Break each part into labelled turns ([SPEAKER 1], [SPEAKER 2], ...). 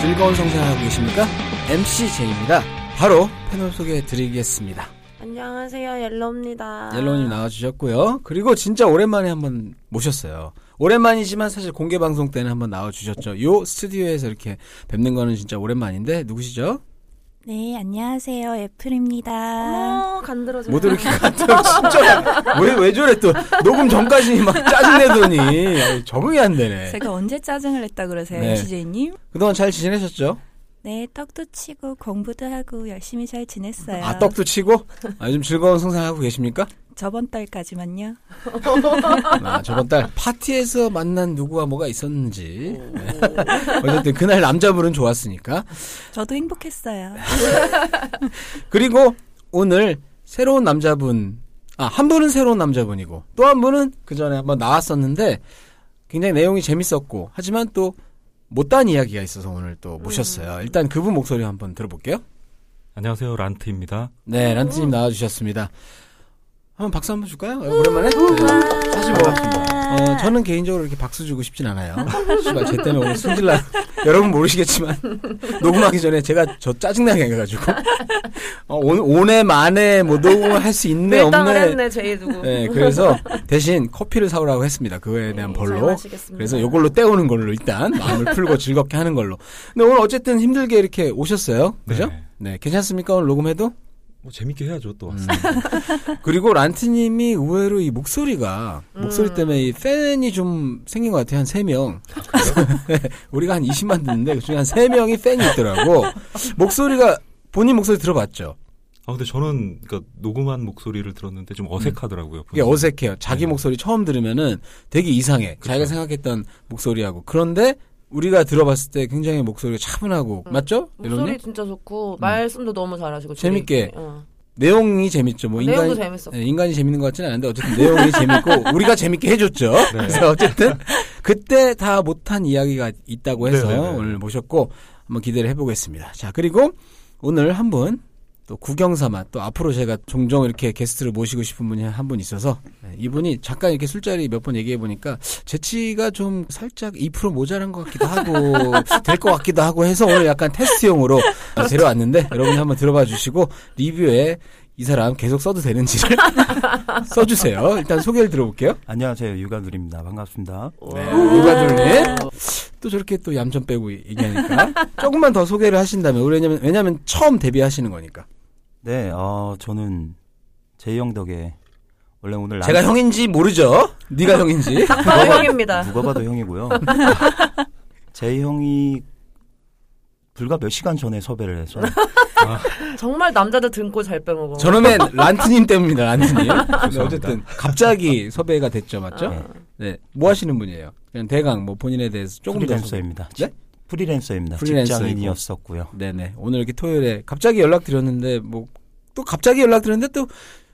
[SPEAKER 1] 즐거운 성생활하고 계십니까? MC 제입니다. 바로 패널 소개해드리겠습니다.
[SPEAKER 2] 안녕하세요, 옐로입니다.
[SPEAKER 1] 옐로우님 나와주셨고요. 그리고 진짜 오랜만에 한번 모셨어요. 오랜만이지만 사실 공개 방송 때는 한번 나와주셨죠. 요 스튜디오에서 이렇게 뵙는 거는 진짜 오랜만인데 누구시죠?
[SPEAKER 3] 네, 안녕하세요. 애플입니다.
[SPEAKER 2] 어, 간들어져.
[SPEAKER 1] 모두 이렇게 갔다 진짜 왜, 왜 저래 또 녹음 전까지 막 짜증내더니 아니, 적응이 안 되네.
[SPEAKER 3] 제가 언제 짜증을 냈다 그러세요,
[SPEAKER 1] 네.
[SPEAKER 3] MCJ님?
[SPEAKER 1] 그동안 잘 지내셨죠?
[SPEAKER 3] 네, 떡도 치고 공부도 하고 열심히 잘 지냈어요.
[SPEAKER 1] 아 떡도 치고 아, 요즘 즐거운 성생활하고 계십니까?
[SPEAKER 3] 저번 달까지만요.
[SPEAKER 1] 아, 저번 달 파티에서 만난 누구와 뭐가 있었는지. 어쨌든 그날 남자분은 좋았으니까.
[SPEAKER 3] 저도 행복했어요.
[SPEAKER 1] 그리고 오늘 새로운 남자분, 아, 한 분은 새로운 남자분이고 또 한 분은 그 전에 한번 나왔었는데 굉장히 내용이 재밌었고 하지만 또 못다한 이야기가 있어서 오늘 또 모셨어요. 일단 그분 목소리 한번 들어볼게요.
[SPEAKER 4] 안녕하세요 란트입니다.
[SPEAKER 1] 네,
[SPEAKER 2] 음.
[SPEAKER 1] 란트님 나와주셨습니다. 한번 박수 한번 줄까요? 어, 오랜만에? 네.
[SPEAKER 2] 음.
[SPEAKER 1] 사실 뭐, 어, 저는 개인적으로 이렇게 박수 주고 싶진 않아요. 씨발, 제 때문에 오늘 손질라. 여러분 모르시겠지만, 녹음하기 전에 제가 저 짜증나게 해가지고. 어, 오, 오네, 마네, 뭐, 녹음을 할 수 있네,
[SPEAKER 2] 밀당을
[SPEAKER 1] 없네.
[SPEAKER 2] 했네, 제이 두고.
[SPEAKER 1] 네, 그래서 대신 커피를 사오라고 했습니다.
[SPEAKER 2] 음,
[SPEAKER 1] 그거에 대한 벌로. 그래서 요걸로 때우는 걸로 일단 마음을 풀고 즐겁게 하는 걸로. 근데 오늘 어쨌든 힘들게 이렇게 오셨어요. 그죠?
[SPEAKER 4] 네.
[SPEAKER 1] 네 괜찮습니까? 오늘 녹음해도?
[SPEAKER 4] 뭐 재밌게 해야죠
[SPEAKER 1] 음.
[SPEAKER 4] 또.
[SPEAKER 1] 그리고 란트님이 의외로 이 목소리가
[SPEAKER 2] 음.
[SPEAKER 1] 목소리 때문에 이 팬이 좀 생긴 것 같아요. 한 3명. 우리가 한 20만 듣는데 그중에 한 3명이 팬이 있더라고. 목소리가 본인 목소리 들어봤죠?
[SPEAKER 4] 아 근데 저는 그러니까 녹음한 목소리를 들었는데 좀 어색하더라고요.
[SPEAKER 1] 이게
[SPEAKER 4] 본인이.
[SPEAKER 1] 어색해요. 자기
[SPEAKER 4] 네.
[SPEAKER 1] 목소리 처음 들으면은 되게 이상해. 자기가 생각했던 목소리하고. 그런데 우리가 들어봤을 때 굉장히 목소리가 차분하고 맞죠?
[SPEAKER 2] 음. 목소리
[SPEAKER 1] 이론님? 음.
[SPEAKER 2] 진짜 좋고 말씀도 너무 잘하시고
[SPEAKER 1] 재밌게.
[SPEAKER 2] 둘이. 어.
[SPEAKER 1] 내용이 재밌죠. 뭐 인간
[SPEAKER 2] 내용도 재밌어.
[SPEAKER 1] 네, 인간이 재밌는 것 같지는 않은데 어쨌든 내용이 재밌고 우리가 재밌게 해줬죠. 그래서 어쨌든 그때 다 못한 이야기가 있다고 해서
[SPEAKER 4] 네, 네, 네.
[SPEAKER 1] 오늘 모셨고 한번 기대를 해보겠습니다. 자 그리고 오늘 한 분 또 구경삼아 또 앞으로 제가 종종 이렇게 게스트를 모시고 싶은 분이 한 분 있어서 네, 이분이 잠깐 이렇게 술자리 몇 번 얘기해 보니까 재치가 좀 살짝 2% 모자란 것 같기도 하고 될 것 같기도 하고 해서 오늘 약간 테스트용으로 데려왔는데 여러분이 한번 들어봐 주시고 리뷰에 이 사람 계속 써도 되는지를 써주세요. 일단 소개를 들어볼게요.
[SPEAKER 5] 안녕하세요 유가누리입니다 반갑습니다
[SPEAKER 1] 네. 누가둘님 또 저렇게 또 얌전 빼고 얘기하니까 조금만 더 소개를 하신다면 왜냐면 왜냐면 처음 데뷔하시는 거니까
[SPEAKER 5] 네 어, 저는 제이 형 덕에 원래 오늘 란-
[SPEAKER 1] 제가 형인지 모르죠. 네가 뭐, 형인지 어,
[SPEAKER 2] 바로 형입니다.
[SPEAKER 5] 누가 봐도 형이고요 제이 형이 불과 몇 시간 전에 섭외를 해서
[SPEAKER 2] 정말 남자들 등골 잘 빼먹어.
[SPEAKER 1] 뭐. 저놈의 란트님 때문입니다. 란트님. 근데
[SPEAKER 4] 죄송합니다.
[SPEAKER 1] 어쨌든 갑자기 섭외가 됐죠, 맞죠?
[SPEAKER 5] 네,
[SPEAKER 1] 네. 뭐 하시는 분이에요? 그냥 대강 뭐 본인에 대해서 조금 더 소개.
[SPEAKER 5] 프리랜서입니다
[SPEAKER 1] 네?
[SPEAKER 5] 프리랜서입니다
[SPEAKER 1] 프리랜서이고.
[SPEAKER 5] 직장인이었었고요
[SPEAKER 1] 네네. 오늘 이렇게 토요일에 갑자기 연락드렸는데, 뭐, 또 갑자기 연락드렸는데 또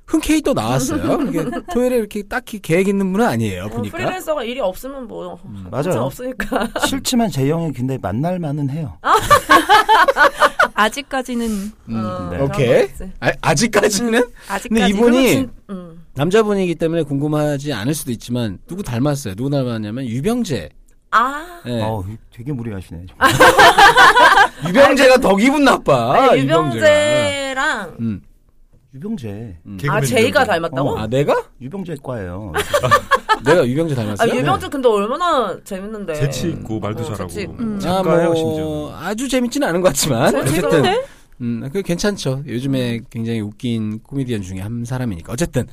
[SPEAKER 1] 흔쾌히 또 나왔어요. 이게 토요일에 이렇게 딱히 계획 있는 분은 아니에요,
[SPEAKER 2] 어,
[SPEAKER 1] 보니까. 음,
[SPEAKER 2] 프리랜서가 일이 없으면 뭐
[SPEAKER 5] 맞아요.
[SPEAKER 2] 없으니까.
[SPEAKER 5] 싫지만 제이 형이 근데 만날 만은 해요
[SPEAKER 3] 아직까지는
[SPEAKER 1] 음,
[SPEAKER 5] 네.
[SPEAKER 1] 오케이.
[SPEAKER 2] 어, 그런
[SPEAKER 1] 아, 아직까지는?
[SPEAKER 3] 아직까지
[SPEAKER 1] 근데 이분이
[SPEAKER 2] 진- 음.
[SPEAKER 1] 남자분이기 때문에 궁금하지 않을 수도 있지만, 누구 닮았어요? 누구 닮았냐면, 유병재.
[SPEAKER 2] 아,
[SPEAKER 1] 예.
[SPEAKER 5] 어우 되게 무리하시네
[SPEAKER 1] 유병재가 더 기분 나빠.
[SPEAKER 2] 아니,
[SPEAKER 1] 유병재가.
[SPEAKER 2] 유병재랑
[SPEAKER 1] 음.
[SPEAKER 5] 유병재
[SPEAKER 2] 아
[SPEAKER 4] 개그맨
[SPEAKER 2] 제이가
[SPEAKER 4] 유병재.
[SPEAKER 2] 닮았다고?
[SPEAKER 5] 어.
[SPEAKER 1] 아, 내가?
[SPEAKER 5] 유병재과예요
[SPEAKER 1] 내가 유병재
[SPEAKER 2] 아,
[SPEAKER 1] 닮았어요? 네.
[SPEAKER 2] 유병재 근데 얼마나 재밌는데.
[SPEAKER 4] 재치 있고 말도
[SPEAKER 2] 어,
[SPEAKER 4] 잘하고
[SPEAKER 2] 재치 있고.
[SPEAKER 3] 음.
[SPEAKER 1] 아,
[SPEAKER 4] 작가예요
[SPEAKER 1] 뭐,
[SPEAKER 4] 심지어.
[SPEAKER 1] 아주 재밌지는 않은 것 같지만.
[SPEAKER 2] 저
[SPEAKER 1] 어쨌든.
[SPEAKER 2] 재밌는데?
[SPEAKER 1] 음, 그 괜찮죠. 요즘에 굉장히 웃긴 코미디언 중에 한 사람이니까. 어쨌든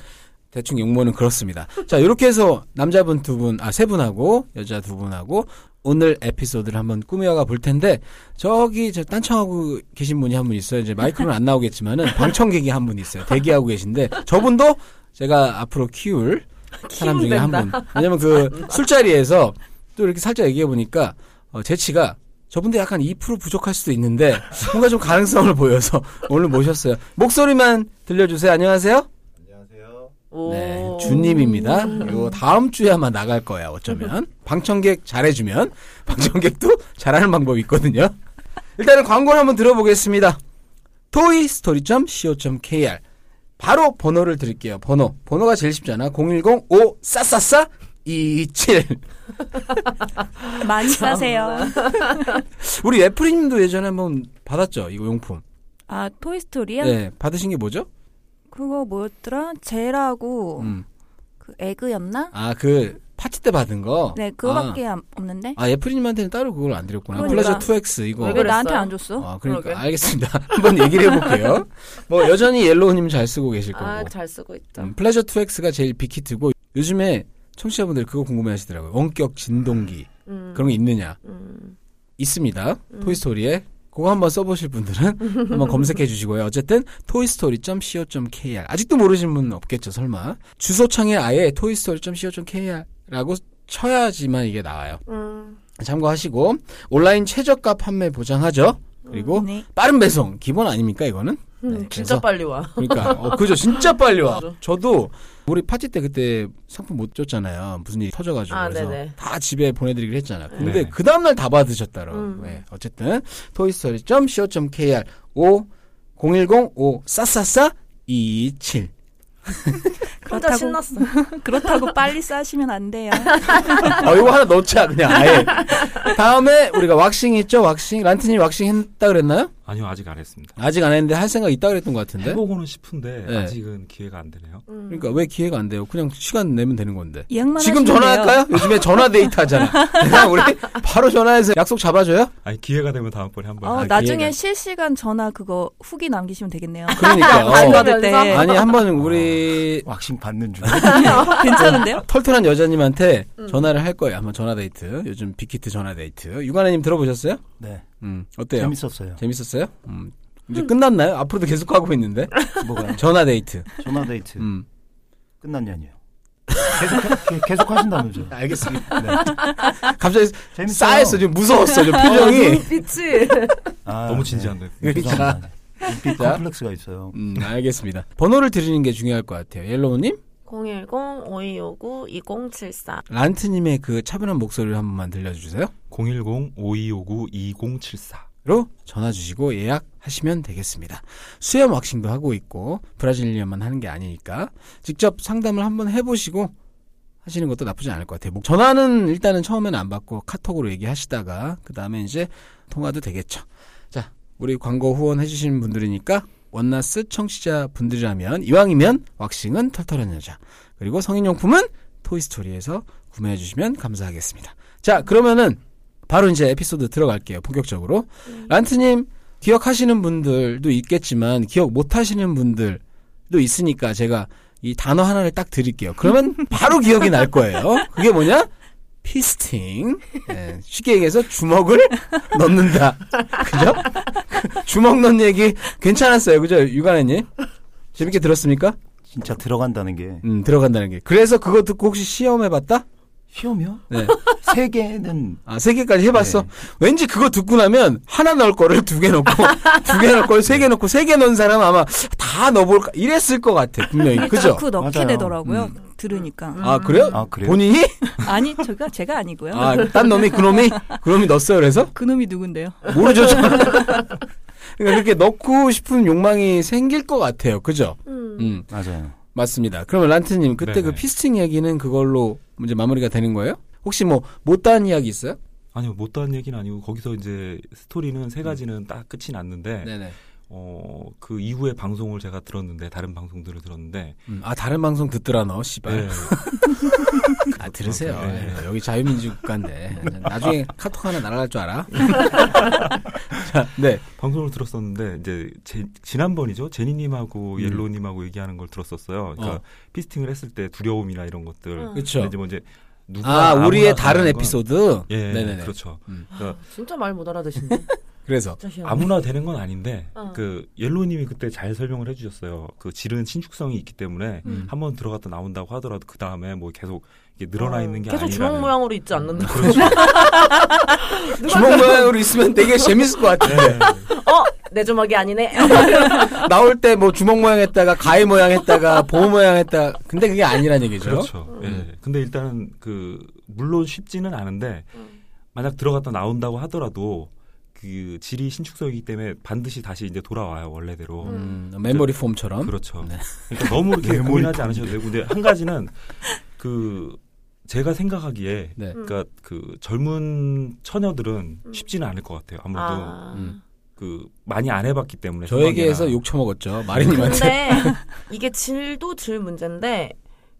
[SPEAKER 1] 대충 용모는 그렇습니다. 자, 이렇게 해서 남자분 두 분, 아, 세 분하고 여자 두 분하고 오늘 에피소드를 한번 꾸며가 볼 텐데 저기 저 딴청하고 계신 분이 한 분 있어요. 이제 마이크는 안 나오겠지만은 방청객이 한 분 있어요. 대기하고 계신데 저분도 제가 앞으로 키울 사람 중에 한 분. 왜냐면 그 술자리에서 또 이렇게 살짝 얘기해 보니까 어, 재치가 저분도 약간 2% 부족할 수도 있는데 뭔가 좀 가능성을 보여서 오늘 모셨어요. 목소리만 들려주세요. 안녕하세요.
[SPEAKER 2] 오.
[SPEAKER 1] 네, 주님입니다. 요 다음 주에 아마 나갈 거야. 어쩌면 방청객 잘해주면 방청객도 잘하는 방법이 있거든요. 일단은 광고를 한번 들어보겠습니다. toystory.co.kr 바로 번호를 드릴게요. 번호. 번호가 제일 쉽잖아. 010-5 싸싸싸 27.
[SPEAKER 3] 많이 싸세요.
[SPEAKER 1] 우리 애프리님도 예전에 한번 받았죠. 이거 용품.
[SPEAKER 3] 아 토이스토리요?
[SPEAKER 1] 네. 받으신 게 뭐죠?
[SPEAKER 3] 그거 뭐였더라? 젤하고
[SPEAKER 1] 음.
[SPEAKER 3] 그 에그였나?
[SPEAKER 1] 아, 그 파티 때 받은 거.
[SPEAKER 3] 네 그거밖에 안- 없는데.
[SPEAKER 1] 어. 아, 애프리님한테는 따로 그걸 안 드렸구나.
[SPEAKER 3] 그러니까.
[SPEAKER 1] 플레저 2X 이거.
[SPEAKER 2] 왜
[SPEAKER 3] 왜
[SPEAKER 2] 그랬어요?
[SPEAKER 3] 나한테 안 줬어?
[SPEAKER 1] 아, 그러니까
[SPEAKER 2] 그러게.
[SPEAKER 1] 알겠습니다. 한번 얘기를 해볼게요. 뭐 여전히 옐로우님 잘 쓰고 계실 거고.
[SPEAKER 2] 아, 잘 쓰고 있다.
[SPEAKER 1] 음, 플레저 2X가 제일 빅히트고 요즘에 청취자분들 그거 궁금해하시더라고요. 원격 진동기
[SPEAKER 2] 음.
[SPEAKER 1] 그런 게 있느냐?
[SPEAKER 2] 음.
[SPEAKER 1] 있습니다. 토이스토리에 그거 한번 써보실 분들은 한번 검색해 주시고요. 어쨌든 toystory.co.kr 아직도 모르시는 분은 없겠죠. 설마 주소창에 아예 toystory.co.kr라고 쳐야지만 이게 나와요.
[SPEAKER 2] 음.
[SPEAKER 1] 참고하시고 온라인 최저가 판매 보장하죠. 그리고
[SPEAKER 3] 네.
[SPEAKER 1] 빠른 배송 기본 아닙니까 이거는?
[SPEAKER 2] 음,
[SPEAKER 1] 네,
[SPEAKER 2] 진짜
[SPEAKER 1] 그래서-
[SPEAKER 2] 빨리 와.
[SPEAKER 1] 그러니까 어, 그죠 진짜 빨리 와.
[SPEAKER 2] 맞아.
[SPEAKER 1] 저도 우리 파티 때 그때 상품 못 줬잖아요. 무슨 일이 터져가지고
[SPEAKER 2] 아,
[SPEAKER 1] 그래서
[SPEAKER 2] 네네.
[SPEAKER 1] 다 집에 보내드리기로 했잖아. 근데
[SPEAKER 4] 네네.
[SPEAKER 1] 그 다음 날 다 받으셨더라고.
[SPEAKER 2] 음.
[SPEAKER 1] 네, 어쨌든 toystory.co.kr 5 0105 싸싸싸 27
[SPEAKER 2] 혼자
[SPEAKER 3] 그렇다고
[SPEAKER 2] 신났어.
[SPEAKER 1] 아.
[SPEAKER 3] 그렇다고 빨리 싸시면 안 돼요.
[SPEAKER 1] 어, 이거 하나 넣자 그냥 아예 다음에 우리가 왁싱 있죠 왁싱 란트님 왁싱 했다 그랬나요?
[SPEAKER 4] 아니요 아직 안 했습니다.
[SPEAKER 1] 아직 안 했는데 할 생각 있다 그랬던 것 같은데
[SPEAKER 4] 해보고는 싶은데
[SPEAKER 1] 네.
[SPEAKER 4] 아직은 기회가 안 되네요.
[SPEAKER 2] 음.
[SPEAKER 1] 그러니까 왜 기회가 안 돼요? 그냥 시간 내면 되는 건데
[SPEAKER 3] 이양만
[SPEAKER 1] 지금 전화할까요? 요즘에 전화 데이트 하잖아. 그냥 우리 바로 전화해서 약속 잡아줘요?
[SPEAKER 4] 아니 기회가 되면 다음번에 한번.
[SPEAKER 3] 어,
[SPEAKER 4] 아,
[SPEAKER 3] 나중에
[SPEAKER 1] 기회가.
[SPEAKER 3] 실시간 전화 그거 후기 남기시면 되겠네요.
[SPEAKER 1] 그러니까.
[SPEAKER 3] 안
[SPEAKER 1] 어.
[SPEAKER 3] 받을 때
[SPEAKER 2] 그러면서?
[SPEAKER 1] 아니, 한 번 우리 어.
[SPEAKER 5] 왁싱 받는 중.
[SPEAKER 3] 괜찮은데요?
[SPEAKER 1] 털털한 여자님한테 전화를 할 거예요. 한번 전화 데이트. 요즘 빅히트 전화 데이트. 유관아님 들어보셨어요?
[SPEAKER 5] 네.
[SPEAKER 1] 음, 어때요?
[SPEAKER 5] 재밌었어요.
[SPEAKER 1] 었어요 음. 이제 끝났나요? 앞으로도 계속 하고 있는데.
[SPEAKER 5] 뭐가요?
[SPEAKER 1] 전화 데이트.
[SPEAKER 5] 전화 데이트
[SPEAKER 1] 음.
[SPEAKER 5] 끝났냐니요. 계속 계속 하신다면서요.
[SPEAKER 1] 알겠습니다.
[SPEAKER 5] 네.
[SPEAKER 1] 갑자기
[SPEAKER 5] 재밌어요.
[SPEAKER 1] 싸했어. 지금 무서웠어. 지금 표정이.
[SPEAKER 2] 빛이.
[SPEAKER 5] 아,
[SPEAKER 4] 너무 진지한데.
[SPEAKER 5] 네.
[SPEAKER 1] 그러니까.
[SPEAKER 5] 죄송합니다. 눈빛
[SPEAKER 1] 자.
[SPEAKER 5] 컴플렉스가 있어요.
[SPEAKER 1] 음, 알겠습니다. 번호를 드리는 게 중요할 것 같아요. 옐로우님,
[SPEAKER 2] 010-5259-2074.
[SPEAKER 1] 란트님의 그 차분한 목소리를 한 번만 들려주세요.
[SPEAKER 4] 010-5259-2074.
[SPEAKER 1] 로 전화 주시고 예약하시면 되겠습니다. 수염 왁싱도 하고 있고 브라질리언만 하는 게 아니니까 직접 상담을 한번 해보시고 하시는 것도 나쁘지 않을 것 같아요. 뭐 전화는 일단은 처음에는 안 받고 카톡으로 얘기하시다가 그 다음에 이제 통화도 되겠죠. 자, 우리 광고 후원해주시는 분들이니까 원나스 청취자 분들이라면 이왕이면 왁싱은 털털한 여자 그리고 성인용품은 토이스토리에서 구매해주시면 감사하겠습니다. 자, 그러면은 바로 이제 에피소드 들어갈게요. 본격적으로. 란트님 기억하시는 분들도 있겠지만 기억 못하시는 분들도 있으니까 제가 이 단어 하나를 딱 드릴게요. 그러면 바로 기억이 날 거예요. 그게 뭐냐? 피스팅. 예, 쉽게 얘기해서 주먹을 넣는다. 그죠? 주먹 넣는 얘기 괜찮았어요. 그죠? 유관애님? 재밌게 들었습니까?
[SPEAKER 5] 진짜 들어간다는 게
[SPEAKER 1] 음, 들어간다는 게. 그래서 그거 듣고 혹시 시험해봤다?
[SPEAKER 5] 시험이요?
[SPEAKER 1] 네.
[SPEAKER 5] 세 개는
[SPEAKER 1] 아, 세 개까지 해봤어. 왠지 그거 듣고 나면 하나 넣을 거를 두 개 넣고, 두 개 넣을 걸 세 개 넣고, 세 개 넣은 사람 아마 다 넣어볼까 이랬을 것 같아 분명히 그죠?
[SPEAKER 3] 자꾸 넣게
[SPEAKER 5] 맞아요.
[SPEAKER 3] 되더라고요. 들으니까.
[SPEAKER 1] 아 그래요?
[SPEAKER 5] 아, 그래요?
[SPEAKER 1] 본인이?
[SPEAKER 3] 아니 제가 제가 아니고요.
[SPEAKER 1] 아딴 놈이 그 놈이 그 놈이 넣었어요. 그래서
[SPEAKER 3] 그놈이 누군데요?
[SPEAKER 1] 모르죠. 저는. 그러니까 그렇게 넣고 싶은 욕망이 생길 것 같아요. 그죠?
[SPEAKER 2] 음.
[SPEAKER 1] 음
[SPEAKER 5] 맞아요.
[SPEAKER 1] 맞습니다. 그러면 란트님 그때
[SPEAKER 4] 네네.
[SPEAKER 1] 그 피스팅 이야기는 그걸로 이제 마무리가 되는 거예요? 혹시 뭐 못다한 이야기 있어요?
[SPEAKER 4] 아니요 못다한 얘기는 아니고 거기서 이제 스토리는 세 가지는 딱 끝이 났는데
[SPEAKER 1] 네네.
[SPEAKER 4] 어, 그 이후에 방송을 제가 들었는데 다른 방송들을 들었는데
[SPEAKER 1] 음, 아 다른 방송 듣더라 너 씨발.
[SPEAKER 4] 네.
[SPEAKER 1] 아 들으세요.
[SPEAKER 4] 네.
[SPEAKER 1] 예, 여기 자유민주국가인데 나중에 카톡 하나 날아갈 줄 알아. 자, 네.
[SPEAKER 4] 방송을 들었었는데 이제 제- 지난번이죠 제니님하고
[SPEAKER 1] 음.
[SPEAKER 4] 옐로님하고 얘기하는 걸 들었었어요. 그러니까
[SPEAKER 1] 어.
[SPEAKER 4] 피스팅을 했을 때 두려움이나 이런 것들.
[SPEAKER 2] 음.
[SPEAKER 1] 그쵸.
[SPEAKER 4] 근데 이제 뭐 이제 누가
[SPEAKER 1] 아
[SPEAKER 4] 아무나
[SPEAKER 1] 우리의
[SPEAKER 4] 하는
[SPEAKER 1] 다른
[SPEAKER 4] 건-
[SPEAKER 1] 에피소드.
[SPEAKER 4] 예,
[SPEAKER 1] 네네네.
[SPEAKER 4] 그렇죠.
[SPEAKER 1] 음.
[SPEAKER 2] 아,
[SPEAKER 4] 그러니까
[SPEAKER 2] 진짜 말 못 알아듣신다
[SPEAKER 1] 그래서
[SPEAKER 4] 아무나 되는 건 아닌데
[SPEAKER 2] 어.
[SPEAKER 4] 그 옐로우님이 그때 잘 설명을 해주셨어요. 그 질은 신축성이 있기 때문에
[SPEAKER 1] 음.
[SPEAKER 4] 한 번 들어갔다 나온다고 하더라도 그 다음에 뭐 계속 이게 늘어나 있는 게
[SPEAKER 2] 계속
[SPEAKER 4] 아니라는.
[SPEAKER 2] 주먹 모양으로 있지 않는다.
[SPEAKER 4] 그렇죠.
[SPEAKER 1] 주먹 모양으로 있으면 되게 재밌을 것 같아.
[SPEAKER 2] 어, 내 주먹이 아니네.
[SPEAKER 1] 나올 때 뭐 주먹 모양 했다가 가위 모양 했다가 보 모양 했다. 근데 그게 아니란 얘기죠.
[SPEAKER 4] 그렇죠. 예.
[SPEAKER 1] 음.
[SPEAKER 4] 근데 일단은 그 물론 쉽지는 않은데 만약 들어갔다 나온다고 하더라도 그 질이 신축성이기 때문에 반드시 다시 이제 돌아와요 원래대로.
[SPEAKER 1] 음, 메모리 폼처럼.
[SPEAKER 4] 그렇죠.
[SPEAKER 1] 네.
[SPEAKER 4] 그러니까 너무 이렇게
[SPEAKER 5] 메모리
[SPEAKER 4] 고민하지 않으셔도 되고 근데 한 가지는 그 제가 생각하기에
[SPEAKER 1] 네.
[SPEAKER 4] 그러니까 그 젊은 처녀들은
[SPEAKER 2] 음.
[SPEAKER 4] 쉽지는 않을 것 같아요. 아무래도
[SPEAKER 2] 아.
[SPEAKER 1] 음.
[SPEAKER 4] 그 많이 안 해봤기 때문에
[SPEAKER 1] 저에게서
[SPEAKER 4] 생각이나.
[SPEAKER 1] 욕 처먹었죠. 마리님한테.
[SPEAKER 2] 근데 이게 질도 질 문제인데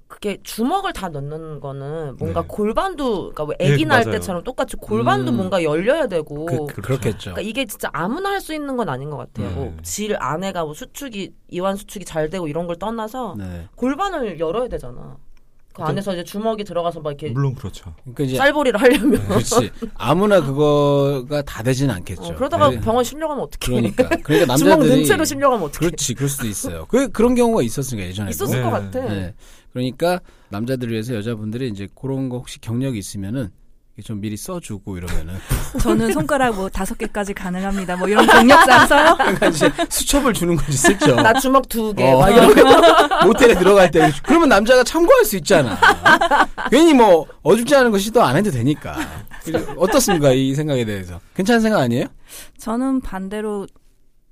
[SPEAKER 2] 그게 주먹을 다 넣는 거는 뭔가
[SPEAKER 4] 네.
[SPEAKER 2] 골반도 그러니까 왜
[SPEAKER 4] 예,
[SPEAKER 2] 아기 낳을
[SPEAKER 4] 맞아요.
[SPEAKER 2] 때처럼 똑같이 골반도
[SPEAKER 1] 음.
[SPEAKER 2] 뭔가 열려야 되고
[SPEAKER 1] 그, 그, 그렇겠죠.
[SPEAKER 2] 그러니까 이게 진짜 아무나 할 수 있는 건 아닌 것 같아요.
[SPEAKER 4] 네.
[SPEAKER 2] 뭐 질 안에가 뭐 수축이 이완 수축이 잘 되고 이런 걸 떠나서
[SPEAKER 1] 네.
[SPEAKER 2] 골반을 열어야 되잖아. 그 안에서 이제 주먹이 들어가서 막 이렇게
[SPEAKER 4] 물론 그렇죠.
[SPEAKER 1] 그러니까 이제
[SPEAKER 2] 쌀보리를 하려면
[SPEAKER 1] 그렇지. 아무나 그거가 다 되진 않겠죠. 네.
[SPEAKER 2] 어, 그러다가
[SPEAKER 1] 그래-
[SPEAKER 2] 병원 실려가면 어떻게?
[SPEAKER 1] 그렇죠. 그러니까 그러니까
[SPEAKER 2] 주먹
[SPEAKER 1] 남자들이
[SPEAKER 2] 는 채로 실려가면 어떻게?
[SPEAKER 1] 그렇지 그럴 수도 있어요. 그 그런 경우가 있었으니까 예전에.
[SPEAKER 2] 있었을 것
[SPEAKER 4] 네.
[SPEAKER 2] 같아.
[SPEAKER 1] 네. 그러니까 남자들 위해서 여자분들이 이제 그런 거 혹시 경력이 있으면은 이게 좀 미리 써주고 이러면은
[SPEAKER 3] 저는 손가락 뭐 다섯 개까지 가능합니다. 뭐 이런 경력상 써요?
[SPEAKER 1] 약간 그러니까 이제 수첩을 주는 거지 쓸죠.
[SPEAKER 2] 나 주먹 두 개.
[SPEAKER 1] 어,
[SPEAKER 2] 막 이런
[SPEAKER 1] 모텔에 들어갈 때 그러면 남자가 참고할 수 있잖아. 괜히 뭐 어줍지 않은 거 시도 안 해도 되니까. 그리고 어떻습니까 이 생각에 대해서? 괜찮은 생각 아니에요?
[SPEAKER 3] 저는 반대로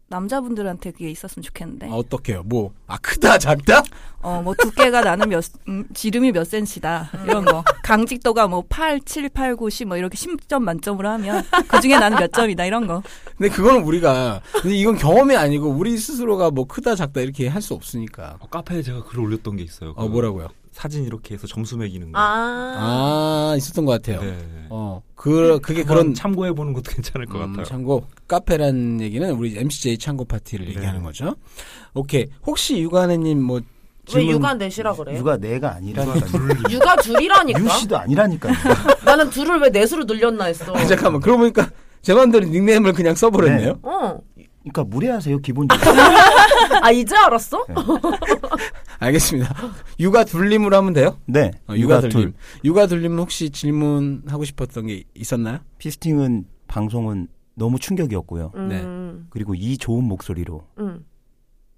[SPEAKER 3] 남자분들한테 그게 있었으면
[SPEAKER 2] 네.
[SPEAKER 3] 좋겠는데.
[SPEAKER 1] 아, 어떻게요? 뭐 아 크다 작다?
[SPEAKER 3] 어, 뭐 두께가 나는 몇, 음, 지름이 몇 센치다. 이런 거. 강직도가 뭐 8, 7, 8, 9, 10, 뭐 이렇게 10점 만점으로 하면 그 중에 나는 몇 점이다. 이런 거.
[SPEAKER 1] 근데 그거는 우리가 근데 이건 경험이 아니고 우리 스스로가 뭐 크다 작다 이렇게 할 수 없으니까.
[SPEAKER 4] 어, 카페에 제가 글을 올렸던 게 있어요.
[SPEAKER 1] 어
[SPEAKER 4] 그
[SPEAKER 1] 뭐라고요?
[SPEAKER 4] 사진 이렇게 해서 점수 매기는 거.
[SPEAKER 2] 아.
[SPEAKER 1] 아 있었던 것 같아요.
[SPEAKER 4] 네.
[SPEAKER 1] 어그 그게
[SPEAKER 4] 그런
[SPEAKER 1] 그런
[SPEAKER 4] 참고해 보는 것도 괜찮을 것
[SPEAKER 1] 음,
[SPEAKER 4] 같아요.
[SPEAKER 1] 참고 카페라는 얘기는 우리 MCJ 창고 파티를
[SPEAKER 4] 네.
[SPEAKER 1] 얘기하는 거죠. 오케이 혹시 유관혜님 뭐
[SPEAKER 2] 왜
[SPEAKER 1] 질문
[SPEAKER 2] 육아 넷이라 그래?
[SPEAKER 5] 육아 내가 아니라니까.
[SPEAKER 2] 네. 육아 둘이라니까.
[SPEAKER 5] 유씨도 아니라니까.
[SPEAKER 2] 나는 둘을 왜 넷으로 늘렸나 했어.
[SPEAKER 1] 아, 잠깐만 그러고 보니까 제 맘대로 닉네임을 그냥 써버렸네요.
[SPEAKER 2] 어.
[SPEAKER 5] 그러니까 무례하세요 기본적으로.
[SPEAKER 2] 아 이제 알았어?
[SPEAKER 1] 네. 알겠습니다. 육아 둘림으로 하면 돼요?
[SPEAKER 5] 네.
[SPEAKER 1] 어,
[SPEAKER 5] 육아
[SPEAKER 1] 육아
[SPEAKER 5] 둘.
[SPEAKER 1] 둘림. 육아 둘림은 혹시 질문하고 싶었던 게 있었나요?
[SPEAKER 5] 피스팅은 방송은 너무 충격이었고요.
[SPEAKER 2] 음.
[SPEAKER 1] 네.
[SPEAKER 5] 그리고 이 좋은 목소리로
[SPEAKER 2] 음.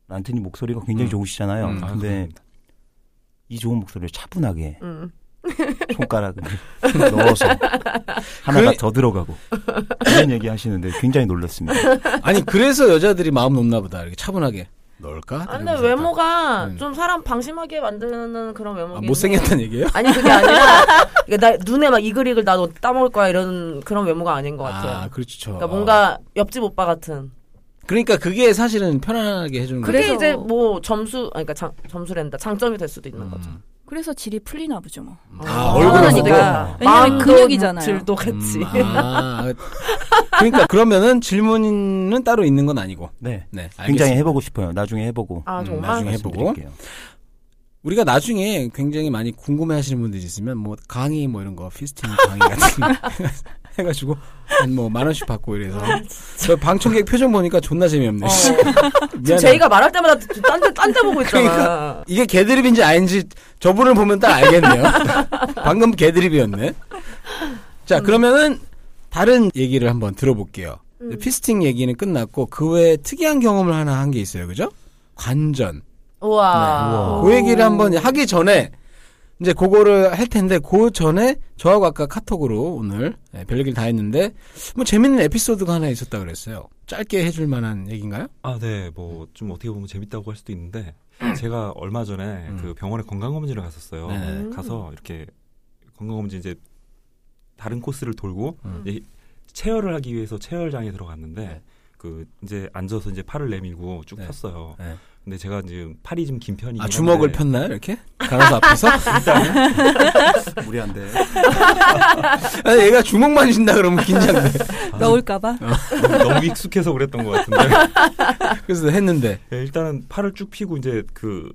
[SPEAKER 5] 란트님 목소리가 굉장히
[SPEAKER 1] 음.
[SPEAKER 5] 좋으시잖아요.
[SPEAKER 1] 음, 아,
[SPEAKER 5] 근데 이 좋은 목소리를 차분하게
[SPEAKER 2] 음.
[SPEAKER 5] 손가락을 넣어서 하나가
[SPEAKER 1] 그래-
[SPEAKER 5] 더 들어가고 이런 얘기 하시는데 굉장히 놀랐습니다.
[SPEAKER 1] 아니 그래서 여자들이 마음 높나 보다. 이렇게 차분하게 넣을까?
[SPEAKER 2] 아, 근데 외모가
[SPEAKER 1] 음.
[SPEAKER 2] 좀 사람 방심하게 만드는 그런 외모긴
[SPEAKER 1] 아,
[SPEAKER 2] 해.
[SPEAKER 1] 못생겼다는 얘기예요?
[SPEAKER 2] 아니 그게 아니라 이게 나 눈에 막 이글 이글 나너 따먹을 거야 이런 그런 외모가 아닌 것 같아요.
[SPEAKER 1] 아 그렇죠.
[SPEAKER 2] 그러니까 뭔가 옆집 오빠 같은.
[SPEAKER 1] 그러니까 그게 사실은 편안하게 해주는 거죠. 음,
[SPEAKER 2] 그게
[SPEAKER 3] 그래서-
[SPEAKER 2] 이제 뭐 점수 아니 그러니까 장, 점수랜다 장점이 될 수도 있는 거죠.
[SPEAKER 3] 그래서 질이 풀리나 보죠 뭐.
[SPEAKER 1] 아,
[SPEAKER 2] 얼굴은
[SPEAKER 1] 얼굴은
[SPEAKER 2] 그러니까
[SPEAKER 3] 보고. 왜냐면
[SPEAKER 2] 마음도
[SPEAKER 3] 근육이잖아요.
[SPEAKER 2] 질도 어. 같이.
[SPEAKER 1] 아, 그러니까 그러면은 질문은 따로 있는 건 아니고.
[SPEAKER 5] 네.
[SPEAKER 1] 네.
[SPEAKER 5] 굉장히
[SPEAKER 1] 알겠습니다.
[SPEAKER 5] 해보고 싶어요. 나중에 해보고.
[SPEAKER 2] 아 정말.
[SPEAKER 1] 음, 나중에 해보고.
[SPEAKER 5] 말씀드릴게요.
[SPEAKER 1] 우리가 나중에 굉장히 많이 궁금해하시는 분들이 있으면 뭐 강의 뭐 이런 거 피스팅 강의 같은 거 해가지고 뭐 만 원씩 받고 이래서 저 방청객 표정 보니까 존나 재미없네.
[SPEAKER 2] 아, 어.
[SPEAKER 1] 미안해.
[SPEAKER 2] 제이가 말할 때마다 딴데 딴 데 보고 있잖아.
[SPEAKER 1] 그러니까. 이게 개드립인지 아닌지 저분을 보면 딱 알겠네요. 방금 개드립이었네. 자, 그러면은 다른 얘기를 한번 들어볼게요.
[SPEAKER 2] 음.
[SPEAKER 1] 피스팅 얘기는 끝났고 그 외에 특이한 경험을 하나 한 게 있어요. 그죠? 관전.
[SPEAKER 2] 우와. 어.
[SPEAKER 5] 우와.
[SPEAKER 1] 그 얘기를 한번 하기 전에 이제 그거를 할 텐데 그 전에 저하고 아까 카톡으로 오늘 예, 별 얘기를 다 했는데 뭐 재밌는 에피소드가 하나 있었다 그랬어요. 짧게 해줄 만한 얘기인가요?
[SPEAKER 4] 아, 네. 뭐 좀 어떻게 보면 재밌다고 할 수도 있는데 제가 얼마 전에
[SPEAKER 1] 음.
[SPEAKER 4] 그 병원에 건강검진을 갔었어요.
[SPEAKER 1] 네.
[SPEAKER 2] 음.
[SPEAKER 4] 가서 이렇게 건강검진 이제 다른 코스를 돌고
[SPEAKER 1] 음.
[SPEAKER 4] 이제 체열을 하기 위해서 체열장에 들어갔는데
[SPEAKER 1] 네.
[SPEAKER 4] 그 이제 앉아서 이제 팔을 내밀고 쭉
[SPEAKER 1] 네.
[SPEAKER 4] 폈어요.
[SPEAKER 1] 네.
[SPEAKER 4] 근데 제가 지금 팔이 좀 긴 편이긴
[SPEAKER 1] 아 주먹을
[SPEAKER 4] 한데
[SPEAKER 1] 폈나요 이렇게 간호사 앞에서?
[SPEAKER 5] 무리한데.
[SPEAKER 1] 아니, 얘가 주먹만 준다 그러면 긴장돼.
[SPEAKER 3] 넣을까봐.
[SPEAKER 4] 너무 익숙해서 그랬던 것 같은데.
[SPEAKER 1] 그래서 했는데
[SPEAKER 4] 예, 일단은 팔을 쭉 펴고 이제 그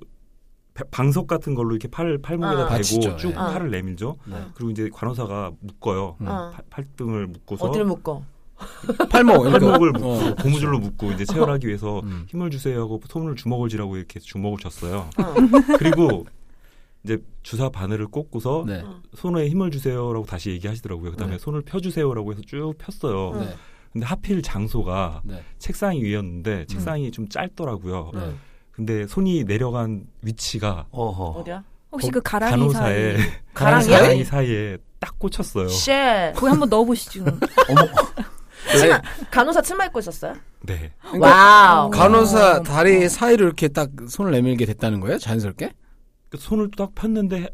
[SPEAKER 4] 바- 방석 같은 걸로 이렇게 팔 팔목에다
[SPEAKER 2] 아.
[SPEAKER 4] 대고
[SPEAKER 1] 받치죠,
[SPEAKER 4] 쭉
[SPEAKER 1] 예.
[SPEAKER 4] 팔을 내밀죠.
[SPEAKER 1] 네.
[SPEAKER 4] 그리고 이제 간호사가 묶어요.
[SPEAKER 1] 음.
[SPEAKER 2] 어.
[SPEAKER 4] 팔- 팔등을 묶어서
[SPEAKER 2] 어딜 묶어?
[SPEAKER 1] 팔목. 그러니까,
[SPEAKER 4] 팔목을 묶고
[SPEAKER 1] 어.
[SPEAKER 4] 고무줄로 묶고 이제 체열하기 위해서
[SPEAKER 1] 음.
[SPEAKER 4] 힘을 주세요 하고 손을 주먹을 지라고 이렇게 주먹을 쳤어요.
[SPEAKER 1] 아.
[SPEAKER 2] 어.
[SPEAKER 4] 그리고 이제 주사 바늘을 꽂고서
[SPEAKER 1] 네.
[SPEAKER 2] 어.
[SPEAKER 4] 손에 힘을 주세요라고 다시 얘기하시더라고요. 그다음에
[SPEAKER 1] 네.
[SPEAKER 4] 손을 펴주세요라고 해서 쭉 폈어요.
[SPEAKER 1] 네.
[SPEAKER 4] 근데 하필 장소가
[SPEAKER 1] 네.
[SPEAKER 4] 책상 위였는데 책상이 좀 짧더라고요.
[SPEAKER 1] 네.
[SPEAKER 4] 근데 손이 내려간 위치가
[SPEAKER 5] 어허.
[SPEAKER 2] 어디야?
[SPEAKER 3] 혹시 그 가랑이
[SPEAKER 4] 간호사의
[SPEAKER 3] 사이
[SPEAKER 2] 가랑이요?
[SPEAKER 4] 가랑이 사이에 딱 꽂혔어요.
[SPEAKER 2] 쉣.
[SPEAKER 3] 거기 한번 넣어보시죠.
[SPEAKER 2] 치마. 간호사 치마 입고 있었어요?
[SPEAKER 4] 네.
[SPEAKER 2] 와우.
[SPEAKER 1] 간호사
[SPEAKER 4] 어.
[SPEAKER 1] 다리 사이로 이렇게 딱 손을 내밀게 됐다는 거예요? 자연스럽게?
[SPEAKER 4] 그 손을 딱 폈는데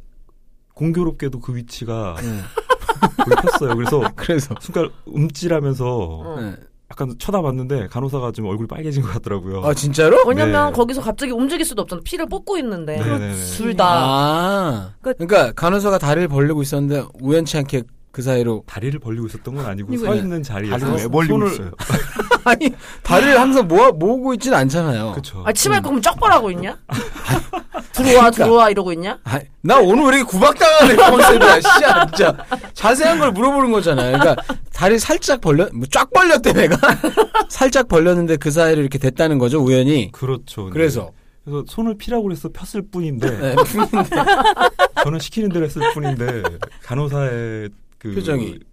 [SPEAKER 4] 공교롭게도 그 위치가
[SPEAKER 1] 네.
[SPEAKER 4] 거기 폈어요. 그래서
[SPEAKER 1] 그래서.
[SPEAKER 4] 순간 움찔하면서
[SPEAKER 2] 응.
[SPEAKER 1] 네.
[SPEAKER 4] 약간 쳐다봤는데 간호사가 좀 얼굴이 빨개진 것 같더라고요.
[SPEAKER 1] 아 진짜로?
[SPEAKER 2] 왜냐면
[SPEAKER 4] 네.
[SPEAKER 2] 거기서 갑자기 움직일 수도 없잖아. 피를 뽑고 있는데.
[SPEAKER 4] 네네네.
[SPEAKER 2] 둘 다.
[SPEAKER 1] 아.
[SPEAKER 3] 그-
[SPEAKER 1] 그러니까 간호사가 다리를 벌리고 있었는데 우연치 않게 그 사이로
[SPEAKER 4] 다리를 벌리고 있었던 건 아니고
[SPEAKER 1] 아니고요.
[SPEAKER 4] 서 있는 자리에서
[SPEAKER 5] 다리를 왜 벌리고
[SPEAKER 4] 손을-
[SPEAKER 5] 있어요?
[SPEAKER 1] 아니 다리를 항상 모아 모으고 있진 않잖아요.
[SPEAKER 4] 그쵸.
[SPEAKER 2] 아, 치마 입고 그럼 쩍벌하고 있냐?
[SPEAKER 1] 그러니까.
[SPEAKER 2] 들어와, 들어와 이러고 있냐?
[SPEAKER 1] 아, 나 오늘 왜 이렇게 구박당하는 컨셉이야, 씨, 아, 진짜. 자세한 걸 물어보는 거잖아요. 그러니까, 다리 살짝 벌려, 뭐 쫙 벌렸대, 내가. 살짝 벌렸는데 그 사이로 이렇게 됐다는 거죠, 우연히.
[SPEAKER 4] 그렇죠. 네.
[SPEAKER 1] 그래서.
[SPEAKER 4] 그래서 손을 피라고 해서 폈을 뿐인데
[SPEAKER 1] 네.
[SPEAKER 4] 저는 시키는 대로 했을 뿐인데 간호사의 그
[SPEAKER 1] 표정이.
[SPEAKER 4] 그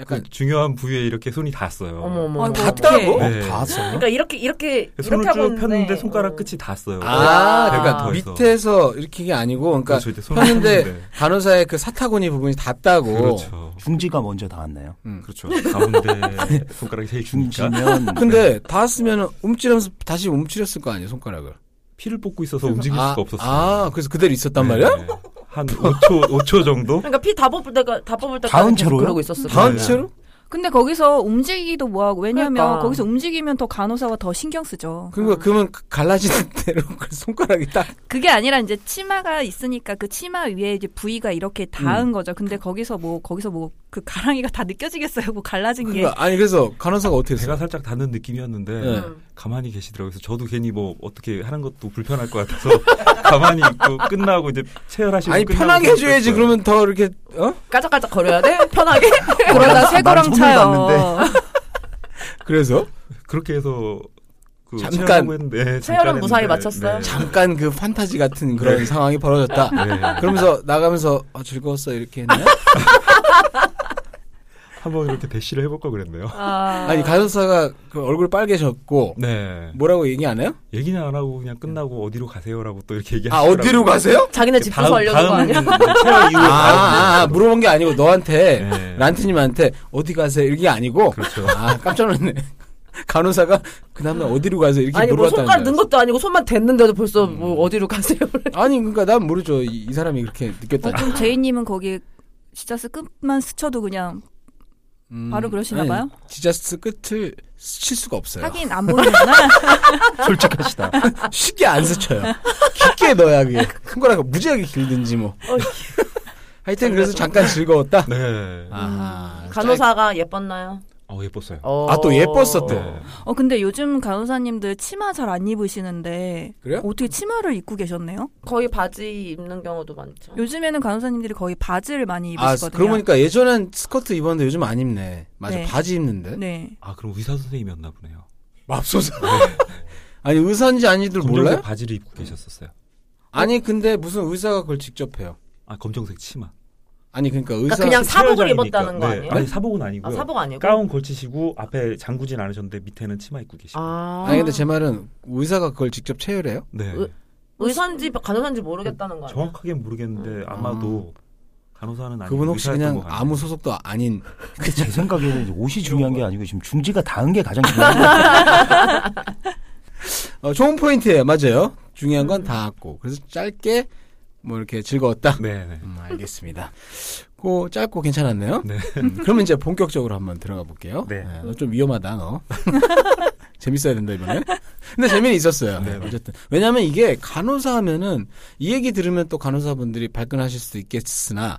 [SPEAKER 1] 약간,
[SPEAKER 4] 중요한 부위에 이렇게 손이 닿았어요.
[SPEAKER 2] 어머, 어머. 어머.
[SPEAKER 3] 아이고,
[SPEAKER 1] 닿았다고?
[SPEAKER 3] 어떡해.
[SPEAKER 4] 네.
[SPEAKER 5] 다 왔어요.
[SPEAKER 2] 그러니까 이렇게, 이렇게,
[SPEAKER 4] 손을
[SPEAKER 2] 이렇게 하고
[SPEAKER 4] 쭉
[SPEAKER 2] 있는데.
[SPEAKER 4] 폈는데 손가락
[SPEAKER 2] 어.
[SPEAKER 4] 끝이 닿았어요.
[SPEAKER 1] 아,
[SPEAKER 4] 배가
[SPEAKER 1] 그러니까
[SPEAKER 4] 더해서.
[SPEAKER 1] 밑에서 이렇게 게 아니고, 그러니까,
[SPEAKER 4] 그렇죠. 이제 손을
[SPEAKER 1] 폈는데,
[SPEAKER 4] 폈는데.
[SPEAKER 1] 간호사의 그 사타구니 부분이 닿다고.
[SPEAKER 4] 그렇죠.
[SPEAKER 5] 중지가 먼저 닿았나요?
[SPEAKER 4] 그렇죠. 가운데 손가락이 제일 중니까
[SPEAKER 5] 중지면
[SPEAKER 1] 근데, 닿았으면 움찔하면서 다시 움찔했을 거 아니에요, 손가락을.
[SPEAKER 4] 피를 뽑고 있어서 움직일
[SPEAKER 1] 아,
[SPEAKER 4] 수가 없었어요.
[SPEAKER 1] 아, 그래서 그대로 있었단
[SPEAKER 4] 네,
[SPEAKER 1] 말이야?
[SPEAKER 4] 네. 한 5초 5초 정도?
[SPEAKER 2] 그러니까 피 다 뽑을 때가, 다 뽑을 때가.
[SPEAKER 5] 다음 채로요?
[SPEAKER 2] 그러고 있었을
[SPEAKER 1] 다음
[SPEAKER 4] 네.
[SPEAKER 2] 거예요.
[SPEAKER 1] 채로?
[SPEAKER 3] 근데 거기서 움직이기도 뭐하고 왜냐면
[SPEAKER 2] 그러니까.
[SPEAKER 3] 거기서 움직이면 더 간호사가 더 신경 쓰죠.
[SPEAKER 1] 그러니까, 그러면 갈라지는 대로 그 손가락이 딱
[SPEAKER 3] 그게 아니라 이제 치마가 있으니까 그 치마 위에 이제 부위가 이렇게 닿은 거죠. 근데 거기서 뭐 거기서 뭐 그 가랑이가 다 느껴지겠어요. 뭐 갈라진
[SPEAKER 4] 예.
[SPEAKER 3] 게.
[SPEAKER 1] 그러니까 아니 그래서 간호사가 어떻게
[SPEAKER 4] 제가
[SPEAKER 1] 됐어요?
[SPEAKER 4] 살짝 닿는 느낌이었는데
[SPEAKER 1] 네.
[SPEAKER 2] 음.
[SPEAKER 4] 가만히 계시더라고요. 그래서 저도 괜히 뭐 어떻게 하는 것도 불편할 것 같아서 가만히 있고 끝나고 이제 체열하시고
[SPEAKER 1] 아니
[SPEAKER 4] 끝나고
[SPEAKER 1] 편하게 해줘야지
[SPEAKER 4] 그랬어요.
[SPEAKER 1] 그러면 더 이렇게 어
[SPEAKER 2] 까짝까짝 거려야 돼? 편하게?
[SPEAKER 3] 그러다 쇠고랑
[SPEAKER 5] 손을
[SPEAKER 3] 차요.
[SPEAKER 1] 그래서
[SPEAKER 4] 그렇게 해서 그
[SPEAKER 1] 잠깐.
[SPEAKER 4] 체열하고 했는데 네, 잠깐
[SPEAKER 2] 체열은 무사히
[SPEAKER 4] 했는데,
[SPEAKER 2] 마쳤어요?
[SPEAKER 1] 잠깐 그 판타지 같은 그런
[SPEAKER 4] 네.
[SPEAKER 1] 상황이 벌어졌다.
[SPEAKER 4] 네. 네.
[SPEAKER 1] 그러면서 나가면서 아, 즐거웠어 이렇게 했나요?
[SPEAKER 4] 한번 이렇게 대시를 해볼 걸 그랬네요.
[SPEAKER 1] 아니 간호사가 그 얼굴 빨개졌고
[SPEAKER 4] 네.
[SPEAKER 1] 뭐라고 얘기 안 해요?
[SPEAKER 4] 얘기는 안 하고 그냥 끝나고 어디로 가세요라고 또 이렇게
[SPEAKER 1] 아
[SPEAKER 4] 얘기하시더라고요.
[SPEAKER 1] 어디로 가세요?
[SPEAKER 2] 자기네 네. 집 주소 알려준 거 아니야?
[SPEAKER 4] 체열 이후에
[SPEAKER 1] 아, 아, 아,
[SPEAKER 4] 다음
[SPEAKER 1] 물어본 게 아니고 너한테
[SPEAKER 4] 네.
[SPEAKER 1] 란트님한테 어디 가세요 이게 아니고
[SPEAKER 4] 그렇죠.
[SPEAKER 1] 아 깜짝 놀랐네. 간호사가 그 다음날 어디로 가서 이렇게
[SPEAKER 2] 아니, 뭐
[SPEAKER 1] 물어봤다는
[SPEAKER 2] 손가락
[SPEAKER 1] 줄
[SPEAKER 2] 넣은 것도 아니고 손만 댔는데도 벌써 뭐 어디로 가세요?
[SPEAKER 1] 알았어. 아니 그러니까 난 모르죠 이, 이 사람이 그렇게 느꼈다.
[SPEAKER 3] 그럼 뭐 제이님은 거기 시자스 끝만 스쳐도 그냥
[SPEAKER 1] 음,
[SPEAKER 3] 바로 그러시나
[SPEAKER 1] 아니,
[SPEAKER 3] 봐요?
[SPEAKER 1] 디자스트 끝을 스칠 수가 없어요.
[SPEAKER 3] 하긴 안 보이는구나.
[SPEAKER 5] 솔직하시다.
[SPEAKER 1] 쉽게 안 스쳐요. 깊게 넣어야 그게 손가락 무지하게 길든지 뭐. 하여튼 그래서 잠깐 즐거웠다.
[SPEAKER 4] 네.
[SPEAKER 1] 아,
[SPEAKER 2] 간호사가 예뻤나요?
[SPEAKER 4] 어 예뻤어요.
[SPEAKER 1] 아, 또 예뻤어, 또.
[SPEAKER 4] 네.
[SPEAKER 3] 어 근데 요즘 간호사님들 치마 잘 안 입으시는데
[SPEAKER 1] 그래요?
[SPEAKER 3] 어떻게 치마를 입고 계셨네요?
[SPEAKER 2] 거의 바지 입는 경우도 많죠.
[SPEAKER 3] 요즘에는 간호사님들이 거의 바지를 많이
[SPEAKER 1] 아,
[SPEAKER 3] 입으시거든요.
[SPEAKER 1] 그러고 보니까 예전엔 스커트 입었는데 요즘 안 입네. 맞아,
[SPEAKER 3] 네.
[SPEAKER 1] 바지 입는데.
[SPEAKER 3] 네.
[SPEAKER 4] 아 그럼 의사 선생님이었나 보네요.
[SPEAKER 1] 맙소사. 아니, 의사인지 아닌지들
[SPEAKER 4] 검정색
[SPEAKER 1] 몰라요?
[SPEAKER 4] 바지를 입고 계셨었어요.
[SPEAKER 1] 아니, 근데 무슨 의사가 그걸 직접 해요.
[SPEAKER 4] 아 검정색 치마.
[SPEAKER 1] 아니, 그러니까 의사.
[SPEAKER 2] 그러니까 그냥 사복을
[SPEAKER 4] 체어장이니까.
[SPEAKER 2] 입었다는 거
[SPEAKER 4] 네.
[SPEAKER 2] 아니에요?
[SPEAKER 4] 아니 사복은 아니고요.
[SPEAKER 2] 아, 사복 아니고?
[SPEAKER 4] 가운 걸치시고 앞에 장구진 않으셨는데 밑에는 치마 입고 계시고.
[SPEAKER 2] 아.
[SPEAKER 1] 아니, 근데 제 말은 의사가 그걸 직접 체열해요?
[SPEAKER 4] 네.
[SPEAKER 2] 으- 의사인지 간호사인지 모르겠다는 거 아니에요?
[SPEAKER 4] 정확하게는
[SPEAKER 2] 음.
[SPEAKER 4] 모르겠는데 아마도 간호사는 음. 아니고
[SPEAKER 1] 그분 혹시
[SPEAKER 4] 의사였던
[SPEAKER 1] 그냥
[SPEAKER 4] 것 같네요.
[SPEAKER 1] 아무 소속도 아닌
[SPEAKER 5] 근데 제 생각에는 이제 옷이 중요한 게 아니고 지금 중지가 닿은 게 가장 중요한 거 같아요.
[SPEAKER 1] 어, 좋은 포인트예요. 맞아요. 중요한 건 다았고 그래서 짧게 뭐 이렇게 즐거웠다.
[SPEAKER 4] 네, 네.
[SPEAKER 1] 음, 알겠습니다. 고 짧고 괜찮았네요.
[SPEAKER 4] 네.
[SPEAKER 1] 음, 그러면 이제 본격적으로 한번 들어가 볼게요.
[SPEAKER 4] 네.
[SPEAKER 1] 아, 너좀 위험하다 너. 재밌어야 된다 이번에. 근데 재미는 있었어요.
[SPEAKER 4] 네.
[SPEAKER 1] 어쨌든 왜냐하면 이게 간호사 하면은 이 얘기 들으면 또 간호사분들이 발끈하실 수도 있겠으나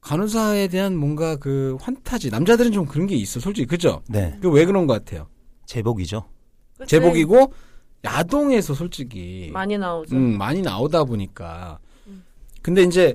[SPEAKER 1] 간호사에 대한 뭔가 그 환타지 남자들은 좀 그런 게 있어 솔직히 그죠?
[SPEAKER 5] 네.
[SPEAKER 1] 그 왜 그런 것 같아요?
[SPEAKER 5] 제복이죠.
[SPEAKER 2] 그치?
[SPEAKER 1] 제복이고 야동에서 솔직히
[SPEAKER 2] 많이 나오죠. 음.
[SPEAKER 1] 음, 많이 나오다 보니까. 근데 이제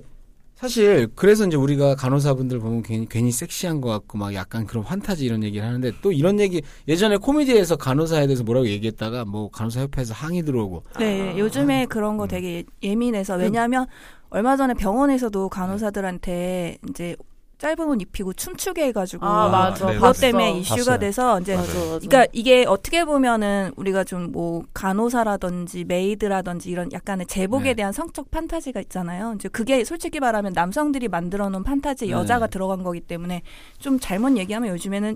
[SPEAKER 1] 사실 그래서 이제 우리가 간호사분들 보면 괜히, 괜히 섹시한 것 같고 막 약간 그런 환타지 이런 얘기를 하는데 또 이런 얘기 예전에 코미디에서 간호사에 대해서 뭐라고 얘기했다가 뭐 간호사 협회에서 항의 들어오고
[SPEAKER 3] 네, 요즘에 그런 거 되게 예민해서 왜냐하면 얼마 전에 병원에서도 간호사들한테 이제 짧은 옷 입히고 춤추게 해가지고
[SPEAKER 2] 아, 맞아.
[SPEAKER 4] 네,
[SPEAKER 3] 그것
[SPEAKER 4] 봤어.
[SPEAKER 3] 때문에 이슈가
[SPEAKER 5] 봤어요.
[SPEAKER 3] 돼서 이제
[SPEAKER 4] 맞아요.
[SPEAKER 3] 그러니까 이게 어떻게 보면은 우리가 좀 뭐 간호사라든지 메이드라든지 이런 약간의 제복에
[SPEAKER 1] 네.
[SPEAKER 3] 대한 성적 판타지가 있잖아요. 이제 그게 솔직히 말하면 남성들이 만들어 놓은 판타지 에 여자가
[SPEAKER 1] 네.
[SPEAKER 3] 들어간 거기 때문에 좀 잘못 얘기하면 요즘에는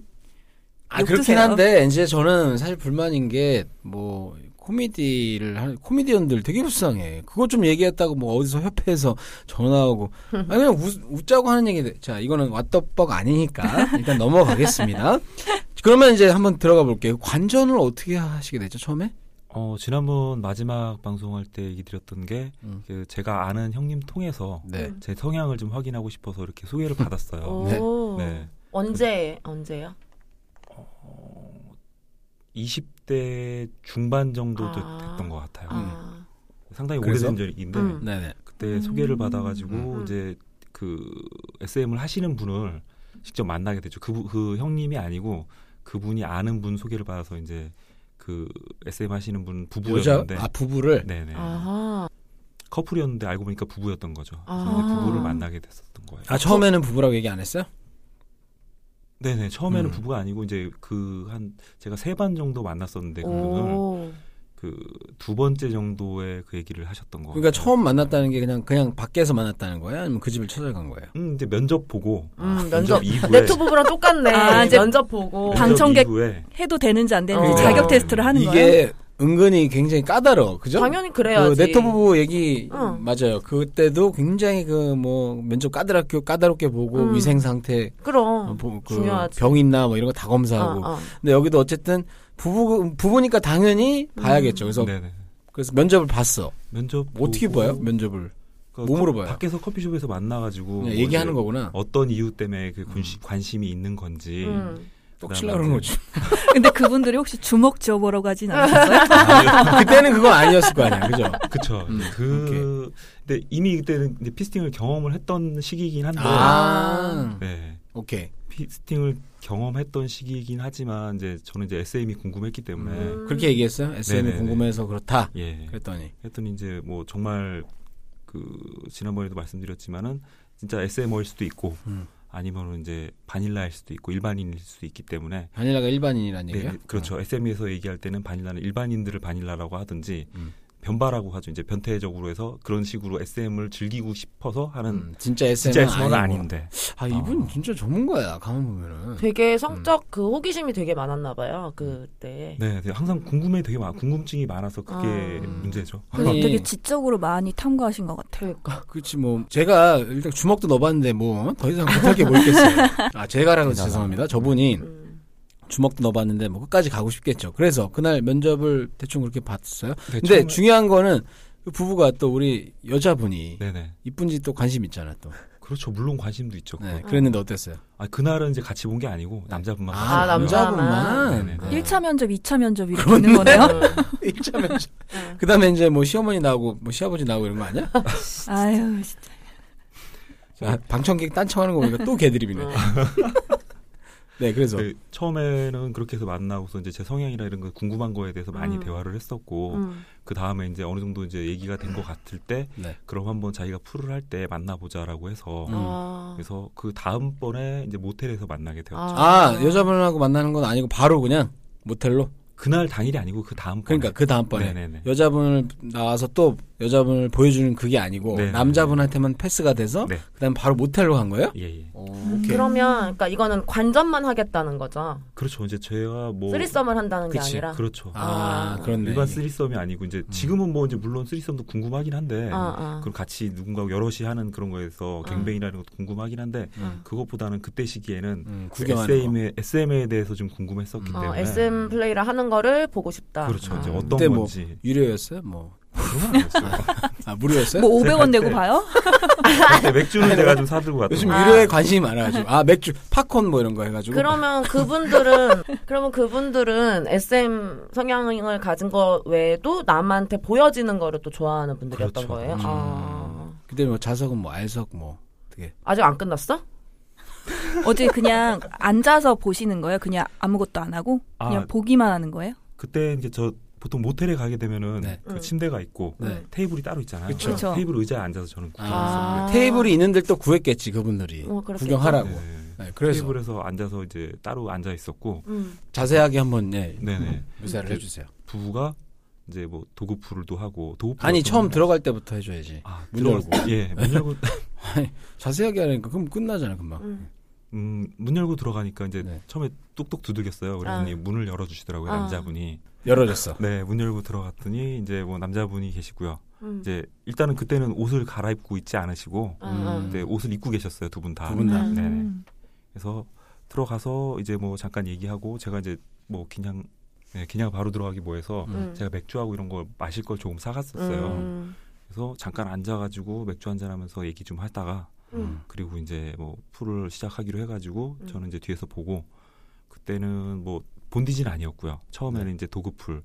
[SPEAKER 1] 아
[SPEAKER 3] 욕
[SPEAKER 1] 그렇긴
[SPEAKER 3] 드세요.
[SPEAKER 1] 한데 이제 저는 사실 불만인 게 뭐 코미디를 하는 코미디언들 되게 불쌍해. 그거 좀 얘기했다고 뭐 어디서 협회에서 전화오고 아니 그냥 웃, 자고 하는 얘기인데 자 이거는 왓더벅 아니니까 일단 넘어가겠습니다. 그러면 이제 한번 들어가 볼게요. 관전을 어떻게 하시게 됐죠 처음에?
[SPEAKER 4] 어, 지난번 마지막 방송할 때 얘기 드렸던 게,
[SPEAKER 1] 음.
[SPEAKER 4] 그 제가 아는 형님 통해서
[SPEAKER 1] 네.
[SPEAKER 4] 제 성향을 좀 확인하고 싶어서 이렇게 소개를 받았어요.
[SPEAKER 2] 음. 오.
[SPEAKER 4] 네.
[SPEAKER 2] 언제 언제요?
[SPEAKER 4] 20대 중반 정도 도
[SPEAKER 2] 아.
[SPEAKER 4] 됐던 것
[SPEAKER 1] 음.
[SPEAKER 4] 같아요.
[SPEAKER 2] 아.
[SPEAKER 4] 상당히
[SPEAKER 1] 그래서?
[SPEAKER 4] 오래된 전인데,
[SPEAKER 2] 음.
[SPEAKER 1] 네네.
[SPEAKER 4] 그때 소개를 받아가지고,
[SPEAKER 1] 음.
[SPEAKER 4] 이제 그 SM을 하시는 분을 직접 만나게 됐죠. 그, 분- 그 형님이 아니고, 그분이 아는 분 소개를 받아서 이제 그 SM 하시는 분
[SPEAKER 1] 여자
[SPEAKER 4] 부부였는데,
[SPEAKER 1] 아 부부를
[SPEAKER 4] 네네.
[SPEAKER 2] 아하.
[SPEAKER 4] 커플이었는데 알고 보니까 부부였던 거죠. 그래서
[SPEAKER 2] 아.
[SPEAKER 4] 이제 부부를 만나게 됐었던 거예요.
[SPEAKER 1] 아 처음에는 부부라고 얘기 안 했어요?
[SPEAKER 4] 네네 처음에는
[SPEAKER 1] 음.
[SPEAKER 4] 부부가 아니고 이제 그 한 제가 세 반 정도 만났었는데 네, 그분을
[SPEAKER 2] 오.
[SPEAKER 4] 그 두 번째 정도에 그 얘기를 하셨던 거
[SPEAKER 1] 그러니까 처음 만났다는 게 그냥 그냥 밖에서 만났다는 거예요? 아니면 그 집을 찾아간 거예요?
[SPEAKER 4] 음 이제 면접 보고
[SPEAKER 2] 음,
[SPEAKER 4] 면접
[SPEAKER 2] 면접.
[SPEAKER 4] 아, 이후에
[SPEAKER 2] 네트부부랑 똑같네.
[SPEAKER 3] 아, 이제
[SPEAKER 2] 면접 보고.
[SPEAKER 4] 면접
[SPEAKER 3] 방청객
[SPEAKER 4] 이후에
[SPEAKER 3] 해도 되는지 안 되는지
[SPEAKER 2] 어.
[SPEAKER 3] 자격 테스트를 하는 거예요.
[SPEAKER 1] 이게 은근히 굉장히 까다로워.
[SPEAKER 4] 네.
[SPEAKER 1] 그죠?
[SPEAKER 2] 당연히 그래야지. 어.
[SPEAKER 1] 그 네트 부부 얘기
[SPEAKER 2] 응.
[SPEAKER 1] 맞아요. 그때도 굉장히 그 뭐 면접 까다롭게 까다롭게 보고
[SPEAKER 2] 음.
[SPEAKER 1] 위생 상태,
[SPEAKER 2] 그럼.
[SPEAKER 1] 보- 그
[SPEAKER 2] 중요하지.
[SPEAKER 1] 병 있나 뭐 이런 거 다 검사하고.
[SPEAKER 2] 어, 어.
[SPEAKER 1] 근데 여기도 어쨌든 부부 부부니까 당연히
[SPEAKER 2] 음.
[SPEAKER 1] 봐야겠죠. 그래서
[SPEAKER 4] 네네
[SPEAKER 1] 그래서 면접을 봤어.
[SPEAKER 4] 면접
[SPEAKER 1] 뭐 어떻게
[SPEAKER 4] 보고
[SPEAKER 1] 봐요? 면접을
[SPEAKER 4] 그러니까
[SPEAKER 1] 몸으로
[SPEAKER 4] 커-
[SPEAKER 1] 봐요?
[SPEAKER 4] 밖에서 커피숍에서 만나가지고
[SPEAKER 1] 그냥
[SPEAKER 4] 뭐
[SPEAKER 1] 얘기하는
[SPEAKER 4] 이제
[SPEAKER 1] 거구나. 음.
[SPEAKER 4] 어떤 이유 때문에 그 군시, 관심이 있는 건지
[SPEAKER 2] 음.
[SPEAKER 1] 똑 칠라 그런 거지.
[SPEAKER 3] 근데 그분들이 혹시 주먹 쥐어보러 가진 않았어요?
[SPEAKER 1] 그때는 그건 아니었을 거 아니야, 그죠?
[SPEAKER 4] 그쵸
[SPEAKER 1] 음,
[SPEAKER 4] 그 근데 이미 그때는 이제 피스팅을 경험을 했던 시기이긴 한데
[SPEAKER 1] 아,
[SPEAKER 4] 네
[SPEAKER 1] 오케이.
[SPEAKER 4] 피스팅을 경험했던 시기이긴 하지만 이제 저는 이제 SM이 궁금했기 때문에
[SPEAKER 2] 음.
[SPEAKER 1] 그렇게 얘기했어요. SM이
[SPEAKER 4] 네네네.
[SPEAKER 1] 궁금해서 그렇다.
[SPEAKER 4] 예.
[SPEAKER 1] 그랬더니
[SPEAKER 4] 했더니 이제 뭐 정말 그 지난번에도 말씀드렸지만은 진짜 SM일 수도 있고
[SPEAKER 1] 음.
[SPEAKER 4] 아니면은 이제 바닐라일 수도 있고 일반인일 수도 있기 때문에
[SPEAKER 1] 바닐라가 일반인이라는
[SPEAKER 4] 네,
[SPEAKER 1] 얘기야?
[SPEAKER 4] 그렇죠. SM에서 얘기할 때는 바닐라는 일반인들을 바닐라라고 하든지
[SPEAKER 1] 음.
[SPEAKER 4] 변바라고 하죠. 이제 변태적으로 해서 그런 식으로 SM을 즐기고 싶어서 하는
[SPEAKER 1] 음, 진짜 SM은
[SPEAKER 4] 진짜 SM은
[SPEAKER 1] 아니고.
[SPEAKER 4] 아닌데.
[SPEAKER 1] 아 이분 진짜 전문가야 가만
[SPEAKER 4] 네.
[SPEAKER 1] 보면은
[SPEAKER 2] 되게 성적 그 호기심이 되게 많았나 봐요. 그때.
[SPEAKER 4] 네, 네, 항상 궁금해 되게 많, 궁금증이 많아서 그게
[SPEAKER 2] 아.
[SPEAKER 4] 문제죠.
[SPEAKER 3] 그래서
[SPEAKER 1] 아니,
[SPEAKER 3] 되게 지적으로 많이 탐구하신 것 같아요.
[SPEAKER 2] 그러니까.
[SPEAKER 1] 그렇지 뭐 제가 일단 주먹도 넣어봤는데 뭐 더 이상 못할 게 뭐 있겠어요 아 제가라고 해서 죄송합니다 저분이
[SPEAKER 2] 음.
[SPEAKER 1] 주먹도 넣어봤는데 뭐 끝까지 가고 싶겠죠 그래서 그날 면접을 대충 그렇게 봤어요
[SPEAKER 4] 네,
[SPEAKER 1] 근데
[SPEAKER 4] 처음에-
[SPEAKER 1] 중요한 거는 그 부부가 또 우리 여자분이
[SPEAKER 4] 네네.
[SPEAKER 1] 이쁜지 또 관심 있잖아 또
[SPEAKER 4] 그렇죠. 물론 관심도 있죠.
[SPEAKER 1] 네,
[SPEAKER 4] 그거.
[SPEAKER 1] 그랬는데 어땠어요
[SPEAKER 4] 아, 그날은 이제 같이 본 게 아니고 남자분만.
[SPEAKER 1] 아,
[SPEAKER 2] 아, 남자분만.
[SPEAKER 1] 남자분만
[SPEAKER 4] 네네네.
[SPEAKER 3] 1차 면접, 2차 면접 이렇게 있는 거네요?
[SPEAKER 1] 일차 면접 그다음에 이제 뭐 시어머니 나오고 뭐 시아버지 나오고 이런 거 아니야
[SPEAKER 3] 아유, 진짜.
[SPEAKER 1] 아, 방청객 딴청하는 거 보니까 또 개드립이네 네 그래서
[SPEAKER 4] 네, 처음에는 그렇게 해서 만나고서 이제 제 성향이나 이런 거 궁금한 거에 대해서 많이
[SPEAKER 2] 음.
[SPEAKER 4] 대화를 했었고
[SPEAKER 2] 음.
[SPEAKER 4] 그 다음에 이제 어느 정도 이제 얘기가 된 것 같을 때
[SPEAKER 1] 네.
[SPEAKER 4] 그럼 한번 자기가 풀을 할 때 만나보자라고 해서
[SPEAKER 1] 음.
[SPEAKER 2] 아.
[SPEAKER 4] 그래서 그 다음 번에 이제 모텔에서 만나게 되었죠.
[SPEAKER 1] 아, 여자분하고 만나는 건 아니고 바로 그냥 모텔로.
[SPEAKER 4] 그날 당일이 아니고 그 다음 번에.
[SPEAKER 1] 그러니까 그 다음번에
[SPEAKER 4] 네네네.
[SPEAKER 1] 여자분을 나와서 또 여자분을 보여주는 그게 아니고
[SPEAKER 4] 네네.
[SPEAKER 1] 남자분한테만 패스가 돼서
[SPEAKER 4] 네.
[SPEAKER 1] 그다음 바로 모텔로 간 거예요?
[SPEAKER 4] 예, 예.
[SPEAKER 1] 오, 오케이.
[SPEAKER 2] 그러면 그러니까 이거는 관전만 하겠다는 거죠.
[SPEAKER 4] 그렇죠. 이제 제가 뭐
[SPEAKER 2] 쓰리썸을 한다는 게
[SPEAKER 1] 그치,
[SPEAKER 2] 아니라.
[SPEAKER 4] 그렇죠.
[SPEAKER 1] 아,
[SPEAKER 2] 아,
[SPEAKER 1] 그렇네. 음.
[SPEAKER 4] 일반 쓰리썸이 아니고 이제 지금은 뭐 이제 물론 쓰리썸도 궁금하긴 한데
[SPEAKER 2] 아, 아.
[SPEAKER 4] 그럼 같이 누군가 여럿이 하는 그런 거에서 갱뱅이나 이런 것도 궁금하긴 한데
[SPEAKER 2] 음.
[SPEAKER 4] 그것보다는 그때 시기에는
[SPEAKER 1] 음, 구경하는 거.
[SPEAKER 4] SM에, SM에 대해서 좀 궁금했었기
[SPEAKER 1] 음.
[SPEAKER 2] 어,
[SPEAKER 4] 때문에
[SPEAKER 2] SM 플레이를 하는 거를 보고 싶다.
[SPEAKER 4] 그렇죠 이제
[SPEAKER 2] 아.
[SPEAKER 4] 어떤
[SPEAKER 1] 그때 뭐
[SPEAKER 4] 건지
[SPEAKER 1] 유료였어요? 뭐.
[SPEAKER 4] 그건 아니었어요.
[SPEAKER 1] 아, 무료였어요?
[SPEAKER 3] 뭐
[SPEAKER 4] 제가
[SPEAKER 3] 500원 내고
[SPEAKER 4] 그때-
[SPEAKER 3] 봐요?
[SPEAKER 4] 그때 맥주는 제가 좀 사들고 갔던
[SPEAKER 1] 요즘
[SPEAKER 4] 거
[SPEAKER 1] 유료에 관심이 많아가지고. 아, 맥주, 팝콘 뭐 이런 거 해가지고.
[SPEAKER 2] 그러면 그분들은 그러면 그분들은 SM 성향을 가진 거 외에도 남한테 보여지는 거를 또 좋아하는 분들이었던
[SPEAKER 4] 그렇죠.
[SPEAKER 2] 거예요.
[SPEAKER 4] 음.
[SPEAKER 2] 아.
[SPEAKER 1] 그때 뭐 자석은 뭐 알석 뭐. 어떻게?
[SPEAKER 2] 아직 안 끝났어?
[SPEAKER 3] 어제 그냥 앉아서 보시는 거예요? 그냥 아무것도 안 하고
[SPEAKER 4] 아.
[SPEAKER 3] 그냥 보기만 하는 거예요?
[SPEAKER 4] 그때 이제 저 보통 모텔에 가게 되면은
[SPEAKER 1] 네.
[SPEAKER 4] 그
[SPEAKER 2] 음.
[SPEAKER 4] 침대가 있고
[SPEAKER 1] 네.
[SPEAKER 4] 테이블이 따로 있잖아요.
[SPEAKER 1] 그쵸.
[SPEAKER 3] 그쵸.
[SPEAKER 4] 테이블 의자에 앉아서 저는 구경했어요.
[SPEAKER 2] 아.
[SPEAKER 1] 테이블이 있는 데를 또 구했겠지 그분들이
[SPEAKER 2] 어, 그렇겠죠.
[SPEAKER 1] 구경하라고.
[SPEAKER 4] 네.
[SPEAKER 1] 네, 그래서
[SPEAKER 4] 테이블에서 앉아서 이제 따로 앉아 있었고
[SPEAKER 2] 음.
[SPEAKER 1] 자세하게 한번 예,
[SPEAKER 4] 네네
[SPEAKER 1] 묘사를 해주세요.
[SPEAKER 4] 부부가 이제 뭐 도구풀도 하고 도구풀
[SPEAKER 1] 아니
[SPEAKER 4] 같은
[SPEAKER 1] 처음
[SPEAKER 4] 거는-
[SPEAKER 1] 들어갈 때부터 해줘야지.
[SPEAKER 4] 아,
[SPEAKER 1] 문 네.
[SPEAKER 4] 들어가고 예문 열고
[SPEAKER 1] 자세하게 하니까 그럼 끝나잖아 금방.
[SPEAKER 2] 음.
[SPEAKER 4] 음, 문 열고 들어가니까 이제
[SPEAKER 1] 네.
[SPEAKER 4] 처음에 뚝뚝 두들겼어요. 그랬더니
[SPEAKER 2] 아.
[SPEAKER 4] 문을 열어주시더라고요
[SPEAKER 2] 아.
[SPEAKER 4] 남자분이.
[SPEAKER 1] 열어졌어.
[SPEAKER 4] 네 문 열고 들어갔더니 이제 뭐 남자분이 계시고요.
[SPEAKER 2] 음.
[SPEAKER 4] 이제 일단은 그때는 옷을 갈아입고 있지 않으시고
[SPEAKER 2] 아, 아.
[SPEAKER 1] 음.
[SPEAKER 4] 그때 옷을 입고 계셨어요 두 분 다.
[SPEAKER 1] 두분 다.
[SPEAKER 2] 음.
[SPEAKER 4] 네네. 그래서 들어가서 이제 뭐 잠깐 얘기하고 제가 이제 뭐 그냥 네, 그냥 바로 들어가기 뭐해서
[SPEAKER 1] 음.
[SPEAKER 4] 제가 맥주하고 이런 걸 마실 걸 조금 사갔었어요.
[SPEAKER 2] 음.
[SPEAKER 4] 그래서 잠깐 앉아가지고 맥주 한잔 하면서 얘기 좀 하다가
[SPEAKER 2] 음.
[SPEAKER 4] 그리고 이제 뭐 풀을 시작하기로 해가지고
[SPEAKER 2] 음.
[SPEAKER 4] 저는 이제 뒤에서 보고 그때는 뭐 본디지는 아니었고요. 처음에는 이제 도구풀.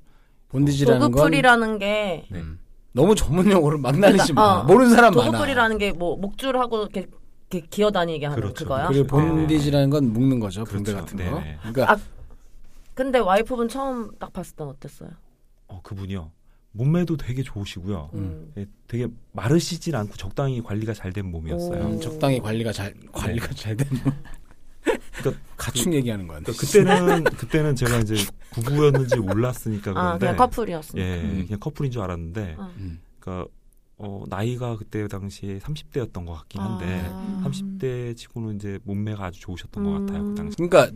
[SPEAKER 1] 본디지라는 건
[SPEAKER 2] 도구풀이라는 게
[SPEAKER 1] 네. 너무 전문 용어를 막 날리지 마.
[SPEAKER 2] 그러니까, 어.
[SPEAKER 1] 모르는 사람 많아.
[SPEAKER 2] 도구풀이라는 게 뭐 목줄 하고 이렇게, 이렇게 기어다니게 하는
[SPEAKER 4] 그렇죠.
[SPEAKER 2] 그거야
[SPEAKER 1] 그리고
[SPEAKER 4] 네네.
[SPEAKER 1] 본디지라는 건 묶는 거죠.
[SPEAKER 4] 그렇죠.
[SPEAKER 1] 붕대 같은 거.
[SPEAKER 4] 네네.
[SPEAKER 1] 그러니까
[SPEAKER 2] 아, 근데 와이프분 처음 딱 봤을 땐 어땠어요?
[SPEAKER 4] 어, 그분이요. 몸매도 되게 좋으시고요.
[SPEAKER 1] 음.
[SPEAKER 4] 예, 되게 마르시진 않고 적당히 관리가 잘 된 몸이었어요.
[SPEAKER 2] 오.
[SPEAKER 1] 음, 적당히 관리가 잘 관리가
[SPEAKER 4] 네.
[SPEAKER 1] 잘 되는. 그러니까 가축 얘기하는 거야.
[SPEAKER 4] 그때는 그때는 제가 이제 부부였는지 몰랐으니까
[SPEAKER 2] 아
[SPEAKER 4] 그런데
[SPEAKER 2] 그냥 커플이었어요.
[SPEAKER 4] 예,
[SPEAKER 1] 음.
[SPEAKER 4] 그냥 커플인 줄 알았는데
[SPEAKER 2] 어.
[SPEAKER 1] 음.
[SPEAKER 4] 그러니까 어, 나이가 그때 당시에 30대였던 것 같긴 한데
[SPEAKER 2] 아.
[SPEAKER 4] 30대 치고는 이제 몸매가 아주 좋으셨던 것 같아요. 그
[SPEAKER 2] 음.
[SPEAKER 4] 당시.
[SPEAKER 1] 그러니까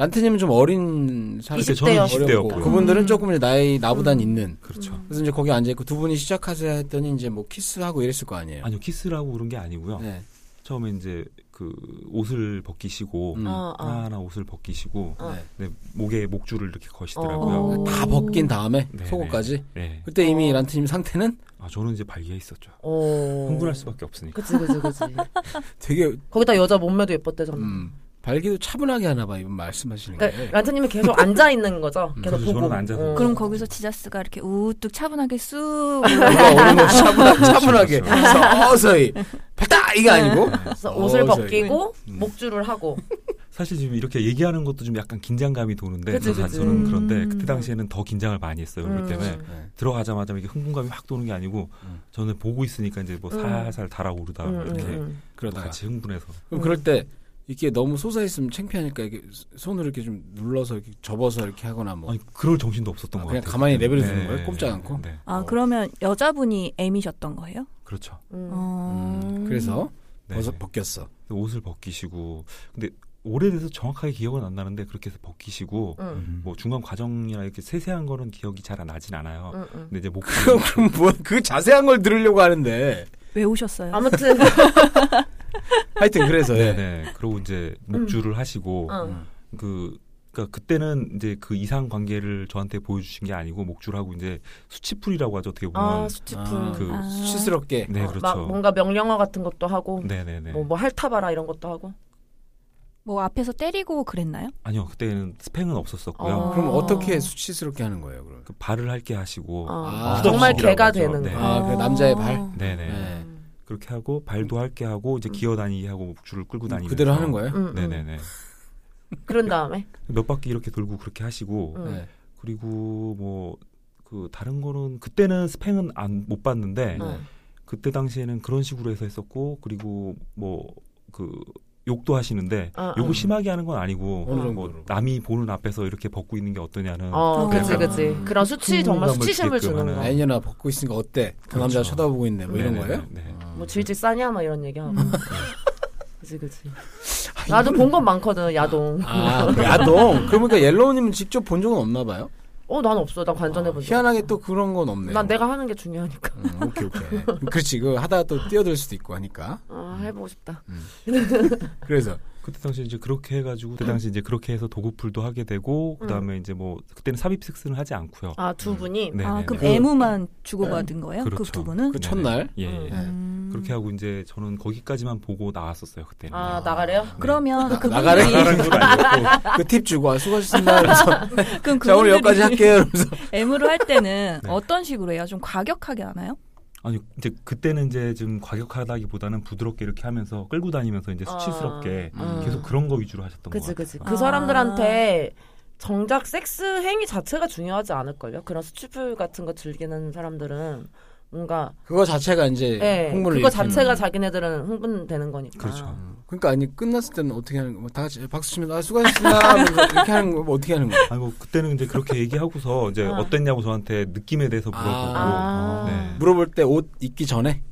[SPEAKER 1] 란테님은 좀 어린 사람.
[SPEAKER 4] 그때 저는
[SPEAKER 2] 20대
[SPEAKER 4] 20대였고
[SPEAKER 1] 어렸고 그분들은 조금 이제 나이 나보단
[SPEAKER 2] 음.
[SPEAKER 1] 있는.
[SPEAKER 4] 그렇죠.
[SPEAKER 1] 그래서 이제 거기 앉아 있고 두 분이 시작하자 했더니 이제 뭐 키스하고 이랬을 거 아니에요.
[SPEAKER 4] 아니요 키스라고 그런 게 아니고요.
[SPEAKER 1] 네.
[SPEAKER 4] 처음에 이제 그 옷을 벗기시고
[SPEAKER 1] 음.
[SPEAKER 2] 아, 아.
[SPEAKER 4] 하나하나 옷을 벗기시고
[SPEAKER 2] 아.
[SPEAKER 1] 네.
[SPEAKER 4] 네, 목에 목줄을 이렇게
[SPEAKER 2] 어.
[SPEAKER 4] 거시더라고요.
[SPEAKER 1] 다 벗긴 다음에
[SPEAKER 4] 네네.
[SPEAKER 1] 속옷까지.
[SPEAKER 4] 네,
[SPEAKER 1] 그때 이미
[SPEAKER 2] 어.
[SPEAKER 1] 란테님 상태는
[SPEAKER 4] 아 저는 이제 발기에 있었죠.
[SPEAKER 1] 어.
[SPEAKER 2] 오.
[SPEAKER 4] 흥분할 수밖에 없으니까.
[SPEAKER 2] 그치 그치 그치.
[SPEAKER 1] 되게
[SPEAKER 2] 거기다 여자 몸매도 예뻤대잖아.
[SPEAKER 1] 음, 발기도 차분하게 하나 봐. 이분 말씀하시는 게.
[SPEAKER 2] 그러니까 란트님이 계속 앉아 있는 거죠. 계속
[SPEAKER 4] 그래서
[SPEAKER 2] 보고.
[SPEAKER 4] 저는 앉아서.
[SPEAKER 2] 어.
[SPEAKER 3] 그럼 거기서 지자스가 이렇게 우뚝 차분하게 쑥
[SPEAKER 1] 올라오는 거 차분하- 차분하게
[SPEAKER 4] 그렇죠,
[SPEAKER 1] 서서히 발딱 이게 아니고
[SPEAKER 2] 네. 그래서 옷을
[SPEAKER 1] 어,
[SPEAKER 2] 벗기고
[SPEAKER 4] 음.
[SPEAKER 2] 목줄을 하고.
[SPEAKER 4] 사실 지금 이렇게 얘기하는 것도 좀 약간 긴장감이 도는데
[SPEAKER 2] 그치,
[SPEAKER 4] 저-
[SPEAKER 2] 그치.
[SPEAKER 4] 저는 그런데
[SPEAKER 3] 음.
[SPEAKER 4] 그때 당시에는 더 긴장을 많이 했어요. 그렇기 때문에
[SPEAKER 2] 음.
[SPEAKER 1] 네.
[SPEAKER 4] 들어가자마자 이게 흥분감이 확 도는 게 아니고
[SPEAKER 1] 음.
[SPEAKER 4] 저는 보고 있으니까 이제 뭐
[SPEAKER 2] 음.
[SPEAKER 4] 살살 달아오르다 뭐
[SPEAKER 2] 음,
[SPEAKER 4] 이렇게
[SPEAKER 2] 음, 음.
[SPEAKER 1] 그러다가
[SPEAKER 4] 같이 흥분해서
[SPEAKER 1] 그럼 그럴 때 이게 너무 솟아있으면 창피하니까 이렇게 손으로 이렇게 좀 눌러서 이렇게 접어서 이렇게 하거나 뭐
[SPEAKER 2] 음.
[SPEAKER 4] 아니 그럴 정신도 없었던
[SPEAKER 1] 아,
[SPEAKER 4] 것
[SPEAKER 1] 그냥
[SPEAKER 4] 같아요.
[SPEAKER 1] 가만히
[SPEAKER 4] 그때.
[SPEAKER 1] 내버려 두는 거예요? 꼼짝 않고?
[SPEAKER 4] 네,
[SPEAKER 3] 아 그러면 여자분이 M이셨던 거예요?
[SPEAKER 4] 그렇죠.
[SPEAKER 2] 음.
[SPEAKER 3] 어...
[SPEAKER 1] 음, 그래서
[SPEAKER 4] 네.
[SPEAKER 1] 벗어 벗겼어
[SPEAKER 4] 옷을 벗기시고 근데 오래돼서 정확하게 기억은 안 나는데 그렇게 해서 벗기시고
[SPEAKER 2] 음.
[SPEAKER 4] 뭐 중간 과정이나 이렇게 세세한 거는 기억이 잘 나진 않아요.
[SPEAKER 2] 음, 음.
[SPEAKER 4] 근데 이제 목
[SPEAKER 1] 그럼 그럼 뭐그 자세한 걸 들으려고 하는데
[SPEAKER 3] 왜 오셨어요?
[SPEAKER 2] 아무튼
[SPEAKER 4] 음.
[SPEAKER 1] 하여튼 그래서 예.
[SPEAKER 4] 네네 그리고 이제 목줄을 하시고
[SPEAKER 2] 어.
[SPEAKER 1] 음.
[SPEAKER 4] 그 그러니까 그때는 이제 그 이상 관계를 저한테 보여주신 게 아니고 목줄하고 이제 수치풀이라고 하죠. 어떻게 보면
[SPEAKER 2] 아 수치풀.
[SPEAKER 1] 아,
[SPEAKER 4] 그
[SPEAKER 3] 아.
[SPEAKER 1] 수치스럽게
[SPEAKER 4] 네
[SPEAKER 2] 어, 막
[SPEAKER 4] 그렇죠.
[SPEAKER 2] 뭔가 명령어 같은 것도 하고
[SPEAKER 4] 네네네.
[SPEAKER 2] 뭐, 뭐 핥아봐라 이런 것도 하고.
[SPEAKER 3] 뭐 앞에서 때리고 그랬나요?
[SPEAKER 4] 아니요 그때는 스팽은 없었었고요.
[SPEAKER 2] 어.
[SPEAKER 1] 그럼 어떻게 수치스럽게 하는 거예요 그럼
[SPEAKER 4] 그 발을 할게 하시고
[SPEAKER 2] 어.
[SPEAKER 1] 아,
[SPEAKER 2] 정말
[SPEAKER 4] 뭐, 수치풀이라고
[SPEAKER 2] 개가
[SPEAKER 4] 하죠.
[SPEAKER 2] 되는
[SPEAKER 4] 네.
[SPEAKER 2] 거.
[SPEAKER 1] 아, 그 남자의 발?
[SPEAKER 3] 어.
[SPEAKER 4] 네네
[SPEAKER 1] 네.
[SPEAKER 2] 음.
[SPEAKER 4] 그렇게 하고 발도 할게 하고 이제 기어 다니게 하고 뭐 목줄을 끌고 다니면서
[SPEAKER 1] 그대로 하는 거예요
[SPEAKER 2] 음, 음.
[SPEAKER 4] 네네네.
[SPEAKER 2] 그런 다음에
[SPEAKER 4] 몇 바퀴 이렇게 돌고 그렇게 하시고
[SPEAKER 2] 음.
[SPEAKER 1] 네.
[SPEAKER 4] 그리고 뭐. 그 다른 거는 그때는 스팽은 안 못 봤는데
[SPEAKER 2] 음.
[SPEAKER 1] 네.
[SPEAKER 4] 그때 당시에는 그런 식으로 해서 했었고 그리고 뭐 그 욕도 하시는데
[SPEAKER 2] 아,
[SPEAKER 4] 욕을
[SPEAKER 2] 아.
[SPEAKER 4] 심하게 하는 건 아니고
[SPEAKER 1] 어느 정도로?
[SPEAKER 4] 뭐 남이 보는 앞에서 이렇게 벗고 있는 게 어떠냐는
[SPEAKER 2] 어,
[SPEAKER 3] 그래요.
[SPEAKER 2] 그치, 그치. 그런 수치, 정말
[SPEAKER 4] 흥분감을
[SPEAKER 2] 수치심을
[SPEAKER 4] 주게끔
[SPEAKER 2] 주는 거.
[SPEAKER 4] 하는.
[SPEAKER 1] 애녀나 벗고 있으니까 어때 그
[SPEAKER 4] 그렇죠.
[SPEAKER 1] 남자 쳐다보고 있네 뭐 이런
[SPEAKER 4] 네네네,
[SPEAKER 1] 거예요
[SPEAKER 4] 네.
[SPEAKER 1] 아.
[SPEAKER 2] 뭐 질질 싸냐, 막 이런 얘기하고.
[SPEAKER 4] 음.
[SPEAKER 2] 그치, 그치. 나도 본 건 많거든, 야동.
[SPEAKER 1] 아, 그 야동. 그러니까 옐로우님은 직접 본 적은 없나 봐요.
[SPEAKER 2] 어, 난 없어. 난 관전해본 적.
[SPEAKER 1] 희한하게 또 그런 건 없네.
[SPEAKER 2] 난 내가 하는 게 중요하니까.
[SPEAKER 1] 음, 오케이 오케이. 그렇지. 그 하다가 또 뛰어들 수도 있고 하니까.
[SPEAKER 2] 아, 해보고 싶다.
[SPEAKER 1] 그래서
[SPEAKER 4] 그때 당시 이제 그렇게 해가지고 그때 당시 이제 그렇게 해서 도구풀도 하게 되고 그다음에 이제 뭐 그때는 삽입 섹스는 하지 않고요.
[SPEAKER 2] 아, 두 분이.
[SPEAKER 4] 네네네.
[SPEAKER 3] 아 그럼
[SPEAKER 4] 그-
[SPEAKER 3] 애무만 주고받은 거예요? 그
[SPEAKER 4] 그렇죠.
[SPEAKER 3] 두 분은?
[SPEAKER 1] 그 첫날.
[SPEAKER 4] 예,
[SPEAKER 2] 음.
[SPEAKER 4] 예.
[SPEAKER 3] 음.
[SPEAKER 4] 그렇게 하고 이제 저는 거기까지만 보고 나왔었어요 그때는. 네.
[SPEAKER 2] 아, 나가래요?
[SPEAKER 3] 그러면
[SPEAKER 1] 네. 나-
[SPEAKER 3] 그분들이
[SPEAKER 1] 나가래?
[SPEAKER 4] 나가는 건 아니었고
[SPEAKER 1] 그 팁 주고 아, 수고하셨습니다. 그래서
[SPEAKER 3] 그럼
[SPEAKER 1] 자 오늘
[SPEAKER 3] 그분들이
[SPEAKER 1] 여기까지 할게요. 이러면서
[SPEAKER 3] 애무를 할 때는
[SPEAKER 4] 네.
[SPEAKER 3] 어떤 식으로 해요? 좀 과격하게 하나요?
[SPEAKER 4] 아니 이제 그때는 이제 좀 과격하다기보다는 부드럽게 이렇게 하면서 끌고 다니면서 이제 수치스럽게
[SPEAKER 2] 아, 음.
[SPEAKER 4] 계속 그런 거 위주로 하셨던 것
[SPEAKER 2] 그치,
[SPEAKER 4] 같아요.
[SPEAKER 2] 그치.
[SPEAKER 3] 아.
[SPEAKER 2] 그 사람들한테 정작 섹스 행위 자체가 중요하지 않을걸요? 그런 수치풀 같은 거 즐기는 사람들은 뭔가,
[SPEAKER 1] 그거 자체가 이제
[SPEAKER 2] 예,
[SPEAKER 1] 홍보를
[SPEAKER 2] 그거
[SPEAKER 1] 네, 일으키는
[SPEAKER 2] 자체가 자기네들은 흥분되는 거니까.
[SPEAKER 4] 그렇죠.
[SPEAKER 1] 그러니까 아니 끝났을 때는 어떻게 하는 뭐 거다 같이 박수 치면서 아 수고하셨습니다 하면서 이렇게 하는 거뭐 어떻게 하는 거야?
[SPEAKER 4] 아이고 그때는 이제 그렇게 얘기하고서 이제
[SPEAKER 2] 아.
[SPEAKER 4] 어땠냐고 저한테 느낌에 대해서 물어보고
[SPEAKER 2] 아.
[SPEAKER 4] 네.
[SPEAKER 1] 물어볼 때 옷 입기 전에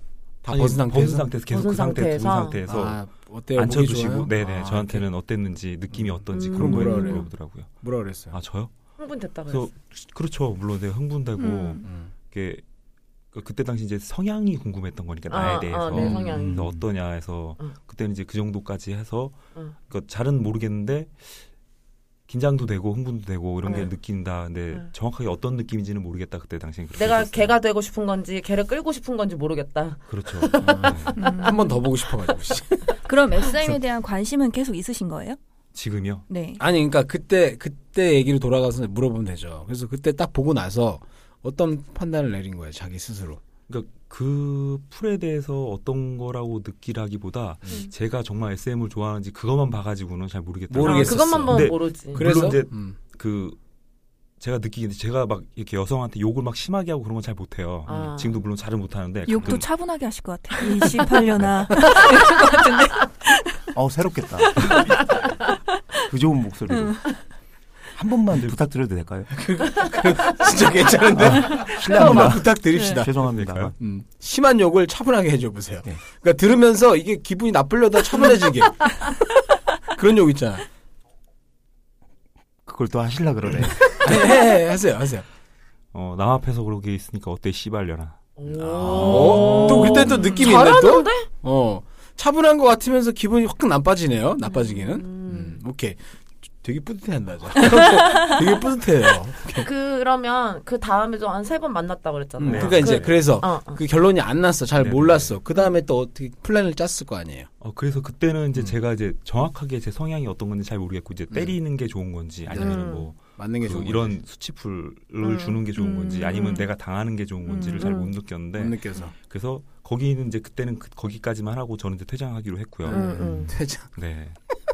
[SPEAKER 1] 다
[SPEAKER 4] 아니,
[SPEAKER 1] 벗은 상태에서
[SPEAKER 4] 계속
[SPEAKER 2] 벗은
[SPEAKER 4] 그 상태 본
[SPEAKER 2] 상태에서?
[SPEAKER 4] 상태에서
[SPEAKER 1] 아, 어때요? 보기 좋아요?
[SPEAKER 4] 앉혀주시고 네네
[SPEAKER 1] 아,
[SPEAKER 4] 저한테는 어땠는지 느낌이 어떤지
[SPEAKER 2] 음.
[SPEAKER 4] 그런
[SPEAKER 1] 뭐라
[SPEAKER 4] 거에 대해서
[SPEAKER 1] 그래요?
[SPEAKER 4] 물어보더라고요.
[SPEAKER 1] 뭐라 그랬어요?
[SPEAKER 4] 아 저요?
[SPEAKER 2] 흥분됐다
[SPEAKER 4] 그래서
[SPEAKER 2] 그랬어.
[SPEAKER 4] 그렇죠 물론 내가 흥분되고
[SPEAKER 3] 음.
[SPEAKER 1] 음.
[SPEAKER 4] 이게 그- 그때 당시 이제 성향이 궁금했던 거니까 나에
[SPEAKER 2] 아,
[SPEAKER 4] 대해서
[SPEAKER 2] 아, 내 성향이.
[SPEAKER 4] 그래서 어떠냐 해서
[SPEAKER 2] 음.
[SPEAKER 4] 그때는 이제 그 정도까지 해서
[SPEAKER 2] 음.
[SPEAKER 4] 그러니까 잘은 모르겠는데 긴장도 되고 흥분도 되고 이런 게
[SPEAKER 2] 음.
[SPEAKER 4] 느낀다. 근데
[SPEAKER 2] 음.
[SPEAKER 4] 정확하게 어떤 느낌인지는 모르겠다 그때 당시엔 그렇게
[SPEAKER 2] 내가
[SPEAKER 4] 했었어요.
[SPEAKER 2] 걔가 되고 싶은 건지, 걔를 끌고 싶은 건지 모르겠다.
[SPEAKER 4] 그렇죠.
[SPEAKER 1] 음. 한 번 더 보고 싶어가지고. 씨.
[SPEAKER 3] 그럼
[SPEAKER 1] 그렇죠.
[SPEAKER 3] SM에 대한 관심은 계속 있으신 거예요?
[SPEAKER 4] 지금요.
[SPEAKER 3] 네.
[SPEAKER 1] 아니 그러니까 그때 그때 얘기로 돌아가서 물어보면 되죠. 그래서 그때 딱 보고 나서 어떤 판단을 내린 거예요, 자기 스스로.
[SPEAKER 4] 그러니까 그 풀에 대해서 어떤 거라고 느끼라기보다
[SPEAKER 2] 음.
[SPEAKER 4] 제가 정말 SM을 좋아하는지 그것만 봐가지고는 잘 모르겠다.
[SPEAKER 2] 아,
[SPEAKER 1] 모르겠어요. 모르겠었어.
[SPEAKER 2] 그것만 보면
[SPEAKER 4] 근데
[SPEAKER 2] 모르지.
[SPEAKER 1] 그래서
[SPEAKER 4] 이제-
[SPEAKER 1] 음.
[SPEAKER 4] 그 제가 느끼기에 제가 막 이렇게 여성한테 욕을 막 심하게 하고 그런 건 잘 못해요.
[SPEAKER 2] 아.
[SPEAKER 4] 지금도 물론 잘은 못하는데
[SPEAKER 1] 네,
[SPEAKER 3] 욕도
[SPEAKER 4] 가끔
[SPEAKER 3] 차분하게 하실 것 같아요. 28년아.
[SPEAKER 5] 어 새롭겠다. 그 좋은 목소리로. 한 번만 부탁드려도 될까요?
[SPEAKER 1] 진짜 괜찮은데
[SPEAKER 4] 아,
[SPEAKER 1] 한 번만
[SPEAKER 5] 실례합니다.
[SPEAKER 1] 부탁드립시다.
[SPEAKER 5] 죄송합니다.
[SPEAKER 4] 될까요?
[SPEAKER 1] 음. 심한 욕을 차분하게 해줘 보세요.
[SPEAKER 5] 네.
[SPEAKER 1] 그러니까 들으면서 이게 기분이 나쁘려다 차분해지게 그런 욕 있잖아. 네,
[SPEAKER 5] 그걸 또 하실라 그러네.
[SPEAKER 1] 해, 해, 해, 하세요, 하세요.
[SPEAKER 4] 어, 남 앞에서 그러게 있으니까 어때 씨발려나.
[SPEAKER 1] 어, 또 그때 또 느낌이 있네 또.
[SPEAKER 2] 잘하는데?
[SPEAKER 1] 어 차분한 것 같으면서 기분이 확 나빠지네요. 나빠지기는.
[SPEAKER 2] 음.
[SPEAKER 1] 음, 오케이. 되게 뿌듯해한다. 저. 되게 뿌듯해요.
[SPEAKER 2] 그러면 그 다음에 좀 한 세 번 만났다 그랬잖아요.
[SPEAKER 1] 음,
[SPEAKER 4] 네.
[SPEAKER 1] 그러니까 이제
[SPEAKER 4] 그-
[SPEAKER 1] 그래서
[SPEAKER 2] 어, 어.
[SPEAKER 1] 그 결론이 안 났어. 잘
[SPEAKER 4] 네,
[SPEAKER 1] 몰랐어. 그 다음에 또 어떻게 플랜을 짰을 거 아니에요.
[SPEAKER 4] 어, 그래서 그때는 이제
[SPEAKER 1] 음.
[SPEAKER 4] 제가 이제 정확하게 제 성향이 어떤 건지 잘 모르겠고 이제 때리는 게 좋은 건지 아니면
[SPEAKER 2] 음.
[SPEAKER 4] 뭐
[SPEAKER 1] 맞는 게
[SPEAKER 4] 그
[SPEAKER 1] 좋은
[SPEAKER 4] 이런 수치풀을
[SPEAKER 2] 음.
[SPEAKER 4] 주는 게 좋은 건지
[SPEAKER 3] 음.
[SPEAKER 4] 아니면 내가 당하는 게 좋은 건지를
[SPEAKER 2] 음.
[SPEAKER 4] 잘 못
[SPEAKER 2] 음.
[SPEAKER 1] 거지. 못
[SPEAKER 4] 느꼈는데
[SPEAKER 1] 느껴서
[SPEAKER 4] 그래서 거기는 이제 그때는 그- 거기까지만 하고 저는 이제 퇴장하기로 했고요.
[SPEAKER 2] 음, 음.
[SPEAKER 1] 퇴장
[SPEAKER 4] 네.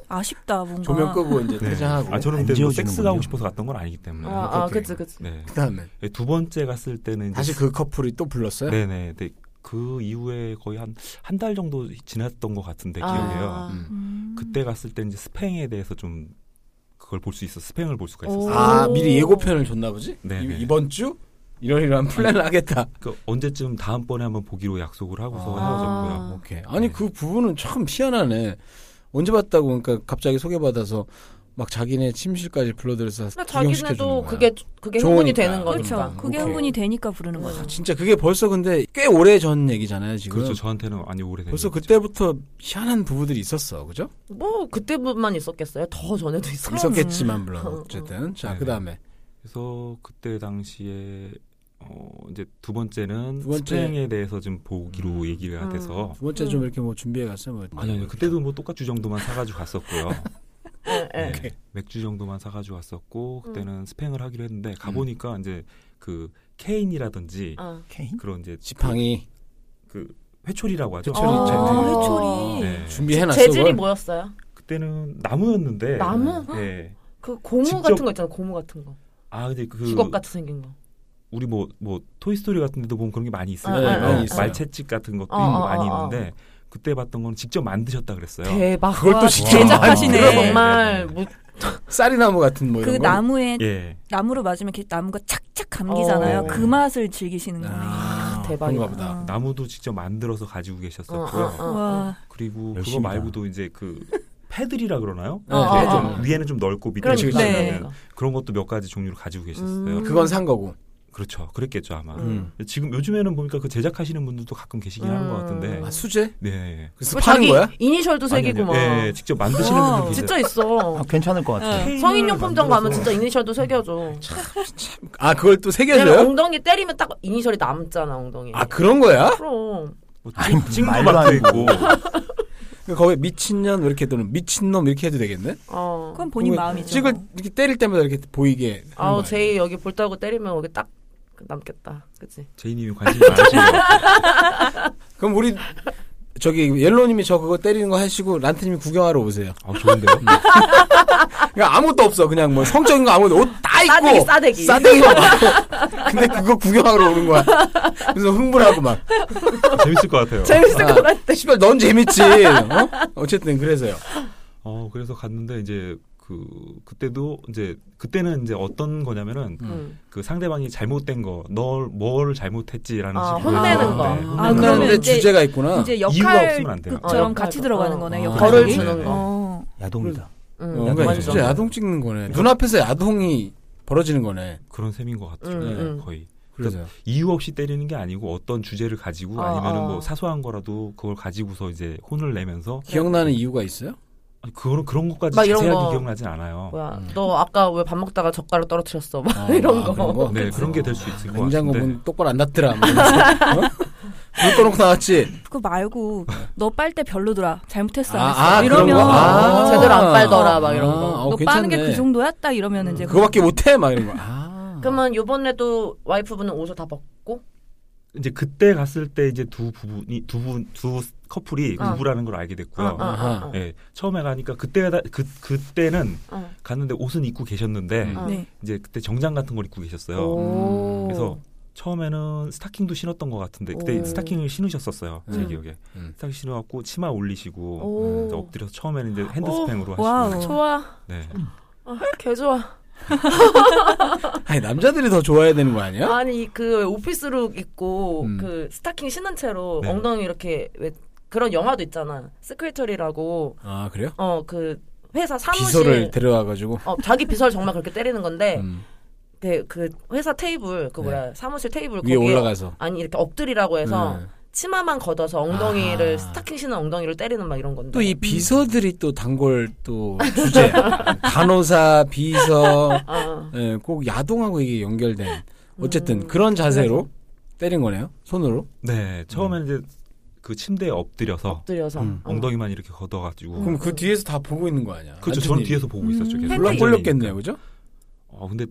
[SPEAKER 3] 아쉽다, 뭔가.
[SPEAKER 1] 조명 끄고 이제
[SPEAKER 4] 네.
[SPEAKER 1] 퇴장하고
[SPEAKER 4] 아 저는
[SPEAKER 5] 안
[SPEAKER 4] 근데 뭐
[SPEAKER 5] 지워지는군요.
[SPEAKER 4] 섹스 하고 싶어서 갔던 건 아니기 때문에.
[SPEAKER 2] 아, 아,
[SPEAKER 1] 오케이.
[SPEAKER 2] 그치, 그치.
[SPEAKER 4] 네.
[SPEAKER 1] 그 다음에
[SPEAKER 4] 네, 두 번째 갔을 때는 이제
[SPEAKER 1] 다시 그 커플이 또 불렀어요.
[SPEAKER 4] 네. 네네. 네, 그 이후에 거의 한 한 달 정도 지났던 것 같은데 네, 기억해요.
[SPEAKER 2] 아.
[SPEAKER 1] 음.
[SPEAKER 3] 음.
[SPEAKER 4] 그때 갔을 때 이제 스팽에 대해서 좀 그걸 볼 수 있어 스팽을 볼 수가
[SPEAKER 2] 오.
[SPEAKER 4] 있었어요.
[SPEAKER 1] 아 미리 예고편을 줬나 보지.
[SPEAKER 4] 네,
[SPEAKER 1] 이-
[SPEAKER 4] 네.
[SPEAKER 1] 이번 주 이런 이런 플랜을 하겠다.
[SPEAKER 4] 그 언제쯤 다음번에 한번 보기로 약속을 하고서
[SPEAKER 1] 아.
[SPEAKER 4] 헤어졌고요.
[SPEAKER 2] 아.
[SPEAKER 1] 오케이. 아니
[SPEAKER 4] 네.
[SPEAKER 1] 그 부분은 참 희한하네. 언제 봤다고 그러니까 갑자기 소개받아서 막 자기네 침실까지 불러들여서
[SPEAKER 2] 근데
[SPEAKER 1] 구경시켜주는
[SPEAKER 2] 아, 자기네도
[SPEAKER 1] 거야.
[SPEAKER 2] 그게, 그게
[SPEAKER 1] 좋으니까.
[SPEAKER 2] 흥분이 되는
[SPEAKER 3] 그렇죠.
[SPEAKER 2] 거니까.
[SPEAKER 3] 그게
[SPEAKER 1] 음. 오케이. 아,
[SPEAKER 3] 흥분이 되니까 부르는 거죠.
[SPEAKER 1] 진짜 그게 벌써 근데 꽤 오래 전 얘기잖아요 지금.
[SPEAKER 4] 그렇죠. 네, 저한테는 아니 오래된.
[SPEAKER 1] 벌써
[SPEAKER 4] 얘기죠.
[SPEAKER 1] 그때부터 희한한 부부들이 있었어, 그죠?
[SPEAKER 2] 뭐, 그때만 있었겠어요? 더 전에도 있었
[SPEAKER 1] 있었겠지만 물론
[SPEAKER 2] 어,
[SPEAKER 1] 어쨌든 자
[SPEAKER 4] 네네.
[SPEAKER 1] 그다음에
[SPEAKER 4] 그래서 그때 당시에 어 이제 두 번째는
[SPEAKER 1] 두 번째.
[SPEAKER 4] 스팽에 대해서 좀 보기로 얘기가
[SPEAKER 2] 음.
[SPEAKER 4] 돼서
[SPEAKER 1] 두 번째 좀 이렇게 뭐 준비해 갔어요, 뭐
[SPEAKER 4] 아니 아니 그때도 뭐 똑같 주 정도만 사가지고 갔었고요.
[SPEAKER 2] 예, 음. 예.
[SPEAKER 4] 네, 맥주 정도만 사가지고 갔었고 그때는 스팽을 하기로 했는데 가보니까 이제 그 케인이라든지
[SPEAKER 2] 아.
[SPEAKER 5] 케인?
[SPEAKER 4] 그런 이제
[SPEAKER 1] 지팡이
[SPEAKER 4] 그 회초리라고 하죠.
[SPEAKER 1] 회초리,
[SPEAKER 2] 아,
[SPEAKER 1] 네.
[SPEAKER 3] 회초리.
[SPEAKER 4] 네.
[SPEAKER 1] 준비해 놨어.
[SPEAKER 2] 재질이 뭐였어요?
[SPEAKER 4] 그때는 나무였는데
[SPEAKER 2] 나무?
[SPEAKER 4] 예.
[SPEAKER 2] 그 고무
[SPEAKER 4] 직접-
[SPEAKER 2] 같은 거 있잖아, 고무 같은 거.
[SPEAKER 4] 아 근데 그
[SPEAKER 2] 주걱 같이 생긴 거.
[SPEAKER 4] 우리 뭐 뭐 토이스토리 같은 데도 보면 그런 게 많이 있어요. 그러니까
[SPEAKER 2] 네, 많이 있어요.
[SPEAKER 4] 말채집 같은 것도
[SPEAKER 2] 어, 어,
[SPEAKER 4] 많이
[SPEAKER 2] 어, 어.
[SPEAKER 4] 있는데 그때 봤던 건 직접 만드셨다 네. 그랬어요.
[SPEAKER 2] 대박.
[SPEAKER 1] 그걸 또
[SPEAKER 3] 와,
[SPEAKER 1] 직접
[SPEAKER 3] 제작하시네.
[SPEAKER 2] 그거
[SPEAKER 4] 네.
[SPEAKER 2] 정말 뭐, 아, 무-
[SPEAKER 1] 쌀이나무 같은 뭐
[SPEAKER 3] 그
[SPEAKER 1] 이런 거.
[SPEAKER 3] 나무에
[SPEAKER 4] 예.
[SPEAKER 3] 나무로 맞으면 이렇게 나무가 착착 감기잖아요.
[SPEAKER 2] 어.
[SPEAKER 3] 그 맛을 즐기시는 거네.
[SPEAKER 1] 네, 아,
[SPEAKER 2] 대박이다.
[SPEAKER 1] 그런가 보다.
[SPEAKER 3] 아.
[SPEAKER 4] 나무도 직접 만들어서 가지고 계셨었고요.
[SPEAKER 2] 어, 어, 어.
[SPEAKER 3] 와.
[SPEAKER 4] 그리고 그거
[SPEAKER 5] 열심이다.
[SPEAKER 4] 말고도 이제 그 패들이라 그러나요?
[SPEAKER 1] 어,
[SPEAKER 4] 위에
[SPEAKER 1] 어,
[SPEAKER 4] 좀,
[SPEAKER 1] 어, 어.
[SPEAKER 4] 위에는 좀 넓고
[SPEAKER 2] 그러니까.
[SPEAKER 4] 밑에는
[SPEAKER 1] 그치,
[SPEAKER 4] 좀
[SPEAKER 1] 그치.
[SPEAKER 4] 작은
[SPEAKER 2] 그러니까.
[SPEAKER 4] 그런 것도 몇 가지 종류를 가지고 계셨어요.
[SPEAKER 2] 음.
[SPEAKER 1] 그건 산 거고.
[SPEAKER 4] 그렇죠. 그랬겠죠 아마.
[SPEAKER 1] 음.
[SPEAKER 4] 지금 요즘에는 보니까 그 제작하시는 분들도 가끔 계시긴 하는 것 같은데.
[SPEAKER 1] 아, 수제?
[SPEAKER 4] 네.
[SPEAKER 1] 그래서
[SPEAKER 2] 뭐
[SPEAKER 1] 파는
[SPEAKER 2] 자기
[SPEAKER 1] 거야?
[SPEAKER 2] 이니셜도
[SPEAKER 4] 아니, 아니요.
[SPEAKER 2] 새기고 막.
[SPEAKER 4] 예, 예, 직접 만드시는
[SPEAKER 3] 와,
[SPEAKER 4] 분들 계세요.
[SPEAKER 2] 진짜 있어.
[SPEAKER 5] 아, 괜찮을 것 같아요.
[SPEAKER 3] 예.
[SPEAKER 2] 성인용품점 가면
[SPEAKER 4] 만들어서.
[SPEAKER 2] 진짜 이니셜도 새겨줘.
[SPEAKER 1] 아, 그걸 또
[SPEAKER 2] 왜냐면
[SPEAKER 1] 새겨줘요?
[SPEAKER 2] 엉덩이 때리면 딱 이니셜이 남잖아 엉덩이.
[SPEAKER 1] 아, 그런 거야?
[SPEAKER 2] 그럼.
[SPEAKER 4] 뭐
[SPEAKER 5] 아니,
[SPEAKER 4] 찡- 찡도
[SPEAKER 5] 말도
[SPEAKER 4] 박혀
[SPEAKER 5] 안
[SPEAKER 4] 있고.
[SPEAKER 1] 그러니까 거기 미친년 이렇게 또는 미친놈 이렇게 해도 되겠네?
[SPEAKER 2] 어.
[SPEAKER 3] 그건 본인
[SPEAKER 1] 그러면
[SPEAKER 3] 마음이죠.
[SPEAKER 1] 찍을 이렇게 때릴 때마다 이렇게 보이게. 하는
[SPEAKER 2] 아우
[SPEAKER 1] 거 아니야?
[SPEAKER 2] 제이 여기 볼따고 때리면 여기 딱. 남겠다. 그치?
[SPEAKER 4] 제이님이 관심 많으신 것 같아요.
[SPEAKER 1] 그럼 우리 저기 옐로님이 저 그거 때리는 거 하시고 란트님이 구경하러 오세요.
[SPEAKER 4] 아, 좋은데요?
[SPEAKER 1] 그러니까 아무것도 없어. 그냥 뭐 성적인 거 아무것도 옷 다 입고
[SPEAKER 2] 싸대기, 싸대기.
[SPEAKER 1] 싸대기만 많고. 근데 그거 구경하러 오는 거야. 그래서 흥분하고 막.
[SPEAKER 4] 재밌을 것 같아요.
[SPEAKER 2] 재밌을
[SPEAKER 1] 아,
[SPEAKER 2] 것 같아.
[SPEAKER 1] 씨발 넌 재밌지. 어? 어쨌든 그래서요.
[SPEAKER 4] 어, 그래서 갔는데 이제 그 그때도 이제 그때는 이제 어떤 거냐면은
[SPEAKER 2] 음.
[SPEAKER 4] 그 상대방이 잘못된 거, 널 뭘 잘못했지라는
[SPEAKER 2] 아,
[SPEAKER 4] 식으로
[SPEAKER 2] 혼내는
[SPEAKER 4] 해서,
[SPEAKER 2] 거.
[SPEAKER 4] 네,
[SPEAKER 3] 아,
[SPEAKER 4] 혼내는
[SPEAKER 3] 그러면
[SPEAKER 4] 거.
[SPEAKER 1] 근데
[SPEAKER 3] 이제-
[SPEAKER 1] 주제가 있구나.
[SPEAKER 3] 이제
[SPEAKER 4] 이유가 없으면 안 돼요.
[SPEAKER 3] 아, 역할처럼
[SPEAKER 2] 어,
[SPEAKER 3] 같이
[SPEAKER 2] 역할.
[SPEAKER 3] 들어가는
[SPEAKER 2] 어.
[SPEAKER 3] 거네.
[SPEAKER 4] 어.
[SPEAKER 3] 역할.
[SPEAKER 2] 벌을
[SPEAKER 4] 네.
[SPEAKER 2] 주는 거.
[SPEAKER 3] 어.
[SPEAKER 5] 야동이다.
[SPEAKER 2] 음,
[SPEAKER 1] 어,
[SPEAKER 2] 약간
[SPEAKER 1] 그러니까
[SPEAKER 5] 완전.
[SPEAKER 1] 진짜
[SPEAKER 2] 이런 거.
[SPEAKER 1] 야동 찍는 거네. 눈앞에서 야동이 벌어지는 거네.
[SPEAKER 4] 그런 셈인 것 같죠.
[SPEAKER 2] 음,
[SPEAKER 4] 네,
[SPEAKER 2] 음.
[SPEAKER 4] 거의
[SPEAKER 1] 그래서
[SPEAKER 4] 이유 없이 때리는 게 아니고 어떤 주제를 가지고
[SPEAKER 2] 어,
[SPEAKER 4] 아니면은 뭐
[SPEAKER 2] 어.
[SPEAKER 4] 사소한 거라도 그걸 가지고서 이제 혼을 내면서
[SPEAKER 1] 기억나는 이유가 있어요?
[SPEAKER 4] 아니, 그런 그런 것까지
[SPEAKER 2] 막 이런
[SPEAKER 4] 자세하게
[SPEAKER 2] 거.
[SPEAKER 4] 기억나진 않아요.
[SPEAKER 2] 뭐야,
[SPEAKER 1] 음.
[SPEAKER 2] 너 아까 왜 밥 먹다가 젓가락 떨어뜨렸어? 막
[SPEAKER 1] 아,
[SPEAKER 2] 이런
[SPEAKER 1] 아,
[SPEAKER 2] 거.
[SPEAKER 1] 그런 거?
[SPEAKER 4] 네, 그런 게 될 수 있을 것
[SPEAKER 1] 냉장고
[SPEAKER 4] 같은데.
[SPEAKER 1] 문 똑바로 안 닫더라. 뭐 이러면서. 어? 불 꺼놓고 나왔지.
[SPEAKER 3] 그거 말고 너 빨 때 별로더라. 잘못했어. 안 했어.
[SPEAKER 1] 아, 아, 그런
[SPEAKER 3] 이러면
[SPEAKER 1] 거. 아.
[SPEAKER 2] 제대로 안 빨더라, 막 이런 거.
[SPEAKER 1] 아,
[SPEAKER 3] 너
[SPEAKER 1] 어,
[SPEAKER 3] 빠는 게 그
[SPEAKER 1] 괜찮네.
[SPEAKER 3] 정도야? 딱 이러면 이제
[SPEAKER 1] 그거밖에 못해 막 이런 거. 아.
[SPEAKER 2] 그러면 요번에도 와이프분은 옷을 다 벗고?
[SPEAKER 4] 이제 그때 갔을 때 이제 두 부분이 두 분 두 커플이
[SPEAKER 2] 어.
[SPEAKER 4] 부부라는 걸 알게 됐고요.
[SPEAKER 2] 어, 어, 어, 어.
[SPEAKER 4] 예, 처음에 가니까 그때 그 그때는
[SPEAKER 2] 어.
[SPEAKER 4] 갔는데 옷은 입고 계셨는데
[SPEAKER 2] 음.
[SPEAKER 3] 네.
[SPEAKER 4] 이제 그때 정장 같은 걸 입고
[SPEAKER 1] 네.
[SPEAKER 4] 계셨어요.
[SPEAKER 1] 음,
[SPEAKER 2] 오.
[SPEAKER 4] 그래서 처음에는 스타킹도 신었던 것 같은데 그때
[SPEAKER 2] 오.
[SPEAKER 4] 스타킹을 신으셨었어요. 제
[SPEAKER 2] 음.
[SPEAKER 4] 기억에
[SPEAKER 1] 음.
[SPEAKER 4] 스타킹 신어갖고 치마 올리시고
[SPEAKER 2] 오.
[SPEAKER 4] 이제 엎드려서 처음에는 이제 핸드스팽으로 하시고
[SPEAKER 3] 와우.
[SPEAKER 2] 좋아.
[SPEAKER 4] 네.
[SPEAKER 2] 아, 개 좋아.
[SPEAKER 1] 아니 남자들이 더 좋아해야 되는 거 아니야?
[SPEAKER 2] 아니, 그 오피스룩 입고
[SPEAKER 1] 음.
[SPEAKER 2] 그 스타킹 신은 채로
[SPEAKER 4] 네.
[SPEAKER 2] 엉덩이 이렇게 왜 그런 영화도 있잖아. 스크래처리라고
[SPEAKER 1] 아 그래요?
[SPEAKER 2] 어, 그 회사 사무실 네.
[SPEAKER 1] 비서를 데려와 가지고.
[SPEAKER 2] 어, 자기 비서를 정말 그렇게 때리는 건데
[SPEAKER 1] 음,
[SPEAKER 2] 그, 그 회사 테이블 그
[SPEAKER 1] 네.
[SPEAKER 2] 뭐야 사무실 테이블
[SPEAKER 1] 위에
[SPEAKER 2] 거기에
[SPEAKER 1] 올라가서.
[SPEAKER 2] 아니 이렇게 엎드리라고 해서
[SPEAKER 1] 네.
[SPEAKER 2] 치마만 걷어서 엉덩이를
[SPEAKER 1] 아.
[SPEAKER 2] 스타킹 신은 엉덩이로 때리는 막 이런 건데
[SPEAKER 1] 또 이 비서들이 또 단골 또 주제. 간호사, 비서,
[SPEAKER 2] 아,
[SPEAKER 1] 예, 꼭 야동하고 이게 연결된. 어쨌든 그런 자세로 때린 거네요. 손으로.
[SPEAKER 4] 네, 처음에는 이제 그 침대에 엎드려서
[SPEAKER 2] 엎드려서
[SPEAKER 1] 음,
[SPEAKER 2] 어.
[SPEAKER 4] 엉덩이만 이렇게 걷어가지고
[SPEAKER 1] 그럼 그 뒤에서 다 보고 있는 거 아니야?
[SPEAKER 4] 그렇죠. 저는 뒤에서 보고 있었죠. 계속.
[SPEAKER 1] 물론 꼴렸겠네요, 그죠?
[SPEAKER 4] 어, 근데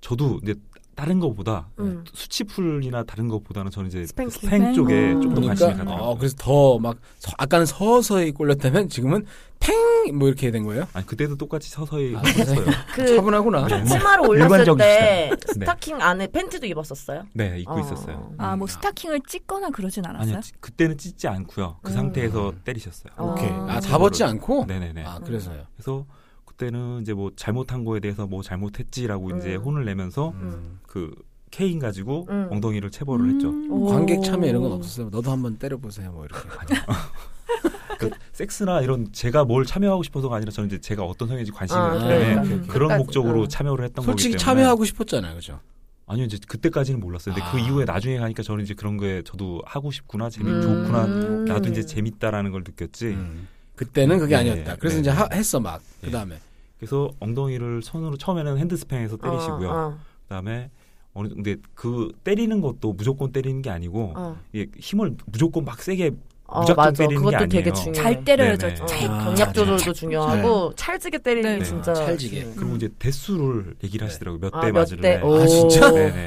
[SPEAKER 4] 저도 이제 다른 거보다
[SPEAKER 2] 음.
[SPEAKER 4] 수치풀이나 다른 거보다는 저는 이제 스팽,
[SPEAKER 2] 스팽킹.
[SPEAKER 4] 쪽에
[SPEAKER 3] 스팽.
[SPEAKER 4] 좀 더 관심이
[SPEAKER 1] 그러니까
[SPEAKER 4] 가더라고요.
[SPEAKER 1] 어, 그래서 더 막 아까는 서서히 꼴렸다면 지금은 팽 뭐 이렇게 된 거예요?
[SPEAKER 4] 아니 그때도 똑같이 서서히
[SPEAKER 1] 아,
[SPEAKER 4] 했어요.
[SPEAKER 2] 그
[SPEAKER 1] 차분하구나.
[SPEAKER 2] 치마를 올렸을
[SPEAKER 5] 일반적이시다.
[SPEAKER 2] 때
[SPEAKER 4] 네.
[SPEAKER 2] 스타킹 안에 팬티도 입었었어요?
[SPEAKER 4] 네, 입고
[SPEAKER 2] 어.
[SPEAKER 4] 있었어요.
[SPEAKER 3] 아, 뭐 스타킹을 찢거나 그러진 않았어요?
[SPEAKER 4] 아니요, 찌- 그때는 찢지 않고요. 그
[SPEAKER 2] 음.
[SPEAKER 4] 상태에서 때리셨어요.
[SPEAKER 2] 어.
[SPEAKER 1] 오케이. 아,
[SPEAKER 2] 아,
[SPEAKER 3] 음.
[SPEAKER 1] 잡았지 않고?
[SPEAKER 4] 그렇죠. 네네네.
[SPEAKER 1] 아, 그래서요.
[SPEAKER 4] 그래서 그때는 이제 뭐 잘못한 거에 대해서 뭐 잘못했지라고 이제
[SPEAKER 2] 음.
[SPEAKER 4] 혼을 내면서
[SPEAKER 2] 음.
[SPEAKER 4] 그 케인 가지고
[SPEAKER 2] 음.
[SPEAKER 4] 엉덩이를 체벌을 했죠.
[SPEAKER 1] 음.
[SPEAKER 2] 오.
[SPEAKER 1] 관객 참여 이런 건 없었어요. 너도 한번 때려보세요, 뭐 이렇게.
[SPEAKER 4] 그러니까 섹스나 이런 제가 뭘 참여하고 싶어서가 아니라 저는 이제 제가 어떤 성인지 관심이
[SPEAKER 2] 아,
[SPEAKER 4] 있기 때문에
[SPEAKER 1] 그러니까.
[SPEAKER 4] 그런
[SPEAKER 2] 끝까지.
[SPEAKER 4] 목적으로
[SPEAKER 2] 어.
[SPEAKER 4] 참여를 했던
[SPEAKER 1] 솔직히
[SPEAKER 4] 거기 때문에
[SPEAKER 1] 참여하고 싶었잖아요, 그죠?
[SPEAKER 4] 아니요 이제 그때까지는 몰랐어요. 근데 그
[SPEAKER 1] 아.
[SPEAKER 4] 이후에 나중에 가니까 저는 이제 그런 거에 저도 하고 싶구나 재미
[SPEAKER 2] 음.
[SPEAKER 4] 좋구나 나도 이제 재밌다라는 걸 느꼈지.
[SPEAKER 1] 음. 그때는 그게
[SPEAKER 4] 네,
[SPEAKER 1] 아니었다. 그래서
[SPEAKER 4] 네,
[SPEAKER 1] 이제
[SPEAKER 4] 네.
[SPEAKER 1] 하- 했어 막.
[SPEAKER 4] 네.
[SPEAKER 1] 그다음에
[SPEAKER 4] 그래서 엉덩이를 손으로 처음에는 핸드스팽에서 때리시고요.
[SPEAKER 2] 어,
[SPEAKER 4] 그다음에 어느 근데 그 때리는 것도 무조건 때리는 게 아니고
[SPEAKER 2] 어, 어.
[SPEAKER 4] 이게 힘을 무조건 막 세게
[SPEAKER 2] 어,
[SPEAKER 4] 뭐 무작정
[SPEAKER 2] 맞아.
[SPEAKER 4] 때리는 게
[SPEAKER 2] 그것도
[SPEAKER 4] 아니에요.
[SPEAKER 2] 되게 중요해.
[SPEAKER 3] 잘 때려야죠.
[SPEAKER 4] 네네.
[SPEAKER 2] 어,
[SPEAKER 3] 찰-
[SPEAKER 1] 아,
[SPEAKER 2] 경력 조절도
[SPEAKER 1] 찰-
[SPEAKER 2] 중요하고 찰지게 때리는 게
[SPEAKER 4] 네.
[SPEAKER 2] 진짜
[SPEAKER 1] 찰지게.
[SPEAKER 2] 중요해.
[SPEAKER 4] 그리고 이제 대수를
[SPEAKER 1] 네.
[SPEAKER 4] 얘기를 하시더라고요. 몇
[SPEAKER 2] 음. 아,
[SPEAKER 4] 대
[SPEAKER 2] 몇
[SPEAKER 4] 맞을래?
[SPEAKER 2] 대? 오.
[SPEAKER 1] 아, 진짜?
[SPEAKER 4] 네네.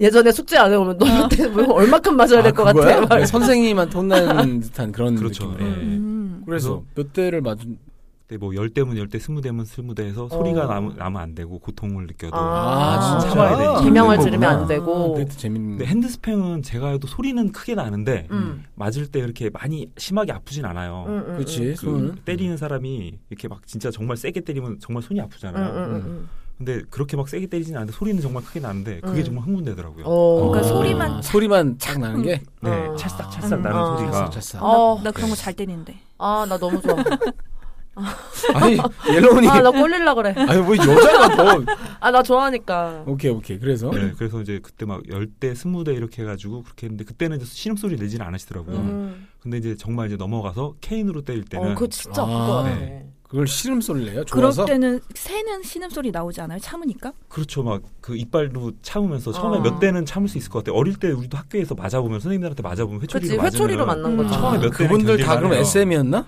[SPEAKER 2] 예전에 숙제 안 해오면 너한테 뭐 얼마큼 맞아야 될 것
[SPEAKER 1] 그거야?
[SPEAKER 2] 같아.
[SPEAKER 1] 네, 선생님한테 혼나는 듯한 그런
[SPEAKER 4] 그렇죠.
[SPEAKER 1] 느낌.
[SPEAKER 4] 예.
[SPEAKER 3] 음.
[SPEAKER 1] 그래서 몇 대를 맞은
[SPEAKER 4] 그때 뭐 열대면 열대, 스무대면
[SPEAKER 2] 어.
[SPEAKER 4] 스무대에서 소리가 남, 나면 안 되고 고통을 느껴도
[SPEAKER 1] 아, 진짜?
[SPEAKER 4] 참아야 돼.
[SPEAKER 2] 비명을
[SPEAKER 4] 이런
[SPEAKER 2] 지르면 안
[SPEAKER 1] 뭐.
[SPEAKER 4] 거구나.
[SPEAKER 2] 되고.
[SPEAKER 1] 아, 그것도 재밌는.
[SPEAKER 4] 근데 핸드스팽은 제가 해도 소리는 크게 나는데
[SPEAKER 2] 음.
[SPEAKER 4] 맞을 때 이렇게 많이 심하게 아프진 않아요.
[SPEAKER 2] 음, 음, 음.
[SPEAKER 1] 그렇지.
[SPEAKER 4] 그
[SPEAKER 1] 손은
[SPEAKER 4] 때리는 사람이 이렇게 막 진짜 정말 세게 때리면 정말 손이
[SPEAKER 2] 음,
[SPEAKER 4] 아프잖아요.
[SPEAKER 2] 음, 음,
[SPEAKER 4] 근데 그렇게 막 세게 때리진 않는데 소리는 정말 크게 나는데 그게
[SPEAKER 2] 음.
[SPEAKER 4] 정말 흥분되더라고요.
[SPEAKER 2] 음. 오.
[SPEAKER 3] 그러니까
[SPEAKER 1] 아,
[SPEAKER 3] 소리만
[SPEAKER 1] 소리만 착 나는 게
[SPEAKER 4] 어. 네,
[SPEAKER 2] 어.
[SPEAKER 4] 찰싹찰싹
[SPEAKER 3] 음.
[SPEAKER 4] 나는
[SPEAKER 2] 아.
[SPEAKER 4] 소리가.
[SPEAKER 1] 찼어, 찼어.
[SPEAKER 2] 어.
[SPEAKER 3] 나, 나 그런 거 잘 때리는데.
[SPEAKER 2] 아, 나 너무 좋아.
[SPEAKER 1] 아니 옐로우니
[SPEAKER 2] 아, 나 꼴릴라 그래.
[SPEAKER 1] 아니 뭐 여자가 더
[SPEAKER 2] 아, 나 좋아하니까.
[SPEAKER 1] 오케이 오케이 그래서
[SPEAKER 4] 네, 그래서 이제 그때 막 열대, 스무대 이렇게 해가지고 그렇게 했는데 그때는 이제 신음 소리 내진 않으시더라고요.
[SPEAKER 2] 음.
[SPEAKER 4] 근데 이제 정말 이제 넘어가서 케인으로 때릴 때는
[SPEAKER 2] 어, 그거 진짜
[SPEAKER 1] 아,
[SPEAKER 2] 아플 것 같아.
[SPEAKER 4] 네.
[SPEAKER 1] 그걸 시름 소리를 내요
[SPEAKER 3] 그럴
[SPEAKER 1] 좋아서
[SPEAKER 3] 때는 새는 신음소리 나오지 않아요? 참으니까?
[SPEAKER 4] 그렇죠. 막 그 이빨로 참으면서 처음에
[SPEAKER 2] 어.
[SPEAKER 4] 몇 대는 참을 수 있을 것 같아요. 어릴 때 우리도 학교에서 맞아보면 선생님들한테 맞아보면 회초리로
[SPEAKER 2] 그치, 회초리로
[SPEAKER 4] 맞으면은
[SPEAKER 2] 만난 거지.
[SPEAKER 3] 음.
[SPEAKER 4] 처음에 몇 대는
[SPEAKER 1] 그분들 다
[SPEAKER 4] 견딜만
[SPEAKER 1] 그럼
[SPEAKER 4] 해요.
[SPEAKER 1] SM이었나?